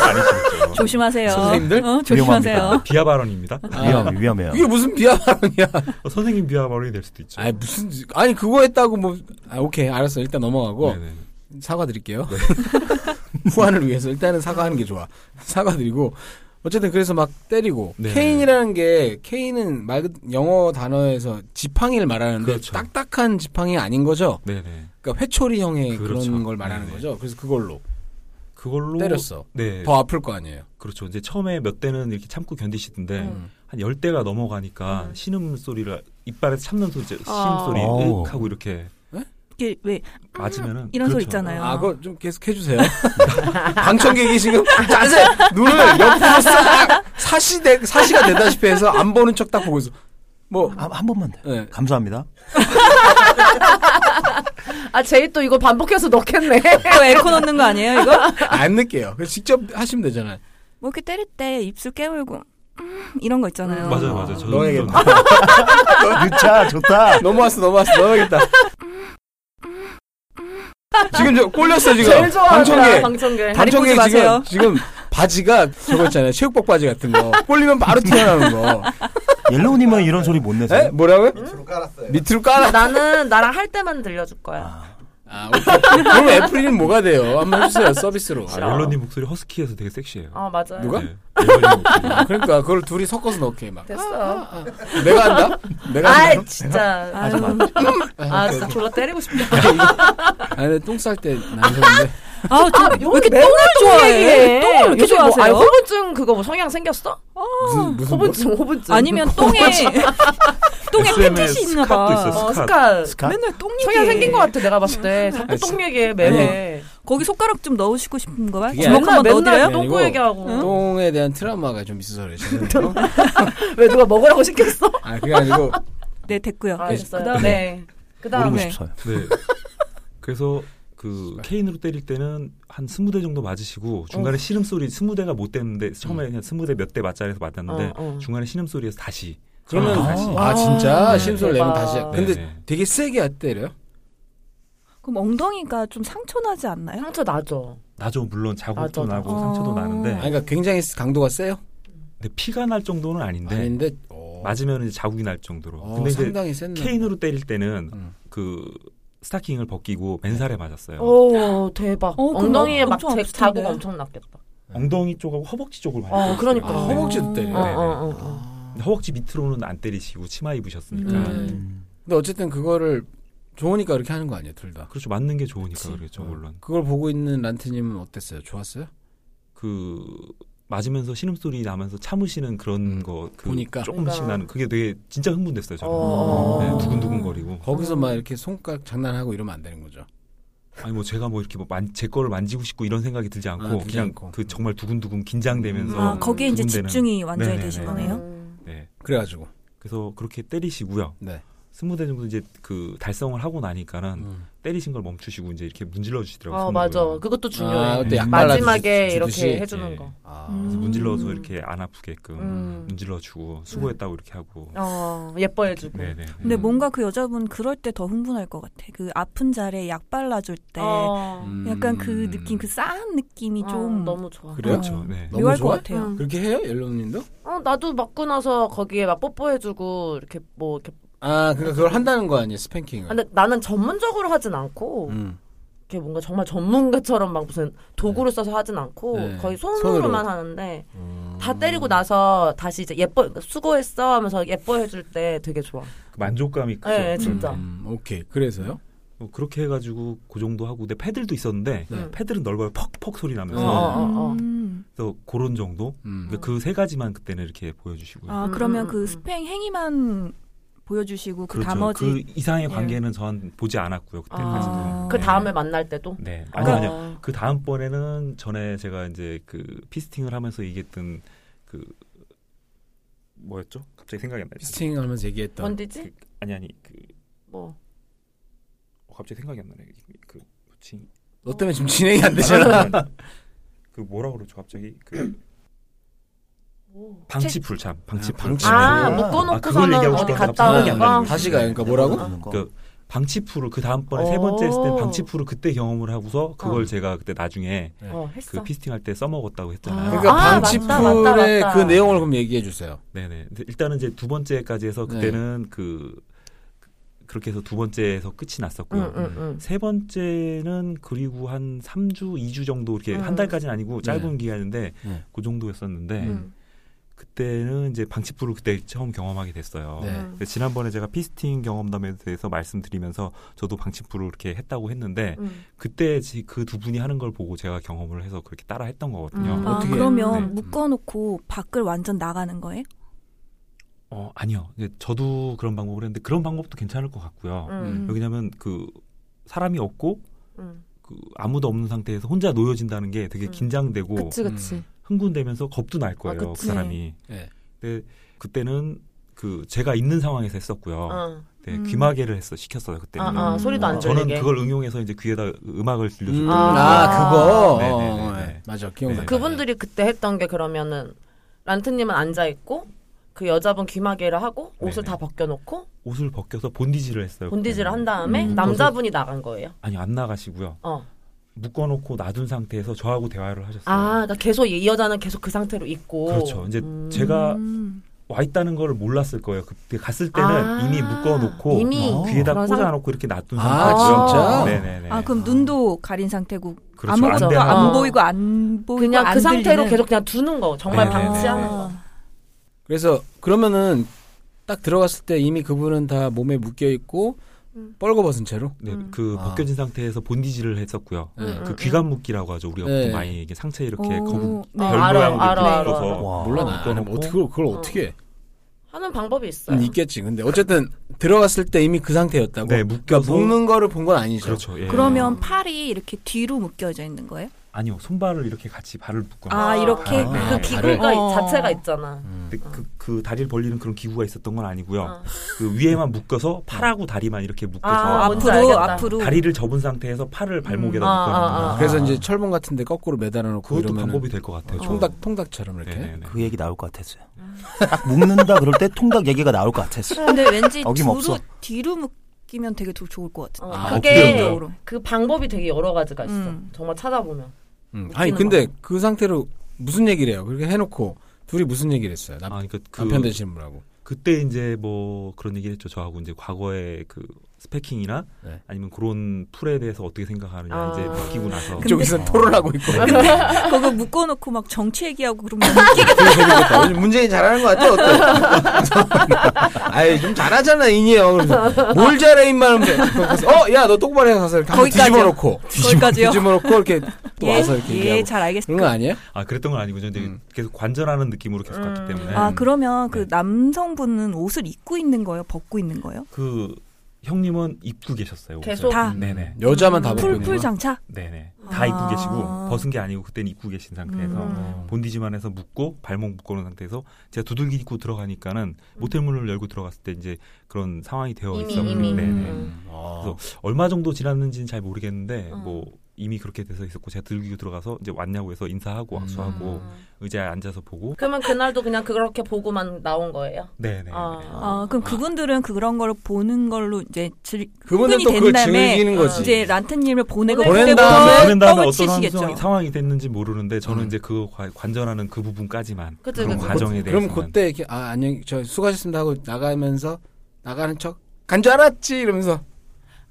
[SPEAKER 4] 아니시겠죠.
[SPEAKER 3] 조심하세요.
[SPEAKER 1] 선생님들?
[SPEAKER 3] 어,
[SPEAKER 5] 위험합니다.
[SPEAKER 3] 조심하세요.
[SPEAKER 4] 비하 발언입니다.
[SPEAKER 5] 위험
[SPEAKER 4] 네.
[SPEAKER 5] 위험해요.
[SPEAKER 1] 이게 무슨 비하 발언이야?
[SPEAKER 4] 어, 선생님 비하 발언이 될 수도 있죠.
[SPEAKER 1] 아니 무슨 아니 그거 했다고 뭐 아, 오케이 알았어 일단 넘어가고
[SPEAKER 4] 네네.
[SPEAKER 1] 사과드릴게요.
[SPEAKER 4] 네.
[SPEAKER 1] 후한을 위해서 일단은 사과하는 게 좋아. 사과드리고 어쨌든 그래서 막 때리고
[SPEAKER 4] 네.
[SPEAKER 1] 케인이라는 게 케인은 말 그대로 영어 단어에서 지팡이를 말하는데
[SPEAKER 4] 그렇죠.
[SPEAKER 1] 딱딱한 지팡이 아닌 거죠.
[SPEAKER 4] 네네.
[SPEAKER 1] 그러니까 회초리형의 그런
[SPEAKER 4] 그렇죠.
[SPEAKER 1] 걸 말하는
[SPEAKER 4] 네네.
[SPEAKER 1] 거죠. 그래서 그걸로
[SPEAKER 4] 그걸로
[SPEAKER 1] 때렸어.
[SPEAKER 4] 네.
[SPEAKER 1] 더 아플 거 아니에요.
[SPEAKER 4] 그렇죠. 이제 처음에 몇 대는 이렇게 참고 견디시던데
[SPEAKER 1] 음.
[SPEAKER 4] 한 열대가 넘어가니까 신음 소리를 이빨에서 참는 소리 신음
[SPEAKER 2] 아.
[SPEAKER 4] 소리
[SPEAKER 1] 어.
[SPEAKER 5] 오.
[SPEAKER 4] 윽 하고 이렇게
[SPEAKER 3] 이게 왜
[SPEAKER 4] 맞으면은
[SPEAKER 3] 이런 소리
[SPEAKER 4] 그렇죠.
[SPEAKER 3] 있잖아요.
[SPEAKER 1] 아, 그거 좀 계속 해주세요. 방청객이 지금 자세, 눈을 옆으로 싹, 사시, 되, 사시가 되다시피 해서 안 보는 척 딱 보고 있어. 뭐,
[SPEAKER 5] 한, 한 번만 더.
[SPEAKER 1] 예.
[SPEAKER 5] 감사합니다.
[SPEAKER 2] 아 제이 또 이거 반복해서 넣겠네.
[SPEAKER 3] 이거 아, 에어컨 넣는 거 아니에요, 이거?
[SPEAKER 1] 안 느껴요. 그래서 직접 하시면 되잖아요.
[SPEAKER 3] 뭐 이렇게 때릴 때 입술 깨물고 음, 이런 거 있잖아요.
[SPEAKER 4] 맞아요, 맞아요. 저도
[SPEAKER 1] 너에게
[SPEAKER 4] 그런-
[SPEAKER 5] 유차 좋다.
[SPEAKER 1] 넘어왔어, 넘어왔어, 넘어가겠다. 지금 저 꼴렸어, 지금.
[SPEAKER 2] 제일 좋아하는
[SPEAKER 1] 방청객.
[SPEAKER 2] 방청객.
[SPEAKER 3] 다리
[SPEAKER 1] 방청객
[SPEAKER 3] 꼬지
[SPEAKER 1] 지금,
[SPEAKER 3] 마세요.
[SPEAKER 1] 지금 바지가 저거 있잖아요. 체육복 바지 같은 거. 꼴리면 바로 튀어나오는 거.
[SPEAKER 5] 옐로우님은 이런 소리 못 내세요?
[SPEAKER 1] 에? 뭐라고요? 밑으로 깔았어요. 밑으로 깔아.
[SPEAKER 2] 나는 나랑 할 때만 들려줄 거야.
[SPEAKER 5] 아,
[SPEAKER 1] 아, 오케이. 그럼 애플이는 뭐가 돼요? 한번 해주세요, 서비스로.
[SPEAKER 4] 아, 멜로님 목소리 허스키해서 되게 섹시해요.
[SPEAKER 2] 아 맞아요.
[SPEAKER 1] 누가?
[SPEAKER 4] 네. 멜로님 목소리.
[SPEAKER 1] 그러니까 그걸 둘이 섞어서 넣게 막.
[SPEAKER 2] 됐어.
[SPEAKER 1] 내가 한다? 내가
[SPEAKER 2] 아
[SPEAKER 1] 한다?
[SPEAKER 2] 진짜.
[SPEAKER 5] 하지 마.
[SPEAKER 2] 아 진짜 졸라 때리고 싶다.
[SPEAKER 1] 아니, 똥쌀 때 남성인데.
[SPEAKER 3] 아우, 좀, 왜 이렇게 똥을 좋아해? 똥을 왜 이렇게 좋아하세요?
[SPEAKER 2] 아 호분증 그거 뭐 성향 생겼어?
[SPEAKER 1] 무슨, 무슨. 뭐?
[SPEAKER 2] 호분증 호분증.
[SPEAKER 3] 아니면 똥에 똥에
[SPEAKER 4] SM의
[SPEAKER 3] 패티시 있나
[SPEAKER 4] 스캇도
[SPEAKER 3] 봐.
[SPEAKER 4] 있어,
[SPEAKER 2] 어,
[SPEAKER 4] 스캇.
[SPEAKER 2] 스카.
[SPEAKER 5] 스카?
[SPEAKER 3] 맨날 똥 얘기.
[SPEAKER 2] 성향 생긴 것 같아 내가 봤을 때. 자꾸 똥 얘기해 매해.
[SPEAKER 3] 거기 손가락 좀 넣으시고 싶은 거 봐.
[SPEAKER 1] 그게
[SPEAKER 3] 주먹 한번 뭐, 넣어드려요?
[SPEAKER 1] 네,
[SPEAKER 2] 똥꼬
[SPEAKER 1] 이거.
[SPEAKER 2] 얘기하고.
[SPEAKER 1] 똥에 대한 트라우마가 좀 있어서 그래요. 저는.
[SPEAKER 2] 왜 누가 먹으라고 시켰어?
[SPEAKER 1] 아, 그게 아니고.
[SPEAKER 3] 네, 됐고요.
[SPEAKER 2] 아,
[SPEAKER 1] 네,
[SPEAKER 2] 됐어요.
[SPEAKER 3] 그다음에.
[SPEAKER 2] 네.
[SPEAKER 5] 모르고
[SPEAKER 2] 그다음에
[SPEAKER 3] 네.
[SPEAKER 5] 싶어요.
[SPEAKER 4] 네. 그래서 그 케인으로 때릴 때는 한 스무 대 정도 맞으시고 중간에 신음 소리 스무 대가 못 됐는데 처음에 그냥 스무 대 몇 대 맞자리에서 맞았는데
[SPEAKER 2] 어, 어.
[SPEAKER 4] 중간에 신음 소리에서 다시
[SPEAKER 1] 그러면,
[SPEAKER 4] 아,
[SPEAKER 1] 아,
[SPEAKER 4] 다시.
[SPEAKER 1] 진짜?
[SPEAKER 2] 네.
[SPEAKER 1] 심술 내면
[SPEAKER 2] 대박.
[SPEAKER 1] 다시. 근데
[SPEAKER 4] 네.
[SPEAKER 1] 되게 세게 때려요?
[SPEAKER 3] 그럼 엉덩이가 좀 상처나지 않나요?
[SPEAKER 2] 상처 나죠.
[SPEAKER 4] 나죠 물론 자국도
[SPEAKER 2] 맞아.
[SPEAKER 4] 나고
[SPEAKER 3] 어.
[SPEAKER 4] 상처도
[SPEAKER 1] 아,
[SPEAKER 4] 나는데
[SPEAKER 1] 그러니까 굉장히 강도가 세요?
[SPEAKER 4] 근데 피가 날 정도는 아닌데
[SPEAKER 1] 아닌데, 어,
[SPEAKER 4] 네. 맞으면 이제 자국이 날 정도로
[SPEAKER 1] 어,
[SPEAKER 4] 근데 이제
[SPEAKER 1] 상당히 센데.
[SPEAKER 4] 케인으로 때릴 때는
[SPEAKER 1] 음. 네.
[SPEAKER 4] 그 스타킹을 벗기고 맨살에 맞았어요
[SPEAKER 2] 오 대박.
[SPEAKER 3] 어, 그럼
[SPEAKER 2] 엉덩이에 막
[SPEAKER 3] 엄청
[SPEAKER 2] 제-
[SPEAKER 3] 아플 텐데.
[SPEAKER 2] 자국 엄청 났겠다.
[SPEAKER 1] 네.
[SPEAKER 4] 엉덩이 쪽하고 허벅지 쪽을 많이
[SPEAKER 2] 어,
[SPEAKER 4] 때렸어요.
[SPEAKER 2] 그러니까.
[SPEAKER 1] 아, 허벅지도 때려요.
[SPEAKER 2] 어,
[SPEAKER 4] 네네.
[SPEAKER 2] 어, 어, 어.
[SPEAKER 4] 근데 허벅지 밑으로는 안 때리시고 치마
[SPEAKER 3] 음.
[SPEAKER 4] 입으셨으니까
[SPEAKER 1] 네. 근데 어쨌든 그거를 좋으니까 그렇게 하는 거 아니에요, 둘 다.
[SPEAKER 4] 그렇죠 맞는 게 좋으니까
[SPEAKER 1] 어.
[SPEAKER 4] 그렇죠 물론
[SPEAKER 1] 그걸 보고 있는 란트님은 어땠어요? 좋았어요?
[SPEAKER 4] 그 맞으면서 신음소리 나면서 참으시는 그런 거 그,
[SPEAKER 1] 음. 보니까.
[SPEAKER 4] 조금씩
[SPEAKER 2] 그러니까.
[SPEAKER 4] 나는 그게 되게 진짜 흥분됐어요 저는
[SPEAKER 2] 어.
[SPEAKER 4] 네, 두근두근거리고
[SPEAKER 1] 거기서 막 이렇게 손가락 장난하고 이러면 안 되는 거죠.
[SPEAKER 4] 아니 뭐 제가 뭐 이렇게 뭐제 거를 만지고 싶고 이런 생각이 들지 않고
[SPEAKER 1] 아, 들지
[SPEAKER 4] 그냥
[SPEAKER 1] 않고.
[SPEAKER 4] 그 정말 두근두근 긴장되면서
[SPEAKER 3] 아, 거기에 이제
[SPEAKER 4] 두근대는.
[SPEAKER 3] 집중이 완전히
[SPEAKER 4] 네. 어, 네네네.
[SPEAKER 3] 되신 거네요.
[SPEAKER 2] 음.
[SPEAKER 4] 네
[SPEAKER 1] 그래가지고.
[SPEAKER 4] 그래서 그렇게 때리시고요
[SPEAKER 1] 네.
[SPEAKER 4] 스무 대 정도 이제 그 달성을 하고 나니까는
[SPEAKER 1] 음.
[SPEAKER 4] 때리신 걸 멈추시고 이제 이렇게 문질러 주시더라고요
[SPEAKER 2] 어
[SPEAKER 4] 손으로.
[SPEAKER 2] 맞아. 그것도
[SPEAKER 1] 아,
[SPEAKER 2] 중요해.
[SPEAKER 1] 그때 약
[SPEAKER 2] 마지막에
[SPEAKER 1] 발라주- 주듯이.
[SPEAKER 2] 이렇게 해주는
[SPEAKER 4] 예.
[SPEAKER 2] 거.
[SPEAKER 1] 아.
[SPEAKER 4] 그래서
[SPEAKER 3] 음.
[SPEAKER 4] 문질러서 이렇게 안 아프게끔
[SPEAKER 2] 음.
[SPEAKER 4] 문질러 주고 수고했다고 이렇게 하고
[SPEAKER 2] 어 예뻐해주고.
[SPEAKER 4] 네네 네.
[SPEAKER 3] 근데 뭔가 그 여자분 그럴 때 더 흥분할 것 같아. 그 아픈 자리에 약 발라줄 때
[SPEAKER 2] 어.
[SPEAKER 3] 약간 그
[SPEAKER 1] 음.
[SPEAKER 3] 느낌, 그 싸한 네. 느낌이
[SPEAKER 2] 어,
[SPEAKER 3] 좀
[SPEAKER 2] 너무 좋아.
[SPEAKER 1] 그래요?
[SPEAKER 4] 그렇죠 네.
[SPEAKER 1] 너무
[SPEAKER 3] 묘할 것
[SPEAKER 1] 좋아?
[SPEAKER 3] 같아요.
[SPEAKER 2] 음.
[SPEAKER 1] 그렇게 해요? 옐로우님도?
[SPEAKER 2] 어 나도 맞고 나서 거기에 막 뽀뽀해주고 이렇게 뭐 이렇게.
[SPEAKER 1] 아, 그러니까 그걸 한다는 거 아니에요? 스팽킹을.
[SPEAKER 2] 아, 근데 나는 전문적으로 하진 않고
[SPEAKER 1] 음.
[SPEAKER 2] 이렇게 뭔가 정말 전문가처럼 막 무슨 도구를 써서 하진 않고
[SPEAKER 1] 네.
[SPEAKER 2] 거의
[SPEAKER 1] 손으로.
[SPEAKER 2] 손으로만 하는데
[SPEAKER 1] 음.
[SPEAKER 2] 다
[SPEAKER 4] 음.
[SPEAKER 2] 때리고 나서 다시 이제 예뻐 수고했어 하면서 예뻐해줄 때 되게 좋아.
[SPEAKER 4] 그 만족감이 크죠.
[SPEAKER 2] 네, 진짜.
[SPEAKER 1] 음, 오케이. 그래서요?
[SPEAKER 4] 어, 그렇게 해가지고 그 정도 하고 근데 패들도 있었는데
[SPEAKER 1] 네.
[SPEAKER 4] 패들은 넓어요. 퍽퍽 소리
[SPEAKER 2] 어,
[SPEAKER 4] 나면서
[SPEAKER 2] 어, 어.
[SPEAKER 3] 음.
[SPEAKER 4] 그래서 그런 정도.
[SPEAKER 1] 음.
[SPEAKER 4] 그 세 가지만 그때는 이렇게 보여주시고요.
[SPEAKER 3] 아,
[SPEAKER 2] 음,
[SPEAKER 3] 그러면
[SPEAKER 2] 음,
[SPEAKER 3] 그
[SPEAKER 2] 음.
[SPEAKER 3] 스팽 행위만 보여주시고 그
[SPEAKER 4] 그렇죠.
[SPEAKER 3] 나머지
[SPEAKER 4] 그 이상의
[SPEAKER 3] 네.
[SPEAKER 4] 관계는 저한 보지 않았고요. 그때까지도.
[SPEAKER 3] 아.
[SPEAKER 2] 예. 그
[SPEAKER 4] 네.
[SPEAKER 2] 다음에 만날 때도.
[SPEAKER 4] 네. 아니
[SPEAKER 2] 어.
[SPEAKER 4] 아니요. 그 다음 번에는 전에 제가 이제 그 피스팅을 하면서 얘기했던 그 뭐였죠? 갑자기 생각이 안 나요.
[SPEAKER 1] 피스팅 하면서 얘기했던.
[SPEAKER 2] 뭔디지?
[SPEAKER 4] 아니 아니 그
[SPEAKER 2] 뭐.
[SPEAKER 4] 어, 갑자기 생각이 안 나네. 그 뭐지?
[SPEAKER 1] 너 때문에 지금 진행이 안 되잖아.
[SPEAKER 4] 그 뭐라 그러죠? 갑자기 그
[SPEAKER 2] 뭐.
[SPEAKER 4] 방치풀 참 뭐. 방치풀. 네.
[SPEAKER 1] 방치풀.
[SPEAKER 2] 아
[SPEAKER 5] 아,
[SPEAKER 2] 묶어놓고서는
[SPEAKER 4] 그걸 얘기하고
[SPEAKER 2] 어디
[SPEAKER 4] 싶어서
[SPEAKER 2] 갔다
[SPEAKER 4] 갑자기
[SPEAKER 2] 오는
[SPEAKER 4] 생각이 안
[SPEAKER 2] 거.
[SPEAKER 4] 나는 거예요.
[SPEAKER 1] 다시 가요. 그러니까 뭐라고?
[SPEAKER 4] 그 방치풀을 그 다음번에 세
[SPEAKER 1] 어.
[SPEAKER 2] 오.
[SPEAKER 4] 번째 했을 때 방치풀을 그때 경험을 하고서 그걸
[SPEAKER 2] 어.
[SPEAKER 4] 제가 그때 나중에
[SPEAKER 2] 어, 했어.
[SPEAKER 4] 그 피스팅 할 때 써먹었다고 했잖아요.
[SPEAKER 2] 아.
[SPEAKER 1] 그러니까
[SPEAKER 2] 맞다,
[SPEAKER 1] 방치풀의
[SPEAKER 2] 맞다, 맞다.
[SPEAKER 1] 그 내용을 그럼 얘기해 주세요.
[SPEAKER 4] 네네. 근데 일단은 이제 두 번째까지
[SPEAKER 2] 네.
[SPEAKER 4] 해서 그때는 그 그렇게 해서 두 번째에서 끝이 났었고요.
[SPEAKER 2] 응, 응, 응.
[SPEAKER 4] 세 번째는 그리고 한 3주, 2주 정도 이렇게
[SPEAKER 2] 음.
[SPEAKER 4] 한 달까지는 아니고 짧은 기간인데
[SPEAKER 1] 네.
[SPEAKER 4] 그 정도였었는데
[SPEAKER 2] 음.
[SPEAKER 4] 그때는 이제 방치풀을 그때 처음 경험하게 됐어요.
[SPEAKER 1] 네.
[SPEAKER 2] 음.
[SPEAKER 4] 근데 지난번에 제가 피스팅 경험담에 대해서 말씀드리면서 저도 방치풀을 이렇게 했다고 했는데
[SPEAKER 2] 음.
[SPEAKER 4] 그때 그 두 분이 하는 걸 보고 제가 경험을 해서 그렇게 따라 했던 거거든요.
[SPEAKER 2] 음.
[SPEAKER 3] 아,
[SPEAKER 1] 어떻게-
[SPEAKER 3] 그러면
[SPEAKER 4] 네.
[SPEAKER 3] 묶어놓고 밖을 완전 나가는 거예요?
[SPEAKER 4] 어, 아니요. 이제 저도 그런 방법을 했는데 그런 방법도 괜찮을 것 같고요.
[SPEAKER 2] 음.
[SPEAKER 4] 왜냐면 그 사람이 없고
[SPEAKER 2] 음.
[SPEAKER 4] 그 아무도 없는 상태에서 혼자 놓여진다는 게 되게
[SPEAKER 2] 음.
[SPEAKER 4] 긴장되고
[SPEAKER 2] 그치 그치.
[SPEAKER 1] 음.
[SPEAKER 4] 흥분되면서 겁도 날 거예요.
[SPEAKER 2] 아,
[SPEAKER 4] 그
[SPEAKER 2] 그치.
[SPEAKER 4] 사람이.
[SPEAKER 1] 네.
[SPEAKER 4] 근데 그때는 그 제가 있는 상황에서 했었고요.
[SPEAKER 2] 어.
[SPEAKER 4] 네,
[SPEAKER 3] 음.
[SPEAKER 4] 귀마개를 했어 시켰어요 그때는.
[SPEAKER 2] 아, 아, 소리도 안
[SPEAKER 4] 저는
[SPEAKER 2] 들리게.
[SPEAKER 4] 그걸 응용해서 이제 귀에다 음악을 들려줬고
[SPEAKER 1] 음,
[SPEAKER 2] 아.
[SPEAKER 1] 아, 그거.
[SPEAKER 4] 네, 네,
[SPEAKER 1] 어,
[SPEAKER 4] 네, 네.
[SPEAKER 1] 네. 맞아. 기억나.
[SPEAKER 4] 네.
[SPEAKER 2] 그분들이 그때 했던 게 그러면은 란트님은 앉아 있고 그 여자분 귀마개를 하고 옷을
[SPEAKER 4] 네네.
[SPEAKER 2] 다 벗겨놓고
[SPEAKER 4] 옷을 벗겨서 본디지를 했어요.
[SPEAKER 2] 본디지를 한
[SPEAKER 4] 그때는.
[SPEAKER 2] 다음에
[SPEAKER 1] 음,
[SPEAKER 2] 남자분이 나간 거예요.
[SPEAKER 4] 아니 안 나가시고요.
[SPEAKER 2] 어.
[SPEAKER 4] 묶어놓고 놔둔 상태에서 저하고 대화를 하셨어요.
[SPEAKER 2] 아, 그러니까 계속 이 여자는 계속 그 상태로 있고.
[SPEAKER 4] 그렇죠. 이제
[SPEAKER 2] 음.
[SPEAKER 4] 제가
[SPEAKER 3] 음.
[SPEAKER 4] 와 있다는 걸 몰랐을 거예요. 그때 갔을 때는
[SPEAKER 2] 아,
[SPEAKER 4] 이미 묶어놓고
[SPEAKER 2] 이미
[SPEAKER 4] 어, 귀에다
[SPEAKER 2] 그런 상-
[SPEAKER 4] 꽂아놓고 이렇게 놔둔
[SPEAKER 1] 아,
[SPEAKER 4] 상태였죠.
[SPEAKER 2] 진짜?
[SPEAKER 4] 네네네.
[SPEAKER 3] 아, 그럼 눈도 가린 상태고
[SPEAKER 4] 그렇죠.
[SPEAKER 3] 아무것도
[SPEAKER 4] 안
[SPEAKER 3] 안,
[SPEAKER 4] 되는-
[SPEAKER 3] 보이고 안 보이고
[SPEAKER 2] 그냥
[SPEAKER 3] 안
[SPEAKER 2] 그 상태로
[SPEAKER 3] 들리는. 아,
[SPEAKER 2] 계속 그냥 두는 거. 정말
[SPEAKER 4] 네, 네,
[SPEAKER 2] 방치하는
[SPEAKER 4] 네.
[SPEAKER 2] 거.
[SPEAKER 1] 그래서 그러면은 딱 들어갔을 때 이미 그분은 다 몸에 묶여 있고 뻘거벗은 채로.
[SPEAKER 4] 네,
[SPEAKER 2] 음.
[SPEAKER 4] 그
[SPEAKER 1] 아.
[SPEAKER 4] 벗겨진 상태에서 본디지를 했었고요.
[SPEAKER 1] 네.
[SPEAKER 2] 음,
[SPEAKER 4] 그
[SPEAKER 2] 음,
[SPEAKER 4] 귀감 묶기라고 하죠. 우리가
[SPEAKER 1] 네.
[SPEAKER 4] 보통 많이 이게 상체 이렇게
[SPEAKER 3] 오,
[SPEAKER 4] 거북
[SPEAKER 3] 네.
[SPEAKER 4] 별
[SPEAKER 2] 알아,
[SPEAKER 4] 모양으로
[SPEAKER 2] 알아, 알아,
[SPEAKER 4] 이렇게 묶어서
[SPEAKER 2] 알아.
[SPEAKER 1] 몰라 나.
[SPEAKER 4] 묶어놓고.
[SPEAKER 1] 뭐 어떻게 그걸, 그걸
[SPEAKER 2] 어. 네.
[SPEAKER 1] 어떻게 해?
[SPEAKER 2] 하는 방법이 있어요.
[SPEAKER 1] 음, 있겠지. 근데 어쨌든 들어갔을 때 이미 그 상태였다고.
[SPEAKER 4] 네,
[SPEAKER 1] 그러니까
[SPEAKER 4] 묶여서
[SPEAKER 1] 묶는 거를 본 건 아니죠.
[SPEAKER 4] 그렇죠. 예.
[SPEAKER 3] 그러면 팔이 이렇게 뒤로 묶여져 있는 거예요?
[SPEAKER 4] 아니요 손발을 이렇게 같이 발을 묶어.
[SPEAKER 3] 아, 이렇게
[SPEAKER 4] 아,
[SPEAKER 2] 그
[SPEAKER 4] 네.
[SPEAKER 2] 기구가
[SPEAKER 3] 어.
[SPEAKER 2] 자체가 있잖아.
[SPEAKER 4] 근데 그, 그 다리를 벌리는 그런 기구가 있었던 건 아니고요.
[SPEAKER 2] 음. 어.
[SPEAKER 4] 그 위에만 묶어서 팔하고 다리만 이렇게 묶어서
[SPEAKER 2] 아, 뭔지
[SPEAKER 3] 앞으로
[SPEAKER 2] 알겠다.
[SPEAKER 3] 앞으로
[SPEAKER 4] 다리를 접은 상태에서 팔을
[SPEAKER 2] 음.
[SPEAKER 4] 발목에다
[SPEAKER 2] 아,
[SPEAKER 4] 묶어놓는
[SPEAKER 2] 아, 아.
[SPEAKER 1] 그래서 이제 철봉 같은 데 거꾸로 매달아 놓고
[SPEAKER 4] 그것도
[SPEAKER 1] 이러면은
[SPEAKER 4] 방법이 될 것 같아요. 저는.
[SPEAKER 1] 통닭 통닭처럼 이렇게.
[SPEAKER 4] 어. 네네네.
[SPEAKER 5] 그 얘기 나올 것 같았어요. 딱 묶는다 그럴 때 통닭 얘기가 나올 것
[SPEAKER 2] 네.
[SPEAKER 5] 같았어.
[SPEAKER 3] 근데 왠지
[SPEAKER 5] 어김없어.
[SPEAKER 3] 뒤로 뒤로 묶이면 되게 더 좋을 것 같아.
[SPEAKER 2] 어,
[SPEAKER 4] 아,
[SPEAKER 2] 그게
[SPEAKER 4] 엎드려.
[SPEAKER 2] 그 방법이 되게 여러 가지가 있어.
[SPEAKER 3] 음.
[SPEAKER 2] 정말 찾아보면.
[SPEAKER 1] 음.
[SPEAKER 2] 웃기는
[SPEAKER 1] 아니 근데 그 상태로 무슨 얘기를 해요? 그렇게 해놓고 둘이 무슨 얘기를 했어요? 남,
[SPEAKER 4] 아, 그러니까 그
[SPEAKER 1] 남편 되시는 분하고.
[SPEAKER 4] 그때 이제 뭐 그런 얘기를 했죠. 저하고 이제 과거의 그 스패킹이나
[SPEAKER 1] 네.
[SPEAKER 4] 아니면 그런 풀에 대해서 어떻게 생각하느냐
[SPEAKER 2] 아.
[SPEAKER 4] 이제 바뀌고 나서 아,
[SPEAKER 3] 근데-
[SPEAKER 1] 그쪽에서 어. 토론하고 있고.
[SPEAKER 3] 그거 묶어놓고 막 정치 얘기하고 그러면 웃기게
[SPEAKER 1] 되게 재밌겠다. 요즘 문재인 잘하는 것 같아, 어때? 아이, 좀 잘하잖아, 인이요. 그래서 뭘 잘해, 인만 하면 돼. 그래서 어, 야, 너 똑바로 해서 가서 이렇게 한번
[SPEAKER 3] 거기까지요?
[SPEAKER 1] 뒤집어 놓고.
[SPEAKER 3] 거기까지요?
[SPEAKER 1] 뒤집어 놓고, 이렇게 또 와서 이렇게
[SPEAKER 3] 예, 예,
[SPEAKER 1] 얘기하고.
[SPEAKER 3] 잘
[SPEAKER 1] 그런 거
[SPEAKER 3] 알겠습니다.
[SPEAKER 1] 아니에요?
[SPEAKER 4] 아 그랬던 건 아니고 이제
[SPEAKER 1] 음.
[SPEAKER 4] 계속 관절하는 느낌으로 계속 갔기
[SPEAKER 2] 음.
[SPEAKER 4] 때문에
[SPEAKER 3] 아 그러면 그
[SPEAKER 4] 네.
[SPEAKER 3] 남성분은 옷을 입고 있는 거예요? 벗고 있는 거예요?
[SPEAKER 4] 그 형님은 입고 계셨어요. 옷을.
[SPEAKER 2] 계속?
[SPEAKER 3] 다.
[SPEAKER 4] 네네
[SPEAKER 1] 음. 여자만 다 먹고 아, 있는
[SPEAKER 3] 풀풀
[SPEAKER 1] 거
[SPEAKER 3] 장착?
[SPEAKER 4] 네네 다
[SPEAKER 3] 아.
[SPEAKER 4] 입고 계시고 벗은 게 아니고 그때는 입고 계신 상태에서
[SPEAKER 1] 어.
[SPEAKER 2] 음.
[SPEAKER 4] 본디지만 해서 묶고 발목 묶어놓은 상태에서 제가 두들기 입고 들어가니까는 모텔 문을 열고 들어갔을 때 이제 그런 상황이 되어
[SPEAKER 2] 음. 이미,
[SPEAKER 4] 있었고
[SPEAKER 2] 이미.
[SPEAKER 4] 네네
[SPEAKER 2] 음.
[SPEAKER 1] 아.
[SPEAKER 4] 얼마 정도 지났는지는 잘 모르겠는데
[SPEAKER 2] 음.
[SPEAKER 4] 뭐 이미 그렇게 돼서 있었고 제가 들기고 들어가서 이제 왔냐고 해서 인사하고
[SPEAKER 1] 음.
[SPEAKER 4] 악수하고
[SPEAKER 2] 음.
[SPEAKER 4] 의자에 앉아서 보고
[SPEAKER 2] 그러면 그날도 그냥 그렇게 보고만 나온 거예요.
[SPEAKER 4] 네네
[SPEAKER 2] 아.
[SPEAKER 3] 아, 그럼 그분들은 그런 걸 보는 걸로 이제 즐,
[SPEAKER 1] 그분은
[SPEAKER 3] 흥분이
[SPEAKER 1] 또
[SPEAKER 3] 된
[SPEAKER 1] 그걸
[SPEAKER 3] 다음에
[SPEAKER 1] 즐기는 거지.
[SPEAKER 3] 이제 란트님을 보내고
[SPEAKER 2] 보낸
[SPEAKER 3] 그때부터
[SPEAKER 4] 다음에 아, 예. 뭐 보낸 다음에
[SPEAKER 3] 떡을
[SPEAKER 4] 어떤
[SPEAKER 3] 치시겠죠.
[SPEAKER 4] 상황이, 상황이 됐는지 모르는데 저는
[SPEAKER 1] 음.
[SPEAKER 4] 이제 그 과- 관전하는 그 부분까지만
[SPEAKER 2] 그치,
[SPEAKER 4] 런
[SPEAKER 2] 그치.
[SPEAKER 4] 과정에
[SPEAKER 1] 그럼
[SPEAKER 4] 대해서
[SPEAKER 1] 그때 이렇게, 아, 안녕, 저 수고하셨습니다 하고 나가면서, 나가는 척, 간 줄 알았지! 이러면서.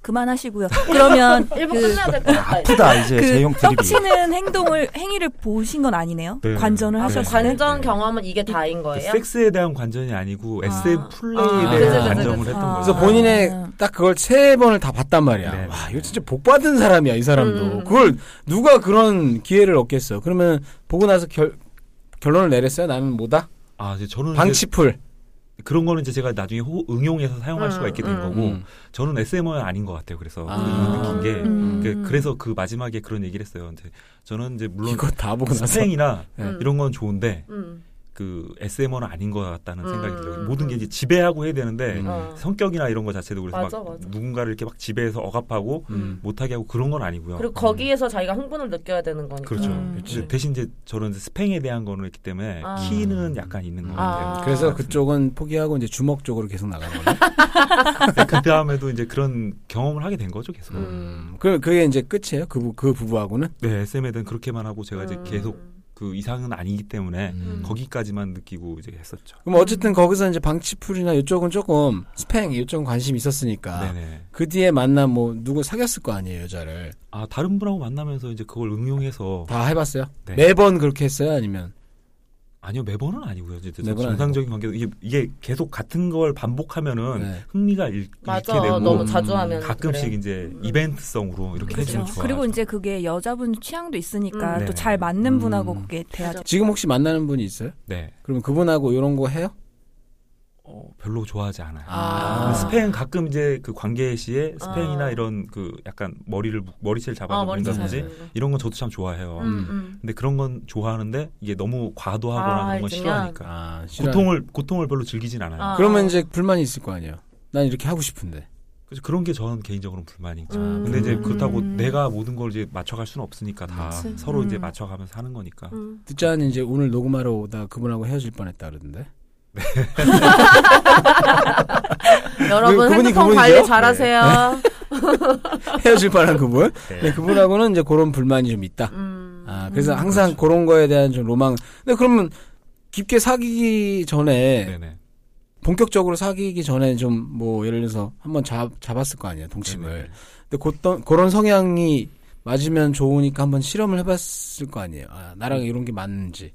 [SPEAKER 3] 그만하시고요. 그러면
[SPEAKER 2] 일부
[SPEAKER 3] 그,
[SPEAKER 2] 끝내야 될 것 음. 같아요.
[SPEAKER 5] 아프다 이제 제형
[SPEAKER 3] 그
[SPEAKER 5] 드립이. 네,
[SPEAKER 3] 떡치는 행동을 행위를 보신 건 아니네요.
[SPEAKER 4] 네.
[SPEAKER 3] 관전을
[SPEAKER 4] 아,
[SPEAKER 3] 하셨을 때.
[SPEAKER 2] 관전
[SPEAKER 4] 네.
[SPEAKER 2] 경험은 이게 다인 거예요.
[SPEAKER 4] 그 섹스에 대한 관전이 아니고
[SPEAKER 3] 아.
[SPEAKER 4] SM 플레이에
[SPEAKER 1] 아.
[SPEAKER 4] 대한
[SPEAKER 1] 그치, 그치,
[SPEAKER 4] 관점을
[SPEAKER 2] 그치.
[SPEAKER 4] 했던
[SPEAKER 3] 아.
[SPEAKER 4] 거예요.
[SPEAKER 1] 그래서 본인의 딱 그걸 세 번을 다 봤단 말이야.
[SPEAKER 4] 네.
[SPEAKER 1] 와, 이거 진짜 복 받은 사람이야, 이 사람도.
[SPEAKER 2] 음.
[SPEAKER 1] 그걸 누가 그런 기회를 얻겠어. 그러면 보고 나서 결, 결론을 내렸어요. 나는 뭐다?
[SPEAKER 4] 아, 이제 저는 이제
[SPEAKER 1] 방치풀.
[SPEAKER 4] 그런 거는 이제 제가 나중에 호, 응용해서 사용할
[SPEAKER 2] 음,
[SPEAKER 4] 수가 있게 된
[SPEAKER 2] 음.
[SPEAKER 4] 거고
[SPEAKER 1] 음.
[SPEAKER 4] 저는 SM은 아닌 것 같아요. 그래서
[SPEAKER 1] 아.
[SPEAKER 4] 그걸 느낀 게
[SPEAKER 3] 음.
[SPEAKER 4] 그- 그래서 그 마지막에 그런 얘기를 했어요. 이제 저는 이제 물론
[SPEAKER 1] 이거 다 보고 나서.
[SPEAKER 4] 스팽이나
[SPEAKER 1] 네.
[SPEAKER 2] 음.
[SPEAKER 4] 이런 건 좋은데
[SPEAKER 2] 음.
[SPEAKER 4] 그 SM어는 아닌 것 같다는 생각이
[SPEAKER 2] 음,
[SPEAKER 4] 들어요.
[SPEAKER 2] 음,
[SPEAKER 4] 모든 게
[SPEAKER 2] 음.
[SPEAKER 4] 이제 지배하고 해야 되는데
[SPEAKER 1] 음.
[SPEAKER 2] 어.
[SPEAKER 4] 성격이나 이런 거 자체도 그래서
[SPEAKER 2] 맞아,
[SPEAKER 4] 막
[SPEAKER 2] 맞아.
[SPEAKER 4] 누군가를 이렇게 막 지배해서 억압하고
[SPEAKER 1] 음.
[SPEAKER 4] 못하게 하고 그런 건 아니고요.
[SPEAKER 2] 그리고 거기에서 자기가 흥분을 느껴야 되는 거니까.
[SPEAKER 4] 음. 그렇죠.
[SPEAKER 3] 음.
[SPEAKER 4] 이제 대신 이제 저는 이제 스팽에 대한 거는 있기 때문에
[SPEAKER 2] 아.
[SPEAKER 4] 키는 약간 있는 것 같아요.
[SPEAKER 2] 아.
[SPEAKER 1] 그래서 그쪽은 포기하고 이제 주먹 쪽으로 계속 나가는 거예요.
[SPEAKER 4] 그 다음에도 이제 그런 경험을 하게 된 거죠 계속.
[SPEAKER 2] 음.
[SPEAKER 1] 그럼 그게 이제 끝이에요. 그, 부- 그 부부하고는.
[SPEAKER 4] 네, SM에 대한 그렇게만 하고 제가 이제
[SPEAKER 2] 음.
[SPEAKER 4] 계속 그 이상은 아니기 때문에
[SPEAKER 1] 음.
[SPEAKER 4] 거기까지만 느끼고 이제 했었죠.
[SPEAKER 1] 그럼 어쨌든 거기서 이제 방치풀이나 이쪽은 조금 스팽 이쪽은 관심이
[SPEAKER 4] 아.
[SPEAKER 1] 있었으니까
[SPEAKER 4] 네네.
[SPEAKER 1] 그 뒤에 만나 뭐 누구 사귀었을 거 아니에요 여자를
[SPEAKER 4] 아 다른 분하고 만나면서 이제 그걸 응용해서
[SPEAKER 1] 다 해봤어요?
[SPEAKER 4] 네.
[SPEAKER 1] 매번 그렇게 했어요 아니면
[SPEAKER 4] 아니요 매번은 아니고요. 이제
[SPEAKER 1] 매번 아니고.
[SPEAKER 4] 정상적인 관계도 이게, 이게 계속 같은 걸 반복하면은
[SPEAKER 1] 네.
[SPEAKER 4] 흥미가 잃,
[SPEAKER 2] 맞아.
[SPEAKER 4] 잃게 되고
[SPEAKER 2] 너무 자주 하면
[SPEAKER 4] 가끔씩
[SPEAKER 2] 그래. 음.
[SPEAKER 4] 이제 이벤트성으로 이렇게 해주면 좋아.
[SPEAKER 3] 그렇죠. 그리고 이제 그게 여자분 취향도 있으니까
[SPEAKER 4] 음.
[SPEAKER 3] 또
[SPEAKER 4] 네.
[SPEAKER 3] 잘 맞는
[SPEAKER 1] 음.
[SPEAKER 3] 분하고 그게 돼야죠.
[SPEAKER 1] 지금 혹시 만나는 분이 있어요?
[SPEAKER 4] 네
[SPEAKER 1] 그럼 그분하고 이런 거 해요?
[SPEAKER 4] 어, 별로 좋아하지 않아요.
[SPEAKER 2] 아.
[SPEAKER 4] 스팽 가끔 이제 그 관계 시에 스팽이나
[SPEAKER 2] 아.
[SPEAKER 4] 이런 그 약간 머리를 묶- 머리채를
[SPEAKER 2] 아,
[SPEAKER 4] 잡아서
[SPEAKER 2] 머리 잘
[SPEAKER 4] 본다든지
[SPEAKER 2] 자르는 거.
[SPEAKER 4] 이런 건 저도 참 좋아해요.
[SPEAKER 2] 음, 음.
[SPEAKER 4] 근데 그런 건 좋아하는데 이게 너무 과도하거나
[SPEAKER 2] 아,
[SPEAKER 4] 그런
[SPEAKER 2] 그냥.
[SPEAKER 4] 건 싫어하니까
[SPEAKER 1] 아, 싫어하는-
[SPEAKER 4] 고통을 고통을 별로 즐기진 않아요.
[SPEAKER 2] 아.
[SPEAKER 1] 그러면 이제 불만이 있을 거 아니에요 난 이렇게 하고 싶은데
[SPEAKER 4] 그래서 그런 게 저는 개인적으로 는 불만이죠.
[SPEAKER 2] 음.
[SPEAKER 4] 근데 이제
[SPEAKER 3] 음.
[SPEAKER 4] 그렇다고 내가 모든 걸 이제 맞춰갈 수는 없으니까 다
[SPEAKER 3] 그치.
[SPEAKER 4] 서로 이제
[SPEAKER 3] 음.
[SPEAKER 4] 맞춰가면서 하는 거니까.
[SPEAKER 2] 음.
[SPEAKER 1] 듣자니 이제 오늘 녹음하러 오다 그분하고 헤어질 뻔했다 그러던데
[SPEAKER 2] 음. 여러분
[SPEAKER 1] 그분이 그분이죠?
[SPEAKER 2] 핸드폰
[SPEAKER 4] 네.
[SPEAKER 2] 관리 잘하세요.
[SPEAKER 1] 헤어질 뻔한 그분
[SPEAKER 4] 네.
[SPEAKER 1] 네, 그분하고는 이제 그런 불만이 좀 있다
[SPEAKER 2] 음.
[SPEAKER 1] 아, 그래서 항상
[SPEAKER 4] 그렇죠.
[SPEAKER 1] 그런 거에 대한 좀 로망. 근데 그러면 깊게 사귀기 전에
[SPEAKER 4] 네네.
[SPEAKER 1] 본격적으로 사귀기 전에 좀 뭐 예를 들어서 한번 잡 잡았을 거 아니에요 동침을.
[SPEAKER 4] 네네.
[SPEAKER 1] 근데 그떤 그런 성향이 맞으면 좋으니까 한번 실험을 해봤을 거 아니에요. 아, 나랑 이런 게 맞는지.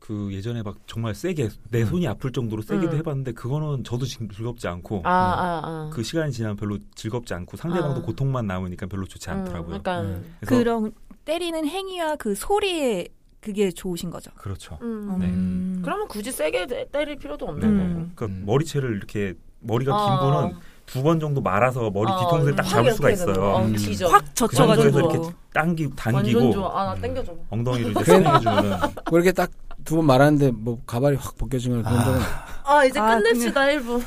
[SPEAKER 4] 그 예전에 막 정말 세게 내 손이 아플 정도로 세게도
[SPEAKER 2] 음.
[SPEAKER 4] 해봤는데 그거는 저도 지금 즐겁지 않고
[SPEAKER 2] 아, 아, 아.
[SPEAKER 4] 그 시간이 지나면 별로 즐겁지 않고 상대방도
[SPEAKER 2] 아.
[SPEAKER 4] 고통만 남으니까 별로 좋지 않더라고요. 네.
[SPEAKER 2] 음, 그러니까
[SPEAKER 1] 음.
[SPEAKER 4] 그래서
[SPEAKER 3] 그런 때리는 행위와 그 소리에 그게 좋으신 거죠.
[SPEAKER 4] 그렇죠.
[SPEAKER 2] 음.
[SPEAKER 4] 네.
[SPEAKER 3] 음.
[SPEAKER 2] 그러면 굳이 세게 때- 때릴 필요도 없네.
[SPEAKER 4] 네네.
[SPEAKER 3] 음.
[SPEAKER 4] 그러니까
[SPEAKER 1] 음.
[SPEAKER 4] 머리채를 이렇게 머리가
[SPEAKER 2] 어.
[SPEAKER 4] 긴 분은 두 번 정도 말아서 머리
[SPEAKER 2] 어,
[SPEAKER 4] 뒤통수를 딱
[SPEAKER 2] 확
[SPEAKER 4] 잡을 수가
[SPEAKER 2] 이렇게 되는 거.
[SPEAKER 4] 있어요.
[SPEAKER 2] 어,
[SPEAKER 1] 음.
[SPEAKER 2] 기죠.
[SPEAKER 3] 확
[SPEAKER 4] 정도에서
[SPEAKER 3] 젖혀가지고
[SPEAKER 4] 이렇게 당기
[SPEAKER 2] 완전
[SPEAKER 4] 당기고
[SPEAKER 2] 좋아. 아, 나
[SPEAKER 4] 음.
[SPEAKER 2] 땡겨줘. 봐.
[SPEAKER 4] 엉덩이를 이제
[SPEAKER 1] 그래.
[SPEAKER 4] 스팽해주면은
[SPEAKER 1] 뭐 이렇게 딱 두 번 말하는데 뭐 가발이 확 벗겨지거나 그런 적은 없-
[SPEAKER 2] 아, 이제
[SPEAKER 3] 아,
[SPEAKER 2] 끝냅시다, 1부.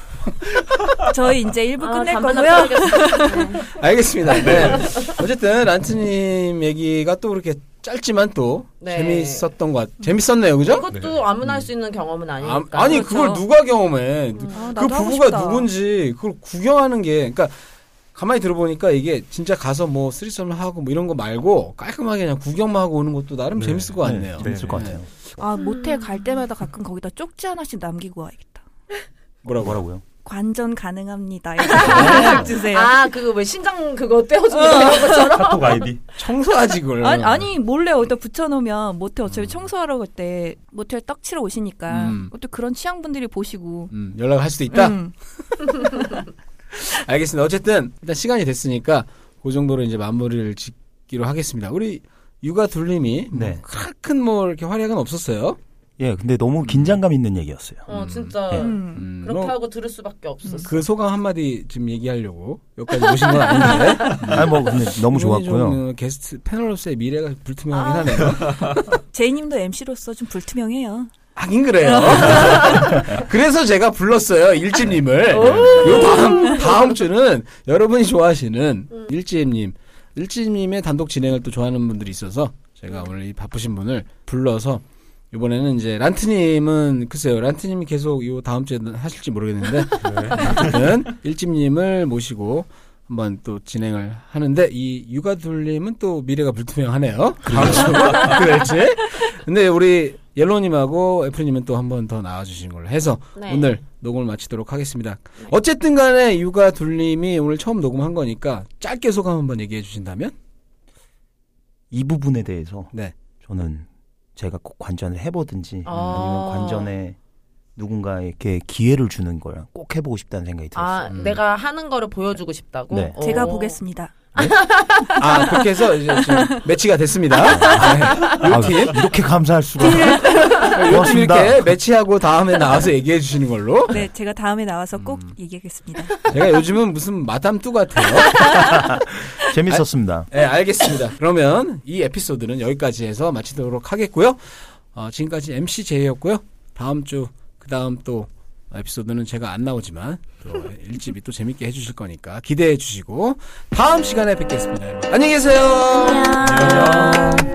[SPEAKER 3] 저희 이제
[SPEAKER 4] 아,
[SPEAKER 3] 1부 끝낼 거고요.
[SPEAKER 2] 거고요.
[SPEAKER 1] 알겠습니다. 네. 어쨌든 란트님 얘기가 또 그렇게 짧지만 또
[SPEAKER 2] 네.
[SPEAKER 1] 재밌었던 것 같. 재밌었네요, 그죠?
[SPEAKER 2] 그것도 아무나 할 수 있는 경험은 아니니까.
[SPEAKER 1] 아, 니
[SPEAKER 2] 그렇죠?
[SPEAKER 1] 그걸 누가 경험해?
[SPEAKER 3] 아,
[SPEAKER 1] 그
[SPEAKER 3] 나도 하고
[SPEAKER 1] 부부가
[SPEAKER 3] 싶다.
[SPEAKER 1] 누군지 그걸 구경하는 게 그러니까 가만히 들어보니까 이게 진짜 가서 뭐 쓰리썸을 하고 뭐 이런 거 말고 깔끔하게 그냥 구경만 하고 오는 것도 나름
[SPEAKER 4] 네.
[SPEAKER 1] 재밌을 것 같네요.
[SPEAKER 4] 네,
[SPEAKER 5] 재밌을 것 같아요.
[SPEAKER 3] 아 모텔 갈 때마다 가끔 거기다 쪽지 하나씩 남기고 와야겠다.
[SPEAKER 1] 뭐라고?
[SPEAKER 5] 뭐라고요?
[SPEAKER 3] 관전 가능합니다. 이렇게 주세요.
[SPEAKER 2] 아, 그거 왜 신장 그거 떼어주는
[SPEAKER 1] 음.
[SPEAKER 2] 것처럼?
[SPEAKER 4] 카톡 아이디
[SPEAKER 1] 네. 청소하지 그걸.
[SPEAKER 3] 아니, 아니, 몰래 어디다 붙여놓으면 모텔 어차피 청소하러 갈 때 모텔 떡 치러 오시니까
[SPEAKER 1] 음.
[SPEAKER 3] 또 그런 취향분들이 보시고
[SPEAKER 1] 음, 연락을 할 수도 있다.
[SPEAKER 3] 음.
[SPEAKER 1] 알겠습니다. 어쨌든 일단 시간이 됐으니까 그 정도로 이제 마무리를 짓기로 하겠습니다. 우리 육아 둘님이 뭐
[SPEAKER 5] 네.
[SPEAKER 1] 뭐큰뭐 이렇게 활약은 없었어요.
[SPEAKER 5] 예, 근데 너무 긴장감 있는 얘기였어요.
[SPEAKER 2] 어,
[SPEAKER 1] 음.
[SPEAKER 2] 진짜.
[SPEAKER 5] 네.
[SPEAKER 3] 음.
[SPEAKER 1] 음,
[SPEAKER 2] 그렇게
[SPEAKER 1] 뭐
[SPEAKER 2] 하고 들을 수밖에 없었어.
[SPEAKER 1] 그 소감 한마디 지금 얘기하려고 여기까지 오신 건 아닌데
[SPEAKER 2] 네.
[SPEAKER 5] 아니 뭐 근데
[SPEAKER 1] 이분이 좀,
[SPEAKER 5] 너무 좋았고요.
[SPEAKER 1] 어, 게스트 패널로서의 미래가 불투명하긴
[SPEAKER 3] 아.
[SPEAKER 1] 하네요.
[SPEAKER 3] 제이님도 MC로서 좀 불투명해요.
[SPEAKER 1] 하긴 그래요. 그래서 제가 불렀어요 일집님을. 요 다음 다음 주는 여러분이 좋아하시는 일집님, 일집님의 단독 진행을 또 좋아하는 분들이 있어서 제가 오늘 이 바쁘신 분을 불러서 이번에는 이제 란트님은 글쎄요 란트님이 계속 요 다음 주에 하실지 모르겠는데 어쨌든 일집님을 모시고. 한번 또 진행을 하는데 이 육아둘님은 또 미래가 불투명하네요. 다음 주 그럴지. 근데 우리 옐로님하고 애플님은 또 한 번 더 나와주신 걸로 해서
[SPEAKER 2] 네.
[SPEAKER 1] 오늘 녹음을 마치도록 하겠습니다. 어쨌든 간에 육아 둘님이 오늘 처음 녹음한 거니까 짧게 소감 한번 얘기해 주신다면?
[SPEAKER 5] 이 부분에 대해서
[SPEAKER 1] 네.
[SPEAKER 5] 저는 제가 꼭 관전을 해보든지
[SPEAKER 2] 아.
[SPEAKER 5] 아니면 관전에 누군가에게 기회를 주는 걸 꼭 해보고 싶다는 생각이
[SPEAKER 2] 아,
[SPEAKER 5] 들었어요.
[SPEAKER 1] 음.
[SPEAKER 2] 내가 하는 거를 보여주고 싶다고?
[SPEAKER 5] 네.
[SPEAKER 2] 어.
[SPEAKER 3] 제가 보겠습니다.
[SPEAKER 1] 아, 그렇게 해서 이제 지금 매치가 됐습니다.
[SPEAKER 5] 아, 이렇게 감사할 수가.
[SPEAKER 1] 요팀
[SPEAKER 5] 고맙습니다.
[SPEAKER 1] 이렇게 매치하고 다음에 나와서 얘기해 주시는 걸로.
[SPEAKER 3] 네, 제가 다음에 나와서 꼭 얘기하겠습니다.
[SPEAKER 1] 제가 요즘은 무슨 마담뚜 같아요.
[SPEAKER 5] 재밌었습니다.
[SPEAKER 1] 네, 알겠습니다. 그러면 이 에피소드는 여기까지 해서 마치도록 하겠고요. 어, 지금까지 MC 제이였고요. 다음 주, 그 다음 또 에피소드는 제가 안 나오지만 또 일집이 또 재밌게 해주실 거니까 기대해 주시고 다음 시간에 뵙겠습니다. 여러분. 안녕히 계세요. 안녕.